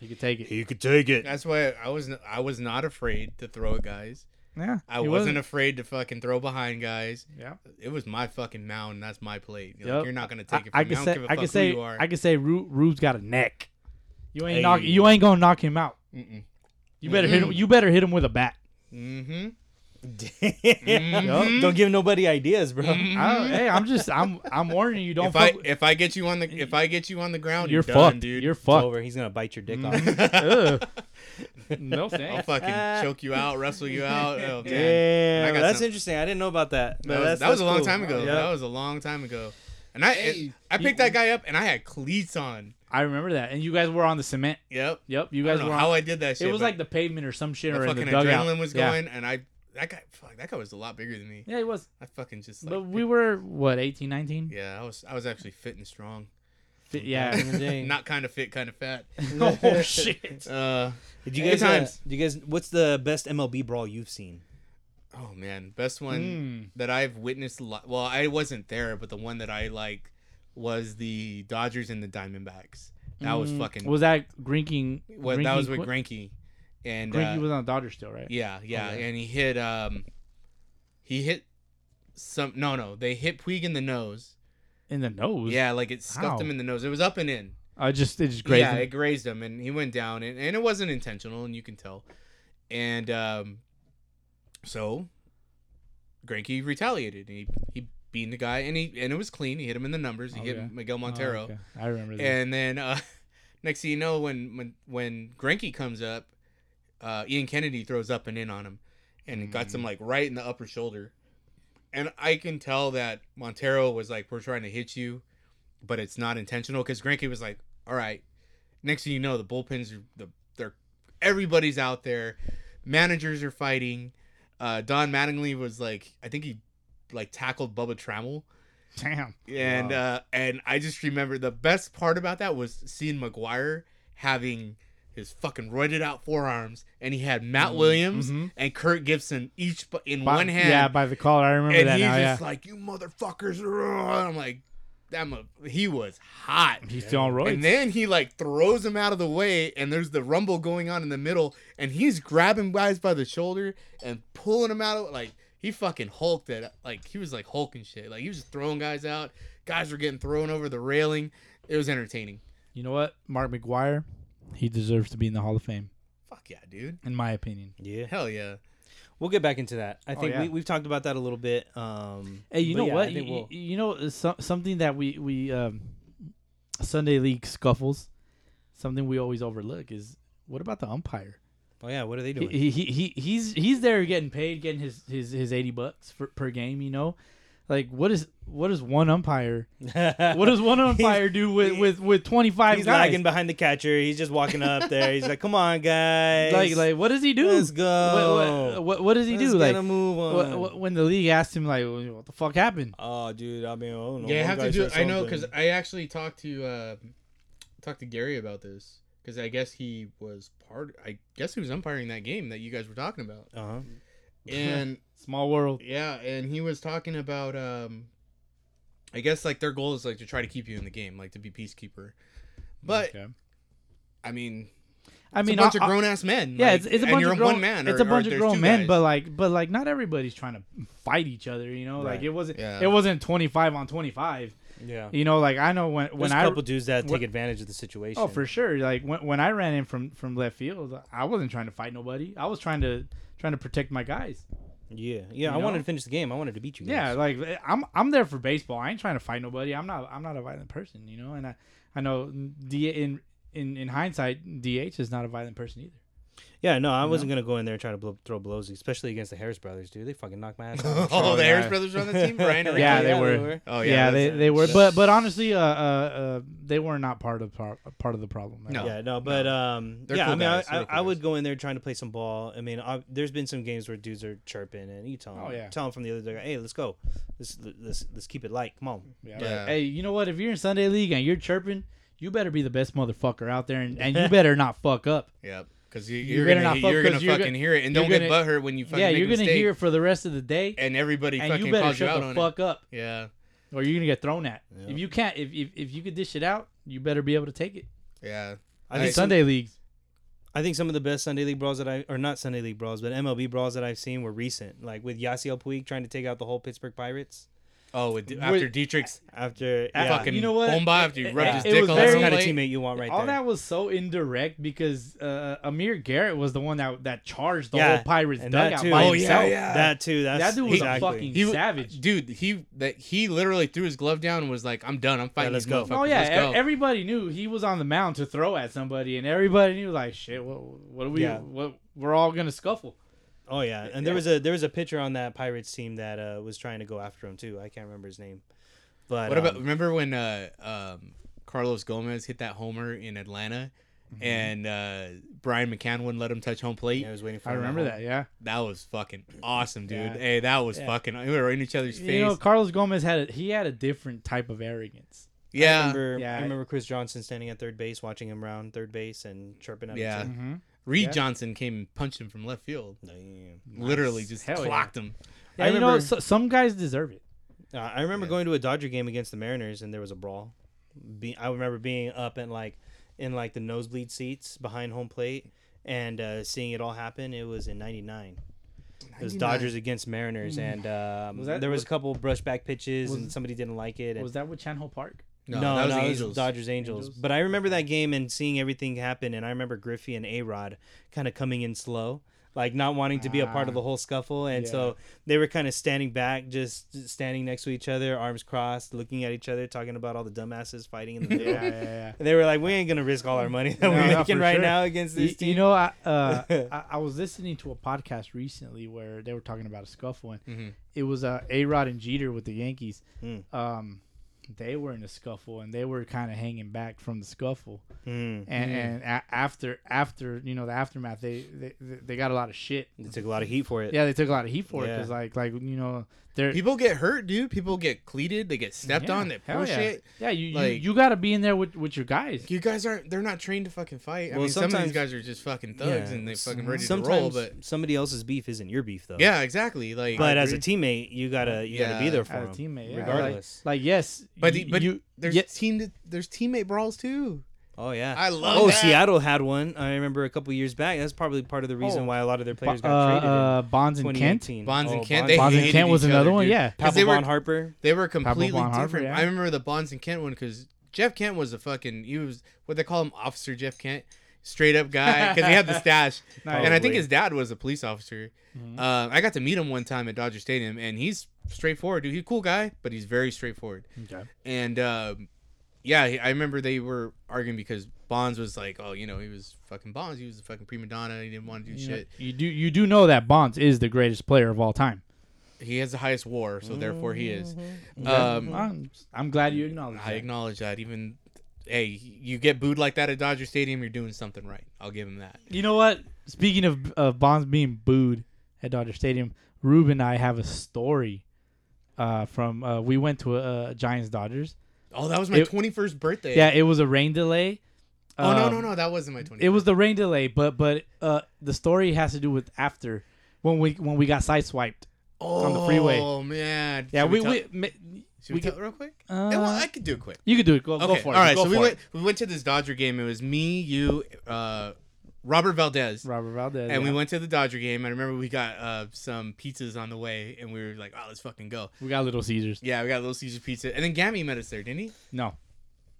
Speaker 3: He could take it.
Speaker 1: You could take it.
Speaker 2: that's why I was n- I was not afraid to throw at guys.
Speaker 3: Yeah,
Speaker 2: I
Speaker 3: he
Speaker 2: wasn't, afraid to fucking throw behind guys.
Speaker 3: Yeah.
Speaker 2: It was my fucking mound. And that's my plate. Like,
Speaker 3: Yep.
Speaker 2: You're not gonna
Speaker 3: I-
Speaker 2: take it from
Speaker 3: I,
Speaker 2: me.
Speaker 3: can
Speaker 2: I
Speaker 3: say
Speaker 2: don't give a
Speaker 3: I
Speaker 2: fuck
Speaker 3: can
Speaker 2: who
Speaker 3: say
Speaker 2: you are.
Speaker 3: I can say Rube, Rube's got a neck. You ain't knock
Speaker 1: Hey.
Speaker 3: you ain't gonna knock him out.
Speaker 2: Mm-mm.
Speaker 3: You better hit him.
Speaker 2: Mm.
Speaker 3: You better hit him with a bat.
Speaker 2: Mm-hmm.
Speaker 1: Damn. Don't give nobody ideas, bro.
Speaker 2: Mm-hmm.
Speaker 3: I- hey, I'm just I'm I'm warning you. Don't
Speaker 2: If I
Speaker 3: fuck. with-
Speaker 2: if I get you on the if I get you on the ground,
Speaker 3: you're
Speaker 2: you're, done,
Speaker 3: fucked,
Speaker 2: dude.
Speaker 3: You're
Speaker 1: It's
Speaker 3: fucked.
Speaker 1: over. He's gonna bite your dick off.
Speaker 2: Mm-hmm.
Speaker 3: Ugh. no
Speaker 2: I'll
Speaker 3: thanks.
Speaker 2: fucking choke you out, wrestle you out. Oh, man.
Speaker 1: Yeah,
Speaker 2: I got
Speaker 1: that's
Speaker 2: some-
Speaker 1: interesting. I didn't know about that. But
Speaker 2: That was,
Speaker 1: that's-
Speaker 2: that was
Speaker 1: that's
Speaker 2: a long
Speaker 1: cool.
Speaker 2: time ago.
Speaker 1: Yeah.
Speaker 2: That was a long time ago. And I and I picked that guy up and I had cleats on.
Speaker 3: I remember that. And you guys were on the cement.
Speaker 2: Yep.
Speaker 3: Yep, you
Speaker 2: You guys
Speaker 3: guys
Speaker 2: I don't
Speaker 3: were.
Speaker 2: know
Speaker 3: On,
Speaker 2: how I did that shit.
Speaker 3: it was
Speaker 2: but
Speaker 3: like the pavement or some shit
Speaker 2: the
Speaker 3: or in
Speaker 2: fucking
Speaker 3: the dugout.
Speaker 2: adrenaline was
Speaker 3: Yeah.
Speaker 2: going and I that guy fuck that guy was a lot bigger than me.
Speaker 3: Yeah, it was.
Speaker 2: I fucking just like
Speaker 3: But we were what 18, 19? Yeah.
Speaker 2: Yeah, I was I was actually fit and strong.
Speaker 3: Fi- yeah.
Speaker 1: Dang.
Speaker 2: Not kind of fit, kind of fat.
Speaker 3: oh shit.
Speaker 2: Uh
Speaker 1: Did you
Speaker 2: Good
Speaker 1: guys? uh,
Speaker 2: times.
Speaker 1: do you guys? What's the best MLB brawl you've seen?
Speaker 2: oh man, best one
Speaker 3: Mm.
Speaker 2: that I've witnessed li- well, I wasn't there, but the one that I like was the Dodgers and the Diamondbacks. That was
Speaker 3: Mm.
Speaker 2: fucking
Speaker 3: Was that Grinking?
Speaker 2: well, that was
Speaker 3: Grinking
Speaker 2: with
Speaker 3: Qu-
Speaker 2: Granky. And
Speaker 3: Grinky
Speaker 2: uh,
Speaker 3: was on the Dodgers still, right?
Speaker 2: Yeah, yeah,
Speaker 3: yeah.
Speaker 2: and he hit um, he hit some no no they hit Puig in the nose.
Speaker 3: In the nose.
Speaker 2: yeah, like it scuffed him
Speaker 3: How?
Speaker 2: in the nose. It was up and in.
Speaker 3: I just it just grazed
Speaker 2: Yeah,
Speaker 3: him.
Speaker 2: it grazed him, and he went down, and, and it wasn't intentional, and you can tell. And um, so Granky retaliated, and he he beat the guy, and he and it was clean. He hit him in the numbers. He hit
Speaker 3: Okay.
Speaker 2: Miguel
Speaker 3: Oh,
Speaker 2: Montero.
Speaker 3: okay. I remember that.
Speaker 2: And then uh, next thing you know, when when when Granky comes up, uh, Ian Kennedy throws up and in on him, and it got him like right in the upper shoulder. And I can tell that Montero was like, "We're trying to hit you, but it's not intentional." Because Granky was like, "All right." Next thing you know, the bullpens are the they're everybody's out there, managers are fighting. Uh, Don Mattingly was like, I think he like tackled Bubba Trammell
Speaker 3: Damn.
Speaker 2: and uh and I just remember the best part about that was seeing McGuire having his fucking roided out forearms, and he had Matt Williams
Speaker 3: mhm.
Speaker 2: and Kurt Gibson each bu- in
Speaker 3: By-
Speaker 2: one hand,
Speaker 3: Yeah, by the collar. I remember
Speaker 2: and
Speaker 3: that
Speaker 2: he's
Speaker 3: now.
Speaker 2: just
Speaker 3: yeah.
Speaker 2: like, "You motherfuckers!" And I'm like, "That mo- he was hot."
Speaker 3: he's still on roids.
Speaker 2: And then he like throws him out of the way, and there's the rumble going on in the middle, and he's grabbing guys by the shoulder and pulling them out of like he fucking hulked it. Like he was like hulking shit. Like he was just throwing guys out. Guys were getting thrown over the railing. It was entertaining.
Speaker 3: you know what? Mark McGuire, he deserves to be in the Hall of Fame,
Speaker 2: Fuck yeah, dude.
Speaker 3: in my opinion.
Speaker 1: Yeah,
Speaker 2: Hell yeah.
Speaker 1: we'll get back into that. I think
Speaker 3: Oh, yeah.
Speaker 1: we, we've talked about that a little bit. Um,
Speaker 3: Hey, you
Speaker 1: but
Speaker 3: know
Speaker 1: yeah,
Speaker 3: what?
Speaker 1: I
Speaker 3: You,
Speaker 1: think we'll-
Speaker 3: you- you know uh, so, something that we we um, Sunday league scuffles, something we always overlook is what about the umpire?
Speaker 1: oh yeah, what are they
Speaker 3: He,
Speaker 1: doing?
Speaker 3: he, he he he's he's there getting paid, getting his his, his eighty bucks for, per game. You know, like what is what is one umpire? What does one umpire do with with with twenty five
Speaker 1: He's
Speaker 3: guys?
Speaker 1: lagging behind the catcher. He's just walking up there. He's like, "Come on, guys!
Speaker 3: like like what does he do?
Speaker 1: let's
Speaker 3: What,
Speaker 1: go.
Speaker 3: what, what, what does he
Speaker 1: Let's
Speaker 3: do?
Speaker 1: get
Speaker 3: Like
Speaker 1: a move on."
Speaker 3: wh- wh- when the league asked him like what the fuck happened?
Speaker 1: Oh, dude. I mean, I don't know.
Speaker 2: Yeah, I
Speaker 1: One
Speaker 2: have
Speaker 1: guy
Speaker 2: to do.
Speaker 1: said
Speaker 2: I know
Speaker 1: something.
Speaker 2: because I actually talked to uh, talked to Gary about this because I guess he was part. I guess he was umpiring that game that you guys were talking about.
Speaker 1: Uh-huh.
Speaker 2: and
Speaker 3: Small world.
Speaker 2: yeah, and he was talking about um I guess like their goal is like to try to keep you in the game, like to be peacekeeper. But
Speaker 3: Okay.
Speaker 2: I mean,
Speaker 3: I
Speaker 2: it's
Speaker 3: mean,
Speaker 2: a bunch
Speaker 3: I-
Speaker 2: of grown ass men.
Speaker 3: Yeah,
Speaker 2: like,
Speaker 3: it's, it's a
Speaker 2: and
Speaker 3: bunch
Speaker 2: you're
Speaker 3: of grown
Speaker 2: one man.
Speaker 3: It's
Speaker 2: or-
Speaker 3: a bunch
Speaker 2: or
Speaker 3: of
Speaker 2: there's
Speaker 3: grown
Speaker 2: two
Speaker 3: men,
Speaker 2: guys.
Speaker 3: but like, but like, not everybody's trying to fight each other. You know, like
Speaker 1: Right.
Speaker 3: it wasn't.
Speaker 2: Yeah.
Speaker 3: It wasn't twenty five on twenty five.
Speaker 1: Yeah.
Speaker 3: You know, like I know when when
Speaker 1: There's
Speaker 3: I
Speaker 1: a couple dudes that
Speaker 3: when-
Speaker 1: take advantage of the situation.
Speaker 3: oh for sure. Like when when I ran in from from left field, I wasn't trying to fight nobody. I was trying to trying to protect my guys.
Speaker 1: Yeah, yeah. I
Speaker 3: know?
Speaker 1: wanted to finish the game. I wanted to beat you.
Speaker 3: Yeah,
Speaker 1: guys.
Speaker 3: like eh, I'm I'm there for baseball. I ain't trying to fight nobody. I'm not I'm not a violent person. You know, and I I know D in in in hindsight, DH is not a violent person either.
Speaker 1: yeah. No, I wasn't gonna go in there and try to blow, throw blows, especially against the Harris brothers, dude. They fucking knocked my ass. out.
Speaker 2: oh, the
Speaker 3: yeah.
Speaker 2: Harris brothers are on the team. Brian, Enrique?
Speaker 3: Yeah, they were.
Speaker 2: Oh
Speaker 3: yeah, they,
Speaker 2: that's-
Speaker 3: they were,
Speaker 2: that's-
Speaker 3: but but honestly, uh, uh, uh, they were not part of par- part of the problem. at
Speaker 2: No.
Speaker 3: all.
Speaker 1: Yeah, no, but um,
Speaker 2: They're
Speaker 1: yeah,
Speaker 2: cool
Speaker 1: I mean,
Speaker 2: guys.
Speaker 1: I,
Speaker 2: They're
Speaker 1: I,
Speaker 2: cool
Speaker 1: I would
Speaker 2: guys.
Speaker 1: go in there trying to play some ball. I mean, I, there's been some games where dudes are chirping, and you tell them,
Speaker 3: Oh, yeah.
Speaker 1: tell them from the other day, hey, let's go, let's let's let's keep it light, come on.
Speaker 3: Yeah.
Speaker 2: Yeah.
Speaker 3: Hey, you know what? If you're in Sunday League and you're chirping, you better be the best motherfucker out there, and, and you better not fuck up.
Speaker 2: Yep. Because you,
Speaker 3: You're
Speaker 2: you're,
Speaker 3: gonna
Speaker 2: gonna,
Speaker 3: not
Speaker 2: he-
Speaker 3: fuck
Speaker 2: you're gonna
Speaker 3: 'cause you're
Speaker 2: fucking
Speaker 3: gonna-
Speaker 2: hear it, and
Speaker 3: you're
Speaker 2: don't get
Speaker 3: gonna-
Speaker 2: butthurt when you fucking
Speaker 3: yeah,
Speaker 2: make
Speaker 3: you're
Speaker 2: a
Speaker 3: gonna
Speaker 2: mistake,
Speaker 3: hear it for the rest of the day,
Speaker 2: and everybody
Speaker 3: and
Speaker 2: fucking
Speaker 3: you better
Speaker 2: calls you
Speaker 3: shut
Speaker 2: out
Speaker 3: the
Speaker 2: on
Speaker 3: fuck up,
Speaker 2: it. Yeah,
Speaker 3: or you're gonna get thrown at.
Speaker 1: Yeah.
Speaker 3: If you can't, if, if if you could dish it out, you better be able to take it.
Speaker 2: yeah.
Speaker 1: I think
Speaker 2: Hey, Right.
Speaker 3: In
Speaker 1: Sunday,
Speaker 3: Sunday leagues,
Speaker 1: I think some of the best Sunday league brawls that I or not Sunday league brawls, but MLB brawls that I've seen were recent, like with Yasiel Puig trying to take out the whole Pittsburgh Pirates
Speaker 2: Oh, with, after Dietrich's
Speaker 1: after
Speaker 3: Uh,
Speaker 1: yeah,
Speaker 2: fucking
Speaker 3: you know what?
Speaker 2: bomba after you
Speaker 3: It-
Speaker 2: rubbed
Speaker 1: it-
Speaker 2: his
Speaker 3: it
Speaker 2: dick
Speaker 3: was
Speaker 2: on
Speaker 1: that's
Speaker 3: very-
Speaker 1: the kind of
Speaker 2: somebody.
Speaker 1: teammate you want right
Speaker 3: all
Speaker 1: there.
Speaker 3: that was so indirect because uh, Amir Garrett was the one that that charged the
Speaker 1: Yeah,
Speaker 3: whole Pirates
Speaker 1: and that
Speaker 3: dugout
Speaker 1: too.
Speaker 3: by
Speaker 1: Oh, yeah,
Speaker 3: himself.
Speaker 2: yeah.
Speaker 1: that too. That's,
Speaker 3: That dude was a
Speaker 1: exactly.
Speaker 3: fucking
Speaker 2: He wa-
Speaker 3: savage.
Speaker 2: dude. He that he literally threw his glove down and was like, "I'm done. I'm fighting.
Speaker 1: let's
Speaker 2: these
Speaker 1: go.
Speaker 2: motherfuckers,
Speaker 3: Oh yeah,
Speaker 2: let's go."
Speaker 3: e- everybody knew he was on the mound to throw at somebody, and everybody knew like shit. What, what are we?
Speaker 1: Yeah.
Speaker 3: What we're all gonna scuffle?
Speaker 1: Oh yeah, and there was a there was a pitcher on that Pirates team that uh, was trying to go after him too. I can't remember his name, but
Speaker 2: What
Speaker 1: um,
Speaker 2: about remember when uh, um, Carlos Gomez hit that homer in Atlanta,
Speaker 3: Mm-hmm.
Speaker 2: and uh, Brian McCann wouldn't let him touch home plate?
Speaker 1: Yeah, I was waiting for.
Speaker 3: I
Speaker 1: him at
Speaker 3: remember
Speaker 1: home.
Speaker 3: that. Yeah.
Speaker 2: That was fucking awesome, dude.
Speaker 3: Yeah.
Speaker 2: Hey, that was
Speaker 3: Yeah.
Speaker 2: fucking. We were in each other's face.
Speaker 3: You know, Carlos Gomez had a, he had a different type of arrogance.
Speaker 1: I
Speaker 2: yeah,
Speaker 1: remember,
Speaker 3: Yeah.
Speaker 1: I remember Chris Johnson standing at third base, watching him round third base and chirping at
Speaker 2: Yeah.
Speaker 1: him. too.
Speaker 2: Reed
Speaker 3: Yeah.
Speaker 2: Johnson came and punched him from left field.
Speaker 1: Damn.
Speaker 2: Literally just
Speaker 3: Hell yeah.
Speaker 2: clocked him.
Speaker 3: Yeah,
Speaker 1: I
Speaker 3: you know,
Speaker 1: remember-
Speaker 3: so, some guys deserve it.
Speaker 1: Uh, I remember
Speaker 2: Yeah.
Speaker 1: going to a Dodger game against the Mariners, and there was a brawl. Be- I remember being up and like in like the nosebleed seats behind home plate and uh, seeing it all happen. It was in '99. It was
Speaker 2: 99.
Speaker 1: Dodgers against Mariners, and um,
Speaker 3: Was that-
Speaker 1: there was
Speaker 3: was-
Speaker 1: a couple brushback pitches,
Speaker 3: was-
Speaker 1: and somebody didn't like it. And
Speaker 3: Was that with Chan-Ho Park?
Speaker 1: No, no,
Speaker 2: that was the
Speaker 1: it
Speaker 2: Angels.
Speaker 1: Dodgers Angels.
Speaker 3: Angels?
Speaker 1: But I remember that game and seeing everything happen. And I remember Griffey and A Rod kind of coming in slow, like not wanting to be a part of
Speaker 3: Ah.
Speaker 1: the whole scuffle. And so they were kind of standing back, just standing next to each other, arms crossed, looking at each other, talking about all the dumbasses fighting in the middle.
Speaker 3: yeah.
Speaker 1: And they were like, "We ain't gonna risk all our money that
Speaker 3: No,
Speaker 1: we're
Speaker 3: no,
Speaker 1: making
Speaker 3: for
Speaker 1: right
Speaker 3: sure.
Speaker 1: now against
Speaker 3: You-
Speaker 1: this
Speaker 3: you,
Speaker 1: team."
Speaker 3: know, I, uh, I I was listening to a podcast recently where they were talking about a scuffle, and
Speaker 2: Mhm.
Speaker 3: it was uh, A Rod and Jeter with the Yankees.
Speaker 1: Hmm.
Speaker 3: Um, they were in a scuffle, and they were kind of hanging back from the scuffle.
Speaker 1: Mm.
Speaker 3: And
Speaker 2: Hmm.
Speaker 3: and a- after after you know the aftermath, they they, they got a lot of shit.
Speaker 1: Hmm. They took a lot of heat for it.
Speaker 3: Yeah, they took a lot of heat for it 'cause it
Speaker 1: Yeah.
Speaker 3: because like like you know they're
Speaker 2: People get hurt, dude. People get cleated. They get stepped
Speaker 3: yeah,
Speaker 2: on. They
Speaker 3: hell
Speaker 2: push
Speaker 3: yeah.
Speaker 2: it.
Speaker 3: Yeah, you,
Speaker 2: Like-
Speaker 3: you you got to be in there with with your guys.
Speaker 2: You guys aren't. They're not trained to fucking fight. I
Speaker 1: Well,
Speaker 2: mean, some of these
Speaker 1: sometimes-
Speaker 2: guys are just fucking thugs
Speaker 1: Yeah.
Speaker 2: and they fucking
Speaker 3: Mhm.
Speaker 2: ready to
Speaker 1: Sometimes
Speaker 2: roll. But
Speaker 1: somebody else's beef isn't your beef, though.
Speaker 2: yeah, exactly. Like,
Speaker 1: But
Speaker 2: I
Speaker 1: as a
Speaker 2: agree.
Speaker 1: teammate, you gotta you gotta be
Speaker 2: Yeah.
Speaker 1: there for
Speaker 3: As a
Speaker 1: 'em,
Speaker 3: teammate, yeah.
Speaker 1: regardless.
Speaker 3: Like yes,
Speaker 2: but
Speaker 3: you,
Speaker 2: the- but
Speaker 3: you
Speaker 2: there's
Speaker 3: yeah.
Speaker 2: team there's teammate brawls too.
Speaker 1: Oh yeah,
Speaker 2: I love
Speaker 1: Oh,
Speaker 2: that.
Speaker 1: Seattle had one. I remember a couple years back. That's probably part of the reason
Speaker 3: Oh.
Speaker 1: why a lot of their players
Speaker 3: uh,
Speaker 1: got traded.
Speaker 3: uh, Bonds
Speaker 1: in
Speaker 3: and Kent.
Speaker 1: 2018.
Speaker 2: Bonds and
Speaker 1: Oh,
Speaker 2: Kent.
Speaker 1: Bonds,
Speaker 2: they
Speaker 3: Bonds and
Speaker 2: hated
Speaker 3: Kent was
Speaker 2: each other,
Speaker 3: another one,
Speaker 2: dude.
Speaker 3: yeah.
Speaker 2: 'Cause
Speaker 1: Papel
Speaker 2: they were
Speaker 1: Von Harper.
Speaker 2: They were completely
Speaker 3: Bonds Harper,
Speaker 2: different.
Speaker 3: yeah.
Speaker 2: I remember the Bonds and Kent one because Jeff Kent was a fucking he was what they call him Officer Jeff Kent, straight up guy because he had the stash.
Speaker 3: Nice.
Speaker 2: And I think
Speaker 1: Probably.
Speaker 2: his dad was a police officer.
Speaker 3: Mm-hmm.
Speaker 2: Uh, I got to meet him one time at Dodger Stadium, and he's straightforward, dude. He's a cool guy, but he's very straightforward.
Speaker 3: Okay.
Speaker 2: And um, yeah, he- I remember they were arguing because Bonds was like, oh, you know, he was fucking Bonds. He was a fucking prima donna. He didn't want to do
Speaker 3: You, know,
Speaker 2: shit.
Speaker 3: you do you do know that Bonds is the greatest player of all time.
Speaker 2: He has the highest WAR, so therefore he is.
Speaker 3: Mm-hmm.
Speaker 2: Um,
Speaker 3: I'm, I'm glad you acknowledge
Speaker 2: I
Speaker 3: that.
Speaker 2: acknowledge that. Even hey, you get booed like that at Dodger Stadium, you're doing something right. I'll give him that.
Speaker 3: You know what? Speaking of of Bonds being booed at Dodger Stadium, Ruben and I have a story uh, from uh, we went to uh, Giants Dodgers.
Speaker 2: Oh, that was my
Speaker 3: It-
Speaker 2: 21st birthday.
Speaker 3: Yeah, it was a rain delay.
Speaker 2: Oh no
Speaker 3: Um,
Speaker 2: no no, that wasn't my 21st.
Speaker 3: It was the rain delay, but but uh, the story has to do with after when we when we got sideswiped.
Speaker 2: Oh,
Speaker 3: the freeway.
Speaker 2: Oh man.
Speaker 3: Yeah,
Speaker 2: Should
Speaker 3: we
Speaker 2: tell-
Speaker 3: we, ma-
Speaker 2: should
Speaker 3: we
Speaker 2: we,
Speaker 3: could-
Speaker 2: tell it real quick.
Speaker 3: uh,
Speaker 2: yeah, well, I could do it quick.
Speaker 3: you could do it. Go, go
Speaker 2: Okay.
Speaker 3: for it.
Speaker 2: All right.
Speaker 3: Go
Speaker 2: so
Speaker 3: for
Speaker 2: we
Speaker 3: it.
Speaker 2: went we went to this Dodger game. It was me, you, uh, Robert Valdez.
Speaker 3: Robert Valdez.
Speaker 2: And we
Speaker 3: yeah.
Speaker 2: went to the Dodger game. I remember we got uh, some pizzas on the way, and we were like, "Oh, let's fucking go!"
Speaker 3: We got Little Caesars.
Speaker 2: Yeah, we got Little Caesar pizza, and then Gammy met us there, didn't he?
Speaker 3: No,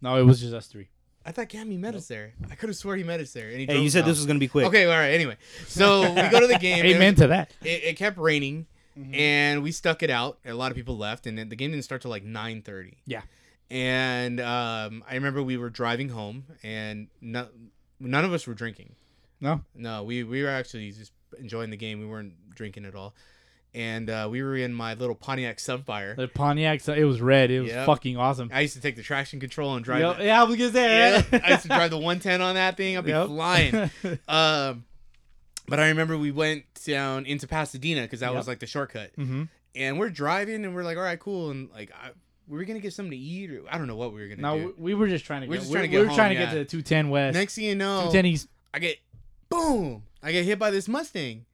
Speaker 3: no, it was just us three.
Speaker 2: I thought Gammy met us there. I could have swore he met us there. And he
Speaker 1: Hey,
Speaker 2: drove
Speaker 1: you
Speaker 2: us
Speaker 1: said
Speaker 2: out.
Speaker 1: this was gonna be quick.
Speaker 2: Okay, all right. Anyway, so we go to the game. and
Speaker 3: Amen to that.
Speaker 2: It, it kept raining,
Speaker 3: Mm-hmm.
Speaker 2: and we stuck it out. A lot of people left, and then the game didn't start till like nine thirty.
Speaker 3: Yeah.
Speaker 2: And um, I remember we were driving home, and no, none of us were drinking.
Speaker 3: No.
Speaker 2: No, we we were actually just enjoying the game. We weren't drinking at all, and uh, we were in my little Pontiac Sunfire.
Speaker 3: The Pontiac, so it was red. It was
Speaker 2: Yep.
Speaker 3: fucking awesome.
Speaker 2: I used to take the traction control and drive.
Speaker 3: Yo-
Speaker 2: that-
Speaker 3: yeah, I was gonna say.
Speaker 2: Yeah,
Speaker 3: right?
Speaker 2: I used to drive the 110 on that thing. I'd be
Speaker 3: Yep.
Speaker 2: flying. Um, but I remember we went down into Pasadena because that was
Speaker 3: Yep.
Speaker 2: like the shortcut.
Speaker 3: Mhm.
Speaker 2: And we're driving and we're like, all right, cool. And like, I, we were gonna get something to eat or I don't know what we were gonna
Speaker 3: No,
Speaker 2: do.
Speaker 3: we, we were just trying to.
Speaker 2: We're
Speaker 3: get,
Speaker 2: just
Speaker 3: we,
Speaker 2: trying to
Speaker 3: we
Speaker 2: get
Speaker 3: were trying to
Speaker 2: home,
Speaker 3: get
Speaker 2: yeah.
Speaker 3: to the 210 West,
Speaker 2: Next thing you know,
Speaker 3: 210 East.
Speaker 2: I get boom. I get hit by this Mustang,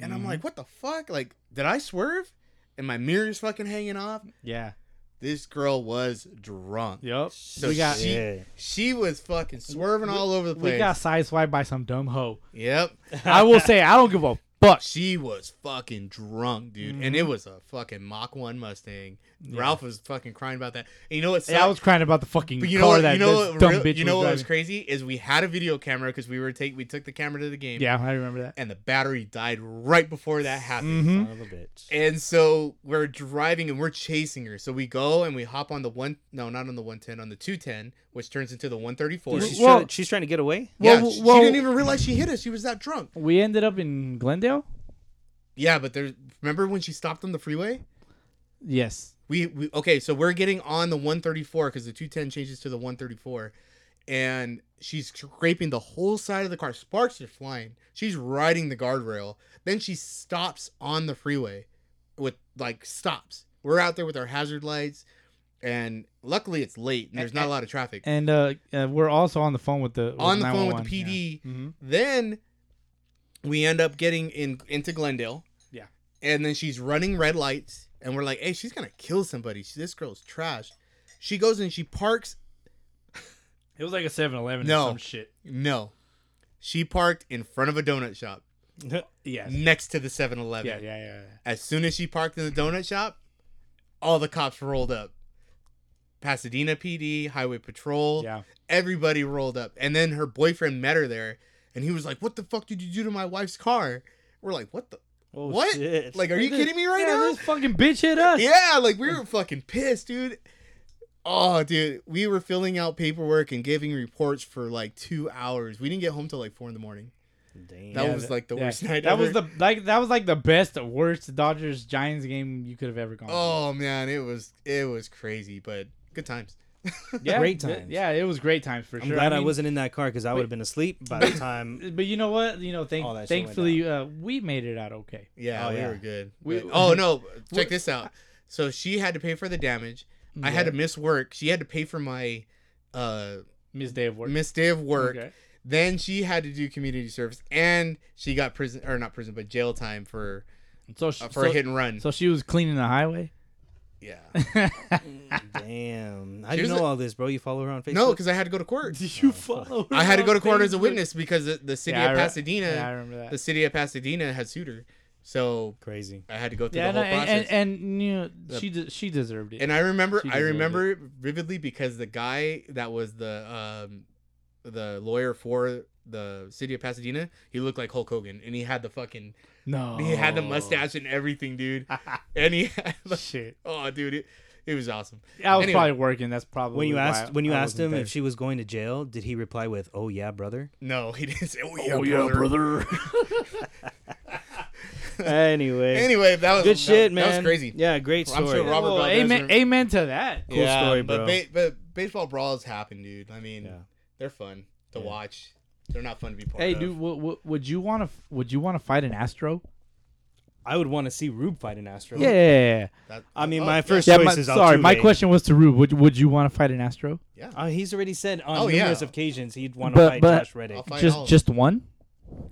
Speaker 2: and I'm
Speaker 3: Mhm.
Speaker 2: like, what the fuck? Like, did I swerve? And my mirror's fucking hanging off.
Speaker 3: Yeah.
Speaker 2: This girl was drunk.
Speaker 3: Yep.
Speaker 2: So
Speaker 3: we got
Speaker 2: she-
Speaker 1: Yeah.
Speaker 2: She was fucking swerving
Speaker 3: We-
Speaker 2: all over the place.
Speaker 3: we got sideswiped by some dumb hoe.
Speaker 2: yep.
Speaker 3: I will say I don't give a fuck.
Speaker 2: She was fucking drunk, dude, and it was a fucking Mach One Mustang. Ralph was fucking crying about that. And you know what?
Speaker 3: Yeah, I
Speaker 2: sucked?
Speaker 3: was crying about the fucking
Speaker 2: But you know
Speaker 3: car
Speaker 2: what?
Speaker 3: that
Speaker 2: You know
Speaker 3: this
Speaker 2: what?
Speaker 3: dumb
Speaker 2: real-
Speaker 3: bitch
Speaker 2: you know
Speaker 3: was
Speaker 2: what was
Speaker 3: driving.
Speaker 2: crazy is we had a video camera because we were take we took the camera to the game.
Speaker 3: Yeah, I remember that.
Speaker 2: And the battery died right before that happened.
Speaker 3: Mhm.
Speaker 1: Son of a bitch.
Speaker 2: And so we're driving and we're chasing her. So we go and we hop on the one. No, not on the one ten. On the two ten, which turns into the one thirty four.
Speaker 1: Dude, she's,
Speaker 3: Well-
Speaker 1: trying to, she's trying to get away.
Speaker 2: Yeah,
Speaker 3: Well,
Speaker 2: she-
Speaker 3: well-
Speaker 2: she didn't even realize she hit us. She was that drunk.
Speaker 3: We ended up in Glendale.
Speaker 2: Yeah, but there's remember when she stopped on the freeway?
Speaker 3: Yes.
Speaker 2: We, we okay, so we're getting on the 134 because the 210 changes to the 134, and she's scraping the whole side of the car. Sparks are flying. She's riding the guardrail. Then she stops on the freeway, with like stops. We're out there with our hazard lights, and luckily it's late and there's not a lot of traffic.
Speaker 3: And uh, uh, we're also on the phone with the with
Speaker 2: On the phone with
Speaker 3: 911,
Speaker 2: the PD.
Speaker 3: yeah. Mhm.
Speaker 2: Then we end up getting in into Glendale.
Speaker 3: Yeah.
Speaker 2: And then she's running red lights, and we're like, "Hey, she's gonna kill somebody. She, this girl's trash." She goes and she parks.
Speaker 3: It was like a 7-Eleven
Speaker 2: No.
Speaker 3: or some shit.
Speaker 2: No, she parked in front of a donut shop
Speaker 3: Yes.
Speaker 2: next to the 7-Eleven.
Speaker 3: Yeah, yeah, yeah. yeah.
Speaker 2: As soon as she parked in the donut shop, all the cops rolled up. Pasadena PD, Highway Patrol.
Speaker 3: Yeah.
Speaker 2: everybody rolled up and then her boyfriend met her there and he was like what the fuck did you do to my wife's car we're like what the
Speaker 1: Oh,
Speaker 2: what
Speaker 1: shit.
Speaker 2: like are you
Speaker 3: This-
Speaker 2: kidding me right
Speaker 3: yeah,
Speaker 2: now
Speaker 3: This fucking bitch hit us.
Speaker 2: yeah like we were fucking pissed dude oh dude we were filling out paperwork and giving reports for like two hours we didn't get home till like four in the morning
Speaker 1: Damn.
Speaker 2: that
Speaker 3: Yeah,
Speaker 2: was
Speaker 3: that-
Speaker 2: like the
Speaker 3: Yeah.
Speaker 2: worst night
Speaker 3: That
Speaker 2: ever.
Speaker 3: was the like that was like the best worst Dodgers Giants game you could have ever gone. to.
Speaker 2: oh man it was it was crazy but good times
Speaker 3: yeah,
Speaker 1: Great
Speaker 3: th-
Speaker 1: times.
Speaker 3: Yeah, it was great times for
Speaker 1: I'm
Speaker 3: sure.
Speaker 1: glad I,
Speaker 3: mean,
Speaker 1: wasn't in that car because I would have been asleep by the time.
Speaker 3: But you know what? You know,
Speaker 1: All
Speaker 3: thank,
Speaker 1: that shit went
Speaker 3: thankfully uh, we made it out okay.
Speaker 2: Yeah,
Speaker 1: Oh,
Speaker 2: we
Speaker 1: yeah.
Speaker 2: were good.
Speaker 3: We-
Speaker 2: But-
Speaker 1: Mm-hmm.
Speaker 2: oh no, check this out. So she had to pay for the damage. I had to miss work. She had to pay for my uh
Speaker 3: Miss day of work.
Speaker 2: missed day of work.
Speaker 3: Okay.
Speaker 2: Then she had to do community service, and she got prison or not prison, but jail time for
Speaker 3: So she,
Speaker 2: uh, for
Speaker 3: so,
Speaker 2: a hit and run.
Speaker 3: so she was cleaning the highway.
Speaker 2: yeah.
Speaker 1: Damn. I
Speaker 2: She
Speaker 1: didn't
Speaker 2: was
Speaker 1: know
Speaker 2: a-
Speaker 1: all this, bro. You follow her on Facebook?
Speaker 2: no, because I had to go to court.
Speaker 1: Oh,
Speaker 3: you follow?
Speaker 2: I had to go to court as a witness because the, the city
Speaker 3: Yeah, I
Speaker 2: of
Speaker 3: re-
Speaker 2: Pasadena,
Speaker 3: Yeah, I remember that.
Speaker 2: the city of Pasadena has sued her, so
Speaker 1: Crazy.
Speaker 2: I had to go through
Speaker 3: yeah,
Speaker 2: the
Speaker 3: no,
Speaker 2: whole
Speaker 3: and,
Speaker 2: process.
Speaker 3: and, and you know, she de- she deserved it.
Speaker 2: And I remember,
Speaker 3: She
Speaker 2: I
Speaker 3: deserved
Speaker 2: remember it vividly because the guy that was the um, the lawyer for the city of Pasadena, he looked like Hulk Hogan, and he had the fucking,
Speaker 3: no,
Speaker 2: he had the mustache and everything, dude.
Speaker 3: Oh.
Speaker 2: and he, had the,
Speaker 3: Shit,
Speaker 2: oh, dude, it, it was awesome.
Speaker 3: I was
Speaker 2: Anyway.
Speaker 3: probably working. That's probably
Speaker 1: When you
Speaker 3: Oh, why
Speaker 1: asked when you
Speaker 3: I
Speaker 1: asked
Speaker 3: wasn't
Speaker 1: him
Speaker 3: there.
Speaker 1: if she was going to jail, did he reply with, "Oh yeah, brother"?
Speaker 2: No, he didn't say. Oh yeah, brother.
Speaker 1: anyway,
Speaker 2: Anyway, that was
Speaker 1: good
Speaker 2: that-
Speaker 1: shit, man.
Speaker 2: That was crazy.
Speaker 1: Yeah, great
Speaker 2: I'm
Speaker 1: story.
Speaker 2: sure Robert
Speaker 3: Well,
Speaker 2: Valdez
Speaker 3: amen,
Speaker 2: rem-
Speaker 3: amen to that.
Speaker 1: cool story, bro.
Speaker 2: But, ba- but baseball brawls happen, dude. I mean,
Speaker 1: Yeah.
Speaker 2: they're fun to
Speaker 1: Yeah.
Speaker 2: watch. They're not fun to be part
Speaker 3: Hey,
Speaker 2: of.
Speaker 3: dude, w- w- would you want to would you want to fight an Astro?
Speaker 1: I would want to see Rube fight an Astro.
Speaker 3: Yeah.
Speaker 2: That-
Speaker 1: I mean,
Speaker 2: oh,
Speaker 1: my
Speaker 2: yeah.
Speaker 1: first-
Speaker 3: Yeah, my,
Speaker 1: Choices,
Speaker 3: sorry, my
Speaker 1: Altuve.
Speaker 3: question was to Rube. Would would you want to fight an Astro?
Speaker 1: Uh, he's already said on
Speaker 2: Oh,
Speaker 1: numerous
Speaker 2: yeah.
Speaker 1: occasions he'd want to
Speaker 3: But-
Speaker 1: fight
Speaker 3: but-
Speaker 1: Josh Reddick.
Speaker 2: I'll fight all
Speaker 3: just
Speaker 2: of them.
Speaker 3: just one?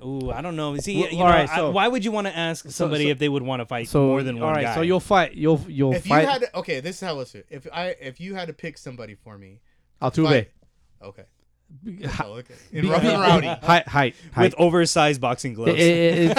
Speaker 1: Ooh, I don't know. See,
Speaker 3: Well,
Speaker 1: you know,
Speaker 3: all right,
Speaker 1: I-
Speaker 3: so-
Speaker 1: why would you want to ask somebody
Speaker 3: so-
Speaker 1: if they would want to fight
Speaker 3: So
Speaker 1: more than one
Speaker 3: all right,
Speaker 1: guy?
Speaker 3: so you'll fight. You'll you'll
Speaker 2: If you
Speaker 3: fight
Speaker 2: had to, okay, this is how let's do it. If I if you had to pick somebody for me,
Speaker 3: Altuve.
Speaker 2: okay,
Speaker 3: Hi-
Speaker 2: oh, okay, in
Speaker 3: be-
Speaker 2: rough and
Speaker 3: be-
Speaker 2: rowdy,
Speaker 3: Height, height, height.
Speaker 1: with oversized boxing gloves.
Speaker 3: It- it- it-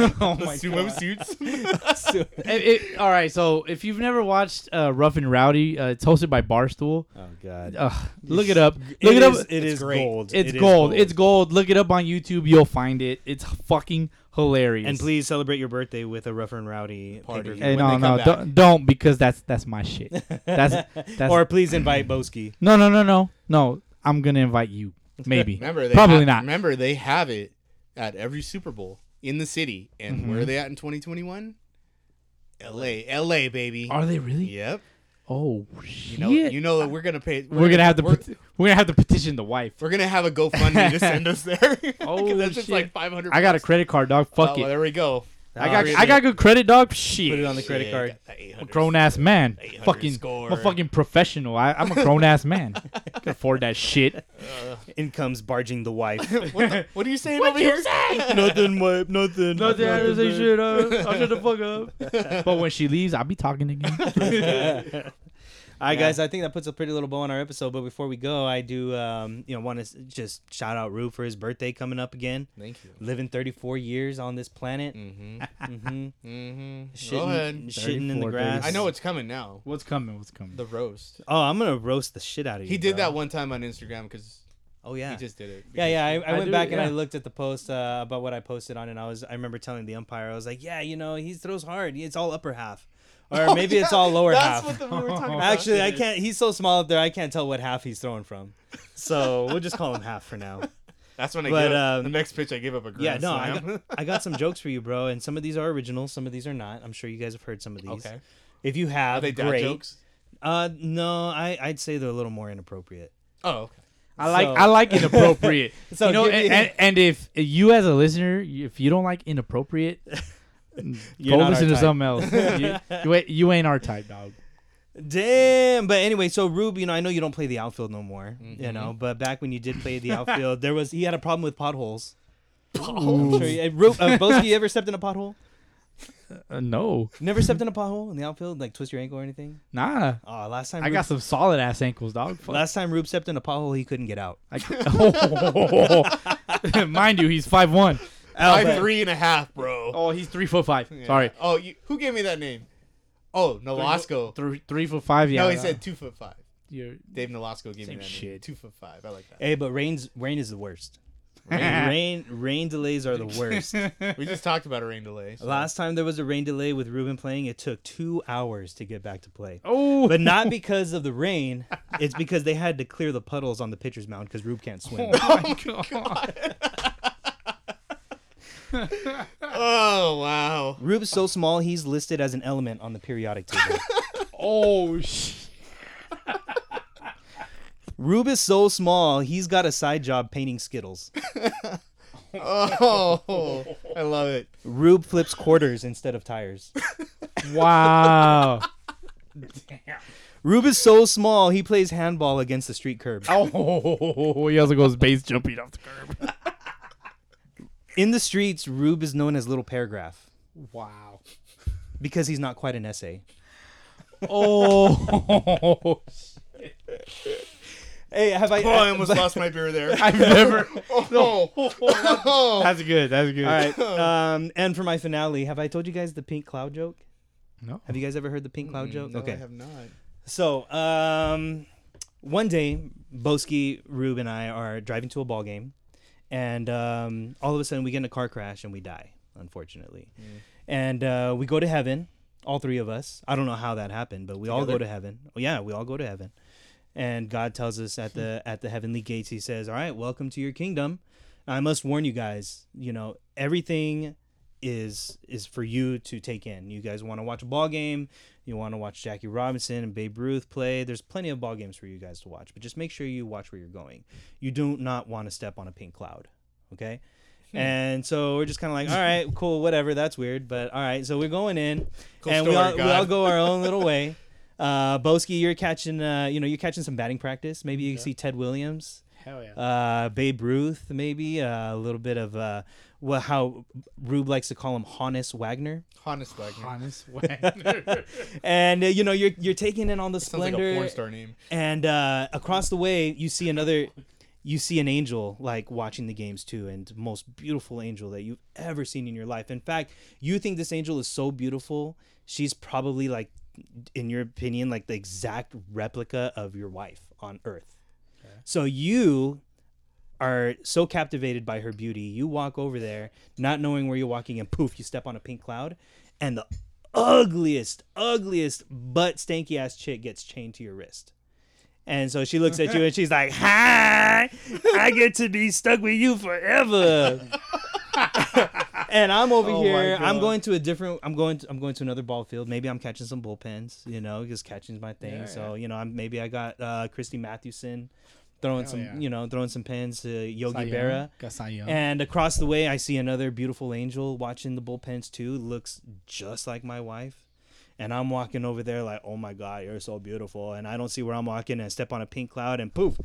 Speaker 3: it- oh my
Speaker 2: sumo
Speaker 3: God.
Speaker 2: suits.
Speaker 3: It- it- all right, so if you've never watched uh, Rough and Rowdy, uh, it's hosted by Barstool.
Speaker 1: oh god.
Speaker 3: Ugh, look it up. Look it, up.
Speaker 1: is- it
Speaker 2: It's
Speaker 1: is
Speaker 2: great.
Speaker 1: gold.
Speaker 3: it's
Speaker 1: It is
Speaker 3: gold. It's gold. Look it up on YouTube. You'll find it. It's fucking hilarious.
Speaker 1: And please celebrate your birthday with a rough and rowdy
Speaker 2: Party.
Speaker 1: pay-per-view.
Speaker 3: Hey,
Speaker 2: when they
Speaker 3: no, no,
Speaker 2: come
Speaker 3: don't, don't because that's that's my shit. That's that's
Speaker 1: or please invite Boski.
Speaker 3: no, no, no, no, no. I'm gonna invite you. Maybe
Speaker 2: Remember, they
Speaker 3: probably
Speaker 2: have-
Speaker 3: not.
Speaker 2: Remember, they have it at every Super Bowl in the city, and
Speaker 1: Mm-hmm.
Speaker 2: where are they at in 2021? L.A. L.A. baby.
Speaker 3: Are they really?
Speaker 2: Yep.
Speaker 3: Oh
Speaker 2: You
Speaker 3: shit!
Speaker 2: know, you know that we're gonna pay.
Speaker 3: we're, gonna have to
Speaker 2: We're,
Speaker 3: peti- we're gonna have to petition the wife.
Speaker 2: we're gonna have a
Speaker 1: Mm-hmm.
Speaker 2: GoFundMe to send us there. 'Cause
Speaker 3: Oh,
Speaker 2: that's just
Speaker 3: shit.
Speaker 2: like 500.
Speaker 3: I got a
Speaker 2: bucks.
Speaker 3: credit card, dog.
Speaker 2: Oh,
Speaker 3: Fuck
Speaker 2: well,
Speaker 3: it.
Speaker 2: there we go.
Speaker 3: I got
Speaker 2: really?
Speaker 3: I got good credit, dog. Shit.
Speaker 1: Put it on the credit
Speaker 2: Yeah,
Speaker 1: card.
Speaker 2: got that 800
Speaker 3: Grown ass man.
Speaker 2: 800
Speaker 3: Fucking I'm a
Speaker 2: score.
Speaker 3: fucking professional. I, I'm a grown ass man. I can afford that shit.
Speaker 1: In comes barging the wife.
Speaker 2: What, the- what are you saying over here?
Speaker 1: nothing, wife. Nothing.
Speaker 3: I'll shut the fuck up. But when she leaves, I'll be talking again.
Speaker 1: All right, guys. I think that puts a pretty little bow on our episode. But before we go, I do, um, you know, want to just shout out Rue for his birthday coming up again.
Speaker 2: Thank you.
Speaker 1: Living 34 years on this planet,
Speaker 2: Mm-hmm.
Speaker 1: hmm
Speaker 2: Mm-hmm. Go
Speaker 1: shitting,
Speaker 2: ahead.
Speaker 1: shitting in the
Speaker 3: 34,
Speaker 1: grass.
Speaker 2: I know it's coming now.
Speaker 3: What's coming? What's coming?
Speaker 2: The roast.
Speaker 1: Oh, I'm gonna roast the shit out of you.
Speaker 2: He did
Speaker 1: bro.
Speaker 2: that one time on Instagram because
Speaker 1: Oh yeah.
Speaker 2: he just did it.
Speaker 1: Yeah, yeah. I, I,
Speaker 3: I
Speaker 1: went
Speaker 3: do,
Speaker 1: back and I
Speaker 3: yeah.
Speaker 1: looked at the post uh, about what I posted on, and I was I remember telling the umpire I was like, yeah, you know, he throws hard. It's all upper half, or
Speaker 2: Oh,
Speaker 1: maybe it's
Speaker 2: yeah,
Speaker 1: all lower
Speaker 2: That's
Speaker 1: half.
Speaker 2: what the, we were talking about.
Speaker 1: Actually, I can't. He's so small up there, I can't tell what half he's throwing from. So we'll just call him half for now.
Speaker 2: That's when I
Speaker 1: But,
Speaker 2: give up, the
Speaker 1: um,
Speaker 2: next pitch. I give up a grand
Speaker 1: Yeah, no, I
Speaker 2: slam.
Speaker 1: got, I got some jokes for you, bro. And some of these are original, some of these are not. I'm sure you guys have heard some of these.
Speaker 2: okay.
Speaker 1: If you
Speaker 2: Are
Speaker 1: have,
Speaker 2: they dad
Speaker 1: great.
Speaker 2: jokes?
Speaker 1: Uh, no, I I'd say they're a little more inappropriate.
Speaker 2: Oh, okay.
Speaker 3: I like
Speaker 1: So-
Speaker 3: I like inappropriate.
Speaker 1: So
Speaker 3: you know,
Speaker 1: give me-
Speaker 3: and, and, and if you as a listener, you- if you don't like inappropriate,
Speaker 1: You're
Speaker 3: go
Speaker 1: not our
Speaker 3: listen to
Speaker 1: type.
Speaker 3: something else. you, you, ain't- you ain't our type, dog.
Speaker 1: Damn. But anyway, so Rube, you know, I know you don't play the outfield no more, you know, but back when you did play the outfield, there was he had a problem with potholes. I'm sure you, uh, Rube, uh, Boski, you ever stepped in a pothole?
Speaker 3: Uh, no,
Speaker 1: Never stepped in a pothole in the outfield, like twist your ankle or anything?
Speaker 3: nah.
Speaker 1: Oh, last time
Speaker 3: I
Speaker 1: Rube,
Speaker 3: got some solid ass ankles, dog. Fuck.
Speaker 1: last time Rube stepped in a pothole, he couldn't get out.
Speaker 3: I c- oh. Mind you, he's five one.
Speaker 2: Five
Speaker 1: Oh, but-
Speaker 2: three and a half, bro.
Speaker 3: Oh, he's three foot five.
Speaker 2: Yeah.
Speaker 3: Sorry,
Speaker 2: Oh, you, who gave me that name? Oh, Nolasco.
Speaker 3: three three foot five. Yeah.
Speaker 2: no, he
Speaker 3: uh,
Speaker 2: said two foot five.
Speaker 3: you're-
Speaker 2: Dave Nolasco gave me
Speaker 3: Same
Speaker 2: that name.
Speaker 3: shit.
Speaker 2: Two foot five. I like that.
Speaker 1: Hey, but rain's rain is the worst. Rain, rain, rain delays are the worst.
Speaker 2: we just talked about a rain delay. so-
Speaker 1: Last time there was a rain delay with Ruben playing, it took two hours to get back to play.
Speaker 3: Oh,
Speaker 1: but not because of the rain. It's because they had to clear the puddles on the pitcher's mound because Rube can't swim.
Speaker 3: my God.
Speaker 2: Oh wow.
Speaker 1: Rube's so small he's listed as an element on the periodic table.
Speaker 3: Oh shit.
Speaker 1: Rube is so small he's got a side job painting skittles.
Speaker 2: Oh, I love it.
Speaker 1: Rube flips quarters instead of tires.
Speaker 3: Wow.
Speaker 1: Rube is so small he plays handball against the street curb.
Speaker 3: Oh, he also goes base jumping off the curb.
Speaker 1: In the streets, Rube is known as Little Paragraph
Speaker 3: Wow.
Speaker 1: because he's not quite an essay.
Speaker 3: Oh,
Speaker 1: Hey, have I?
Speaker 2: Oh, I almost lost my beer there.
Speaker 3: I've never.
Speaker 2: Oh.
Speaker 3: That's good. That's good.
Speaker 1: All right. Um, and for my finale, have I told you guys the pink cloud joke?
Speaker 3: No.
Speaker 1: Have you guys ever heard the pink cloud joke?
Speaker 2: Mm, No,
Speaker 1: okay.
Speaker 2: I have not.
Speaker 1: So, um, one day, Boski, Rube, and I are driving to a ball game, and um, all of a sudden we get in a car crash and we die, unfortunately.
Speaker 2: Mm.
Speaker 1: And uh, we go to heaven, all three of us. I don't know how that happened, but we all go to heaven. Oh, yeah, we all go to heaven. And God tells us at the at the heavenly gates, He says, "All right, welcome to your kingdom. I must warn you guys. You know everything." is is for you to take in. You guys want to watch a ball game, you want to watch Jackie Robinson and Babe Ruth play. There's plenty of ball games for you guys to watch, but just make sure you watch where you're going. You do not want to step on a pink cloud, okay?
Speaker 2: Hmm.
Speaker 1: And so we're just kind of like, all right, cool, whatever. That's weird, but all right. So we're going in,
Speaker 2: Cool
Speaker 1: and we
Speaker 2: story,
Speaker 1: all we all
Speaker 2: God.
Speaker 1: go our own little way. Uh, Boski, you're catching, uh, you know, you're catching some batting practice. Maybe you see Ted Williams.
Speaker 3: Hell yeah.
Speaker 1: uh, Babe Ruth, maybe uh, a little bit of uh, well, how Rube likes to call him Hannes Wagner,
Speaker 2: Honest Wagner.
Speaker 3: Honest Wagner.
Speaker 1: and uh, you know you're you're taking in on the
Speaker 2: Sounds like
Speaker 1: splendor,
Speaker 2: a porn star name.
Speaker 1: and uh, across the way you see another, you see an angel like watching the games too, and most beautiful angel that you've ever seen in your life. In fact, you think this angel is so beautiful, she's probably like, in your opinion, like the exact replica of your wife on Earth. So you are so captivated by her beauty, you walk over there, not knowing where you're walking, and poof, you step on a pink cloud, and the ugliest, ugliest, but stanky ass chick gets chained to your wrist. And so she looks at you and she's like, Hi, I get to be stuck with you forever. and I'm over
Speaker 3: Oh my
Speaker 1: here. I'm
Speaker 3: God.
Speaker 1: going to a different I'm going to I'm going to another ball field. Maybe I'm catching some bullpens, you know, because catching's my thing.
Speaker 3: Yeah,
Speaker 1: so, you know, I'm maybe I got uh Christy Mathewson throwing
Speaker 3: Hell
Speaker 1: some
Speaker 3: yeah.
Speaker 1: you know, throwing some pins to
Speaker 3: Cy
Speaker 1: Yogi
Speaker 3: Young.
Speaker 1: Berra.
Speaker 3: Got Cy Young.
Speaker 1: And across the way, I see another beautiful angel watching the bullpens too. Looks just like my wife. And I'm walking over there like, oh my God, you're so beautiful. And I don't see where I'm walking and I step on a pink cloud and poof,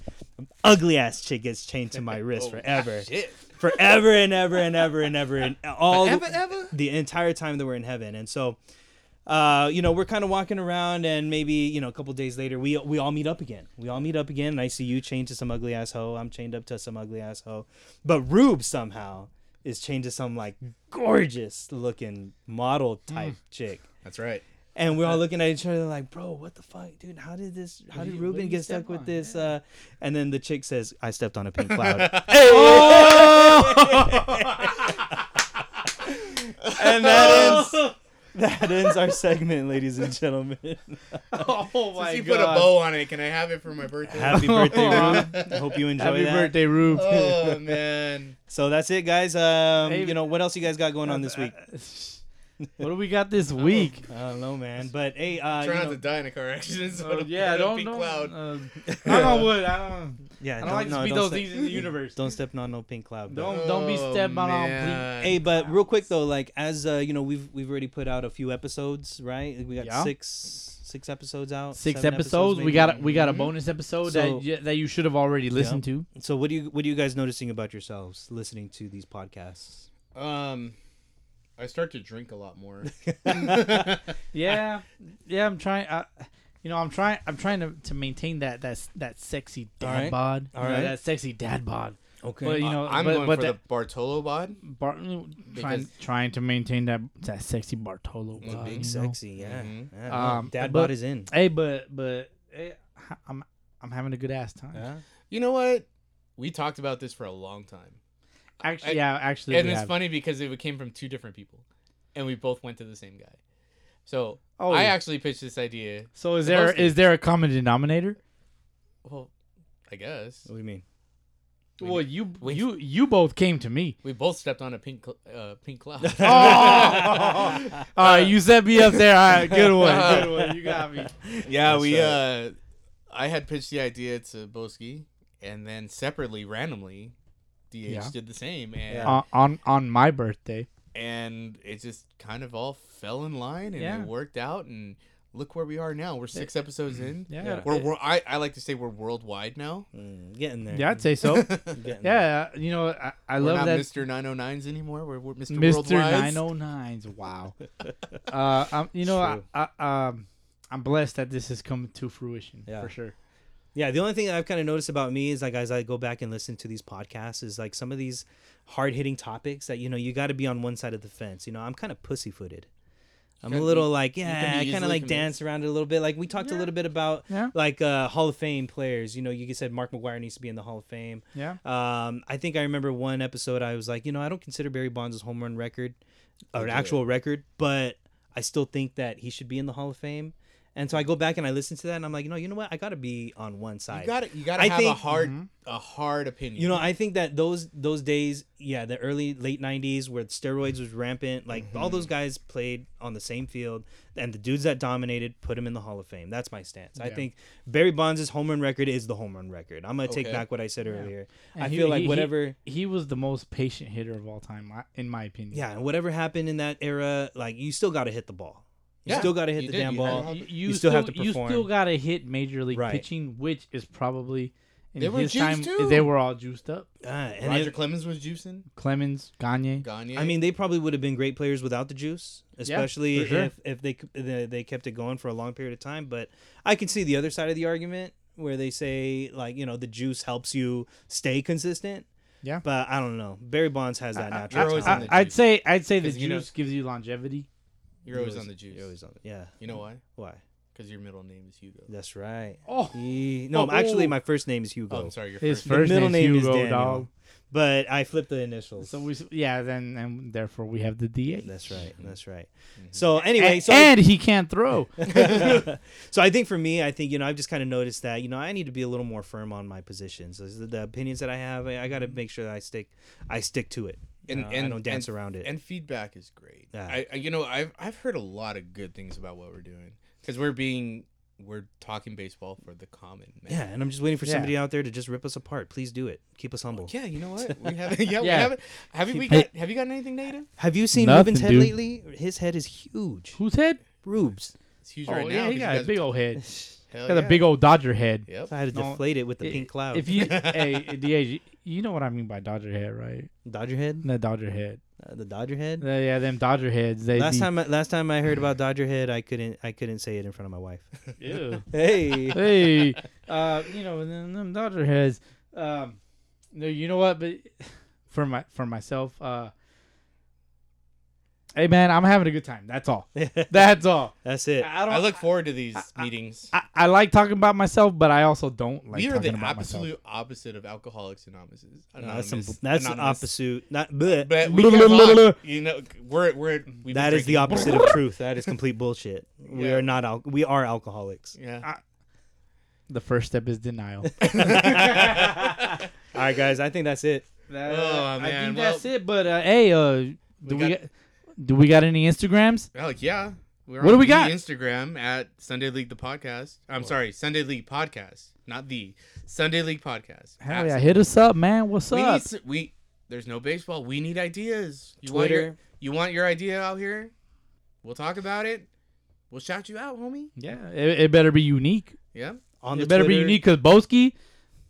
Speaker 1: ugly ass chick gets chained to my wrist forever.
Speaker 2: Shit.
Speaker 1: Forever and ever and ever and ever and all
Speaker 2: Ever, ever?
Speaker 1: the entire time that we're in heaven. And so, uh, you know, we're kind of walking around, and maybe you know, a couple days later, we we all meet up again. We all meet up again, and I see you chained to some ugly ass hoe. I'm chained up to some ugly ass hoe, but Rube somehow is chained to some like gorgeous looking model
Speaker 3: Hmm.
Speaker 1: type chick.
Speaker 2: That's right.
Speaker 1: And we're all looking at each other like, bro, what the fuck, dude? How did this? How did
Speaker 3: you- what
Speaker 1: Ruben
Speaker 3: did you
Speaker 1: get
Speaker 3: step
Speaker 1: stuck with
Speaker 3: on?
Speaker 1: this? Uh, and then the chick says, I stepped on a pink cloud.
Speaker 3: Oh
Speaker 1: and that
Speaker 3: Oh.
Speaker 1: ends. That ends our segment, ladies and gentlemen.
Speaker 3: oh my
Speaker 2: Since you put a bow on it, can I have it for my birthday?
Speaker 1: Happy birthday, Rube. I hope you enjoy
Speaker 3: Happy
Speaker 1: that.
Speaker 3: birthday, Rube.
Speaker 2: oh man.
Speaker 1: So that's it, guys. Um,
Speaker 3: Hey,
Speaker 1: you know what else you guys got going on this week?
Speaker 3: what do we got this week?
Speaker 1: I don't know, man. But hey, uh, you
Speaker 2: Try not
Speaker 1: know-
Speaker 2: to die in a car accident. So
Speaker 3: Oh,
Speaker 2: don't
Speaker 3: yeah,
Speaker 2: put a
Speaker 3: don't
Speaker 2: pink
Speaker 3: don't.
Speaker 2: cloud.
Speaker 3: Uh, I don't would. I don't.
Speaker 1: yeah,
Speaker 3: I don't like to
Speaker 1: no,
Speaker 3: speak
Speaker 1: don't
Speaker 3: those
Speaker 1: step-
Speaker 3: things in the universe.
Speaker 1: Don't step on no pink cloud. bro.
Speaker 3: Don't- don't be stepping on pink-
Speaker 2: Oh, man.
Speaker 1: Hey, but real quick though, like as uh, you know, we've we've already put out a few episodes, right? We got
Speaker 3: Yeah.
Speaker 1: six six episodes out.
Speaker 3: Six
Speaker 1: seven
Speaker 3: episodes. Mm-hmm. We
Speaker 1: maybe.
Speaker 3: got a, we got a bonus episode
Speaker 1: So-
Speaker 3: that you, that you should have already listened to.
Speaker 1: So what do you what are you guys noticing about yourselves listening to these podcasts?
Speaker 2: Um, I start to drink a lot more.
Speaker 3: Yeah, yeah. I'm trying. I, you know, I'm trying. I'm trying to, to maintain that that that sexy dad
Speaker 1: Alright,
Speaker 3: bod. You know,
Speaker 1: alright.
Speaker 3: that sexy dad bod.
Speaker 1: Okay.
Speaker 3: But you know,
Speaker 2: I'm
Speaker 3: but,
Speaker 2: going
Speaker 3: but
Speaker 2: for
Speaker 3: that,
Speaker 2: the Bartolo bod.
Speaker 3: Bar- trying
Speaker 2: Because-
Speaker 3: trying to maintain that that sexy Bartolo bod.
Speaker 2: big
Speaker 3: you know?
Speaker 1: Oh, Sexy, yeah.
Speaker 2: Mhm.
Speaker 1: yeah no,
Speaker 3: Um,
Speaker 1: Dad
Speaker 3: but-
Speaker 1: bod is in.
Speaker 3: Hey, but but eh, ha- I'm I'm having a good ass time.
Speaker 2: You know what? We talked about this for a long time,
Speaker 3: Actually,
Speaker 2: I-
Speaker 3: yeah, actually,
Speaker 2: and
Speaker 3: we
Speaker 2: it's
Speaker 3: have.
Speaker 2: funny because it came from two different people, and we both went to the same guy. So
Speaker 3: Oh,
Speaker 2: I
Speaker 3: yeah.
Speaker 2: actually pitched this idea.
Speaker 3: so is there
Speaker 2: hosting.
Speaker 3: is there a common denominator?
Speaker 2: Well, I guess
Speaker 1: What do you mean?
Speaker 2: We-
Speaker 3: well, you
Speaker 2: we-
Speaker 3: you you both came to me.
Speaker 2: we both stepped on a pink cl- uh, pink cloud.
Speaker 3: Oh, all right, you set me up there. All right, good one, good one. You got me.
Speaker 2: Yeah,
Speaker 1: That's
Speaker 2: we
Speaker 1: right.
Speaker 2: uh I had pitched the idea to Boski and then separately randomly DH
Speaker 3: Yeah.
Speaker 2: did the same and
Speaker 1: Yeah.
Speaker 3: On on, on my birthday.
Speaker 2: and it just kind of all fell in line and
Speaker 3: Yeah.
Speaker 2: it worked out and look where we are now. We're 6 episodes in.
Speaker 3: Yeah,
Speaker 2: We're, we I, I like to say we're worldwide now.
Speaker 1: Mm, getting there.
Speaker 3: yeah, I'd say so.
Speaker 1: Getting there.
Speaker 3: yeah, you know, I, I
Speaker 2: We're
Speaker 3: love
Speaker 2: not
Speaker 3: that oh
Speaker 2: Mr. 909s anymore. We're, we're Mr.
Speaker 3: Mr.
Speaker 2: Worldwides.
Speaker 3: 909s. Wow. uh, I'm, you know, I,
Speaker 1: True.
Speaker 3: I, um, I'm blessed that this is coming to fruition
Speaker 1: Yeah.
Speaker 3: for sure.
Speaker 1: Yeah, the only thing I've kind of noticed about me is like as I go back and listen to these podcasts is like some of these hard hitting topics that you know you got to be on one side of the fence. You know, I'm kind of pussyfooted. I'm a
Speaker 2: can
Speaker 1: little like yeah,
Speaker 2: can
Speaker 1: I kind of
Speaker 2: be easily
Speaker 1: like
Speaker 2: convinced.
Speaker 1: dance around it a little bit. Like we talked a
Speaker 3: Yeah.
Speaker 1: little bit about
Speaker 3: Yeah.
Speaker 1: like uh, Hall of Fame players. You know, you said Mark McGuire needs to be in the Hall of Fame.
Speaker 3: Yeah.
Speaker 1: Um, I think I remember one episode I was like, you know, I don't consider Barry Bonds' home run record or an
Speaker 2: do.
Speaker 1: actual record, but I still think that he should be in the Hall of Fame. And so I go back and I listen to that and I'm like, you know, you know what? I got to be on one side.
Speaker 2: You got to you got to
Speaker 1: I
Speaker 2: have a
Speaker 1: think- Mm-hmm.
Speaker 2: hard a hard opinion.
Speaker 1: You know, I think that those those days, yeah, the early late '90s where steroids was rampant, like
Speaker 2: Mm-hmm.
Speaker 1: all those guys played on the same field, and the dudes that dominated put him in the Hall of Fame. That's my stance. I
Speaker 3: Yeah.
Speaker 1: think Barry Bonds' home run record is the home run record. I'm gonna take
Speaker 2: Okay.
Speaker 1: back what I said earlier.
Speaker 3: And
Speaker 1: I
Speaker 3: he-
Speaker 1: feel
Speaker 3: he-
Speaker 1: like
Speaker 3: he-
Speaker 1: whatever,
Speaker 3: He, was the most patient hitter of all time, I- in my opinion.
Speaker 1: yeah, and whatever happened in that era, like you still got to hit the ball. You
Speaker 2: Yeah,
Speaker 1: still got to hit
Speaker 2: you
Speaker 1: the
Speaker 2: did.
Speaker 1: damn
Speaker 2: You had to
Speaker 1: ball.
Speaker 2: have-
Speaker 3: You, you
Speaker 1: You still
Speaker 3: still,
Speaker 1: have to
Speaker 3: You still
Speaker 1: perform.
Speaker 3: got to hit major league
Speaker 1: Right.
Speaker 3: pitching, which is probably In
Speaker 2: They were
Speaker 3: his
Speaker 2: juiced
Speaker 3: time,
Speaker 2: too.
Speaker 3: they were all juiced up.
Speaker 1: Ah, and
Speaker 2: Roger
Speaker 1: it-
Speaker 2: Clemens was juicing.
Speaker 3: Clemens, Gagne.
Speaker 2: Gagne.
Speaker 1: I mean, they probably would have been great players without the juice, especially
Speaker 3: for sure.
Speaker 1: if, if they, c- they they kept it going for a long period of time. But I can see the other side of the argument where they say like you know the juice helps you stay consistent.
Speaker 3: Yeah.
Speaker 1: but I don't know. Barry Bonds has that
Speaker 2: You're
Speaker 1: natural.
Speaker 2: always
Speaker 1: talent.
Speaker 2: on the
Speaker 3: I, would
Speaker 2: juice.
Speaker 3: say I'd say the
Speaker 2: 'Cause you know-
Speaker 3: juice gives you longevity.
Speaker 2: you're always on the juice.
Speaker 1: You're always on. The, yeah,
Speaker 2: You know why?
Speaker 1: why?
Speaker 2: Because your middle name is Hugo.
Speaker 1: That's right.
Speaker 3: Oh,
Speaker 1: He- no,
Speaker 3: Oh.
Speaker 1: actually, my first name is
Speaker 2: Oh,
Speaker 1: Hugo.
Speaker 2: I'm sorry. Your
Speaker 3: his
Speaker 2: first name.
Speaker 3: first
Speaker 1: middle
Speaker 3: name,
Speaker 1: name
Speaker 3: is
Speaker 1: is
Speaker 3: Hugo,
Speaker 1: Daniel.
Speaker 3: dog.
Speaker 1: But I flipped the initials.
Speaker 3: So we s- yeah, then and therefore we have the DA.
Speaker 1: that's right. That's right. So anyway,
Speaker 3: and,
Speaker 1: so
Speaker 3: and he can't throw.
Speaker 1: so I think for me, I think you know I've just kind of noticed that you know I need to be a little more firm on my positions. Those are The opinions that I have, I, I got to make sure that I stick, I stick to it, and,
Speaker 2: And-
Speaker 1: I
Speaker 2: and-
Speaker 1: don't dance
Speaker 2: and-
Speaker 1: around it.
Speaker 2: And feedback is great.
Speaker 1: Yeah.
Speaker 2: I, I you know I've I've heard a lot of good things about what we're doing because we're being we're talking baseball for the common man.
Speaker 1: yeah, and I'm just waiting for
Speaker 3: Yeah.
Speaker 1: somebody out there to just rip us apart. Please do it. Keep us humble.
Speaker 2: Yeah, you know what? We haven't. Yeah, we
Speaker 3: Yeah.
Speaker 2: haven't. Have you, we
Speaker 3: Hey.
Speaker 2: got? Have you gotten anything negative?
Speaker 1: Have you seen
Speaker 3: Nothing,
Speaker 1: Ruben's head
Speaker 3: dude.
Speaker 1: lately? His head is huge.
Speaker 3: Whose head?
Speaker 1: Rubes.
Speaker 2: It's huge
Speaker 3: Oh
Speaker 2: right
Speaker 3: yeah,
Speaker 2: now. 'cause
Speaker 3: he got
Speaker 2: you
Speaker 3: a
Speaker 2: guys-
Speaker 3: big old head.
Speaker 2: Hell
Speaker 3: He got
Speaker 2: yeah.
Speaker 3: a big old Dodger head.
Speaker 2: Yep.
Speaker 1: So I had to
Speaker 3: No,
Speaker 1: deflate it with the
Speaker 3: i-
Speaker 1: pink cloud.
Speaker 3: If you hey DA, you- you know what I mean by Dodger head, right?
Speaker 1: Dodger head,
Speaker 3: The Dodger head.
Speaker 1: uh, the Dodger head.
Speaker 3: Uh, yeah, them Dodger heads. They
Speaker 1: Last
Speaker 3: be-
Speaker 1: time, I- last time I heard about Dodger head, I couldn't, I couldn't say it in front of my wife.
Speaker 3: Ew.
Speaker 1: Hey,
Speaker 3: hey, uh, you know, and then them Dodger heads. Um, no, you know what? But for my for myself, uh, hey man, I'm having a good time. That's all. That's all.
Speaker 1: that's it.
Speaker 3: I don't.
Speaker 2: I look forward to these meetings.
Speaker 3: I, I like talking about myself, but I also don't like
Speaker 2: we are
Speaker 3: talking
Speaker 2: the
Speaker 3: about myself.
Speaker 2: absolute opposite of Alcoholics Anonymous.
Speaker 1: No, that's some,
Speaker 2: Anonymous-
Speaker 1: that's the
Speaker 2: Anonymous.
Speaker 1: opposite. Not bleh.
Speaker 2: But we
Speaker 3: Blah,
Speaker 2: have
Speaker 3: blah, blah, blah.
Speaker 2: on, you know, we're we're we've been
Speaker 1: That is the
Speaker 2: drinking.
Speaker 1: opposite of truth. That is complete bullshit. We
Speaker 2: Yeah.
Speaker 1: are not. Al- we are alcoholics.
Speaker 2: Yeah.
Speaker 3: The first step is denial.
Speaker 1: All right, guys. I think that's it.
Speaker 3: That-
Speaker 2: Oh,
Speaker 3: I
Speaker 2: man,
Speaker 3: think
Speaker 2: well-
Speaker 3: that's it. But uh, hey, uh, do we,
Speaker 2: got-
Speaker 3: got, do we got any Instagrams?
Speaker 2: Oh yeah. We're
Speaker 3: What do
Speaker 2: on
Speaker 3: we
Speaker 2: the
Speaker 3: got?
Speaker 2: Instagram at Sunday League the podcast. I'm sorry, Sunday League podcast, not the Sunday League podcast.
Speaker 3: Hell
Speaker 2: At-
Speaker 3: yeah, hit us up, man. What's
Speaker 2: we
Speaker 3: up?
Speaker 2: need s- we. There's no baseball. We need ideas. You want your-
Speaker 1: Twitter.
Speaker 2: you want your idea out here? We'll talk about it. We'll shout you out, homie.
Speaker 3: yeah, it, it better be unique.
Speaker 2: Yeah.
Speaker 1: On the
Speaker 3: It better be
Speaker 1: Twitter.
Speaker 3: unique because Boski,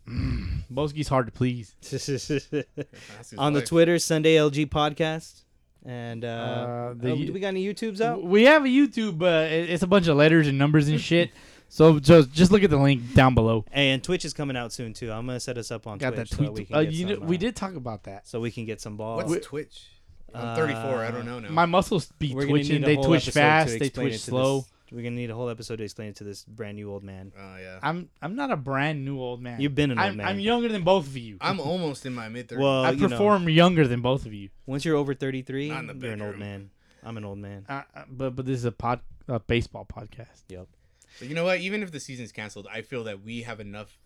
Speaker 3: mm, Boski's hard to please.
Speaker 2: That's his
Speaker 1: on the
Speaker 2: life.
Speaker 1: Twitter, Sunday LG podcast, and uh,
Speaker 3: Uh, the
Speaker 1: oh,
Speaker 3: you-
Speaker 1: do we got any YouTubes out?
Speaker 3: We have a YouTube, but it, it's a bunch of letters and numbers and shit. so just just look at the link down below.
Speaker 1: Hey, and Twitch is coming out soon too. I'm gonna set us up on
Speaker 3: Got
Speaker 1: Twitch
Speaker 3: that tweet.
Speaker 1: so we can
Speaker 3: uh,
Speaker 1: get
Speaker 3: you
Speaker 1: some,
Speaker 3: know, we
Speaker 1: uh,
Speaker 3: did talk about that.
Speaker 1: so we can get some balls.
Speaker 2: What's Twitch? I'm 34. I don't know now.
Speaker 3: Uh, My muscles be
Speaker 1: We're gonna
Speaker 3: twitching.
Speaker 1: need a
Speaker 3: They
Speaker 1: whole
Speaker 3: twitch
Speaker 1: episode to
Speaker 3: fast. They
Speaker 1: explain it
Speaker 3: twitch
Speaker 1: to this-
Speaker 3: slow.
Speaker 1: we're gonna need a whole episode to explain it to this brand new old man.
Speaker 2: oh yeah.
Speaker 3: I'm I'm not a brand new old man.
Speaker 1: You've been an old
Speaker 3: I'm,
Speaker 1: man.
Speaker 3: I'm younger than both of you.
Speaker 2: I'm almost in my mid 30s.
Speaker 1: Well,
Speaker 3: I
Speaker 1: you know,
Speaker 3: perform younger than both of you.
Speaker 1: once you're over 33,
Speaker 2: Not in the
Speaker 1: you're an old
Speaker 2: bedroom.
Speaker 1: man. I'm an old man.
Speaker 3: Uh, uh, but but this is a pod a baseball podcast.
Speaker 1: Yep.
Speaker 2: but you know what? Even if the season's canceled, I feel that we have enough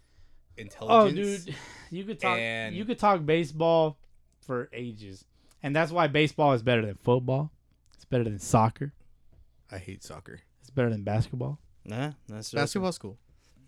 Speaker 3: Oh,
Speaker 2: intelligence.
Speaker 3: dude, you could talk
Speaker 2: And-
Speaker 3: you could talk baseball for ages, and that's why baseball is better than football. It's better than soccer.
Speaker 2: I hate soccer.
Speaker 3: It's better than basketball.
Speaker 1: Nah, that's
Speaker 2: Basketball's cool.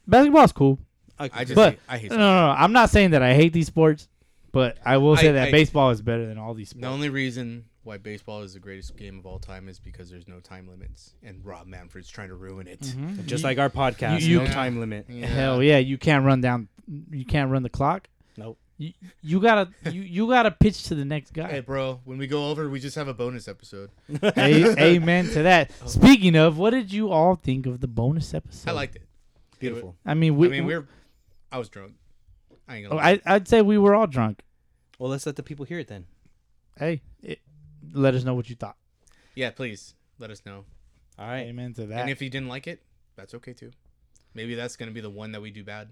Speaker 3: Basketball's cool,
Speaker 2: I just
Speaker 3: But-
Speaker 2: hate, I hate
Speaker 3: no,
Speaker 2: soccer.
Speaker 3: no, no. I'm not saying that I hate these sports, but I will say
Speaker 2: I-
Speaker 3: that
Speaker 2: I-
Speaker 3: baseball is better than all these sports.
Speaker 2: The only reason why baseball is the greatest game of all time is because there's no time limits, and Rob Manfred's trying to ruin it.
Speaker 3: Mm-hmm.
Speaker 1: Just like our podcast,
Speaker 3: you-
Speaker 1: no
Speaker 2: Yeah.
Speaker 1: time limit.
Speaker 2: Yeah.
Speaker 3: Hell yeah, you can't run down. You can't run the clock.
Speaker 1: Nope.
Speaker 3: You, you gotta you, you gotta pitch to the
Speaker 2: Hey,
Speaker 3: next guy.
Speaker 2: bro, when we go over, we just have a bonus episode.
Speaker 3: A- amen to that. Speaking of, what did you all think of the bonus episode?
Speaker 2: I liked it.
Speaker 1: Beautiful.
Speaker 3: I mean, we,
Speaker 2: I mean,
Speaker 3: we-
Speaker 2: we're. I was drunk. I ain't gonna. lie.
Speaker 3: I I'd say we were all drunk.
Speaker 1: Well, let's let the people hear it then.
Speaker 3: Hey, it, let us know what you thought.
Speaker 2: yeah, please let us know.
Speaker 1: All right.
Speaker 3: Amen to that.
Speaker 2: And if you didn't like it, that's okay too. Maybe that's gonna be the one that we do bad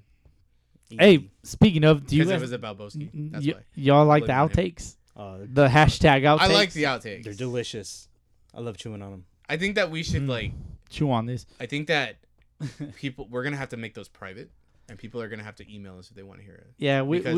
Speaker 3: hey, speaking of, do you
Speaker 2: because it
Speaker 3: guys,
Speaker 2: was about Boski. That's
Speaker 3: y-
Speaker 2: why.
Speaker 3: y'all like the
Speaker 2: Blame him.
Speaker 3: outtakes?
Speaker 1: Uh,
Speaker 3: The hashtag outtakes.
Speaker 2: I like the
Speaker 1: they're
Speaker 2: outtakes.
Speaker 1: delicious. I love chewing on them.
Speaker 2: I think that we
Speaker 3: Mm.
Speaker 2: should like.
Speaker 3: chew on this.
Speaker 2: I think that people we're gonna have to make those private, and people are gonna have to email us if they want to hear it.
Speaker 3: Yeah, we
Speaker 2: Because-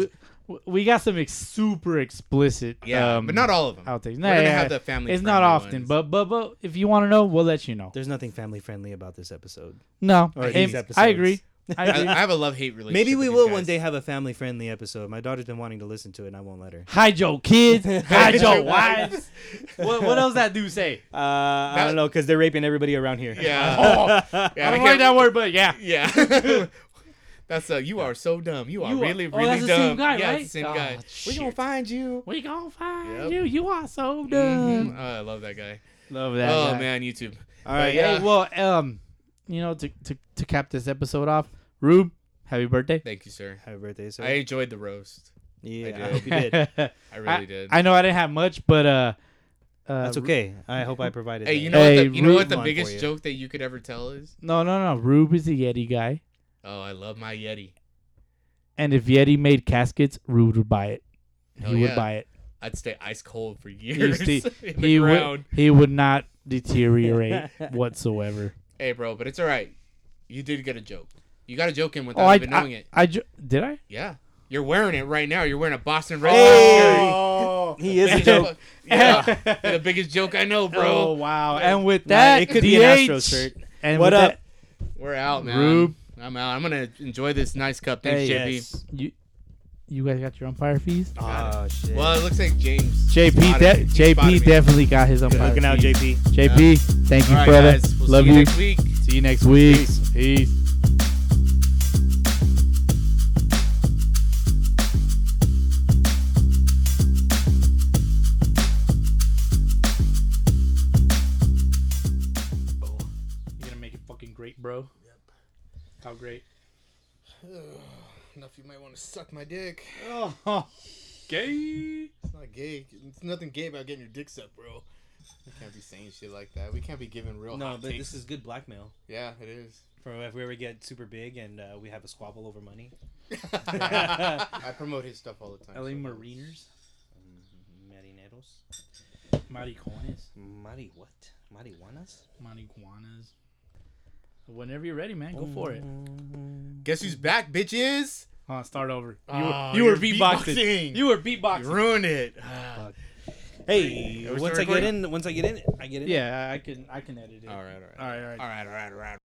Speaker 3: we, we- we got some ex- super explicit.
Speaker 2: Yeah,
Speaker 3: um,
Speaker 2: but not all of them.
Speaker 3: outtakes.
Speaker 2: We're
Speaker 3: No,
Speaker 2: gonna
Speaker 3: yeah,
Speaker 2: have the family.
Speaker 3: It's not
Speaker 2: friendly
Speaker 3: often,
Speaker 2: ones.
Speaker 3: but but but if you want to know, we'll let you know.
Speaker 1: There's nothing family friendly about this episode.
Speaker 3: No,
Speaker 1: Or
Speaker 3: Hey,
Speaker 1: these
Speaker 3: I
Speaker 1: episodes.
Speaker 3: agree.
Speaker 2: I,
Speaker 3: I agree.
Speaker 2: I have a love hate relationship.
Speaker 1: Maybe we
Speaker 2: with
Speaker 1: will
Speaker 2: these
Speaker 1: one
Speaker 2: guys.
Speaker 1: day have a family friendly episode. My daughter's been wanting to listen to it, and I won't let her.
Speaker 3: Hide your kids. Hide your wives. what what else that dude say?
Speaker 1: Uh, I
Speaker 2: That-
Speaker 1: don't know because they're raping everybody around here.
Speaker 2: Yeah.
Speaker 3: Oh,
Speaker 2: yeah
Speaker 3: I
Speaker 2: we
Speaker 3: don't like
Speaker 2: can't-
Speaker 3: that word, but yeah.
Speaker 2: Yeah. That's That's uh, you are so dumb. You are
Speaker 3: You are-
Speaker 2: really,
Speaker 3: oh,
Speaker 2: really
Speaker 3: that's the
Speaker 2: dumb.
Speaker 3: same guy,
Speaker 2: yeah,
Speaker 3: right?
Speaker 2: it's the same
Speaker 3: Ah,
Speaker 2: guy. We gonna
Speaker 3: shit.
Speaker 2: find you.
Speaker 3: We gonna find
Speaker 2: Yep.
Speaker 3: you. You are so dumb.
Speaker 2: Mhm. Oh, I love that guy.
Speaker 3: Love Mm-hmm. that.
Speaker 2: oh
Speaker 3: guy.
Speaker 2: man, YouTube.
Speaker 3: All right.
Speaker 2: yeah.
Speaker 3: Hey, well, um, you know, to, to to cap this episode off, Rube, happy birthday.
Speaker 2: Thank you, sir.
Speaker 1: Happy birthday, sir.
Speaker 2: I enjoyed the roast.
Speaker 1: yeah,
Speaker 2: did.
Speaker 1: I hope you did.
Speaker 2: I really did.
Speaker 3: I know I didn't have much, but uh, uh
Speaker 1: That's okay. I hope I provided.
Speaker 2: hey,
Speaker 1: that.
Speaker 2: you know
Speaker 3: Hey,
Speaker 2: what? The, you know
Speaker 3: Rube-
Speaker 2: what the
Speaker 1: One for
Speaker 2: biggest
Speaker 1: you.
Speaker 2: joke that you could ever tell is?
Speaker 3: No, no, no. Rube is a Yeti guy,
Speaker 2: Oh, I love my Yeti.
Speaker 3: and if Yeti made caskets, Rube would buy it.
Speaker 2: Hell
Speaker 3: he
Speaker 2: Oh, yeah.
Speaker 3: would buy it.
Speaker 2: I'd stay ice cold for years.
Speaker 3: used to-
Speaker 2: in the
Speaker 3: He
Speaker 2: ground.
Speaker 3: would. He would not deteriorate whatsoever.
Speaker 2: Hey, bro, but it's all right. You did get a joke. You got a joke in without
Speaker 3: Oh, I,
Speaker 2: even knowing
Speaker 3: I,
Speaker 2: it.
Speaker 3: I ju- did I?
Speaker 2: Yeah. You're wearing it right now. You're wearing a Boston Red Sox shirt.
Speaker 1: Oh, he is a joke.
Speaker 2: Yeah. You're the biggest joke I know,
Speaker 3: Oh
Speaker 2: bro.
Speaker 3: wow! And with
Speaker 1: Nah,
Speaker 3: that,
Speaker 1: it could be an
Speaker 3: DH.
Speaker 1: Astros shirt.
Speaker 3: And
Speaker 1: What
Speaker 3: with
Speaker 1: up?
Speaker 2: We're out, man.
Speaker 3: Rube.
Speaker 2: I'm out. I'm going to enjoy this nice cup. Thanks,
Speaker 3: Hey,
Speaker 2: JP.
Speaker 1: Yes.
Speaker 3: That, you, you guys got your umpire fees?
Speaker 1: Oh shit.
Speaker 2: Well, it looks like James.
Speaker 3: JP,
Speaker 2: spotted
Speaker 3: de-
Speaker 2: me. He spotted
Speaker 3: JP
Speaker 2: me.
Speaker 3: definitely got his umpire.
Speaker 1: looking out,
Speaker 3: fees.
Speaker 1: JP.
Speaker 3: JP, thank you,
Speaker 2: All right,
Speaker 3: brother.
Speaker 2: guys. We'll
Speaker 3: Love
Speaker 2: see you,
Speaker 3: you.
Speaker 2: next week.
Speaker 3: See you next week. Peace. You're gonna make it fucking great, bro. How great?
Speaker 2: Enough, you might want to suck my dick.
Speaker 3: Oh, gay.
Speaker 2: It's not gay. It's nothing gay about getting your dick sucked, bro. We can't be saying shit like that. We can't be giving real.
Speaker 1: No,
Speaker 2: hot
Speaker 1: but
Speaker 2: takes.
Speaker 1: this is good blackmail.
Speaker 2: Yeah, it is.
Speaker 1: For if we ever get super big and uh, we have a squabble over money.
Speaker 2: I promote his stuff all the time.
Speaker 3: LA
Speaker 2: so-
Speaker 3: Mariners,
Speaker 1: Mm-hmm. Marineros.
Speaker 3: maricones,
Speaker 1: Mari what? Marijuanas?
Speaker 3: marijuanas. Whenever you're ready, man, go for it.
Speaker 1: Mm-hmm.
Speaker 2: Guess who's back, bitches?
Speaker 3: Hold on, start over. You,
Speaker 2: Oh,
Speaker 3: were, you
Speaker 2: you're
Speaker 3: were beatboxing.
Speaker 2: beatboxing.
Speaker 3: You were
Speaker 2: You
Speaker 3: beatboxing.
Speaker 2: ruined it.
Speaker 1: Hey,
Speaker 2: Are we still
Speaker 1: once I get
Speaker 2: recording?
Speaker 1: in, once I get in, I get in.
Speaker 3: yeah, I I can I can edit it.
Speaker 2: All right, all right.
Speaker 3: All right, all right.
Speaker 2: All right, all right, all right.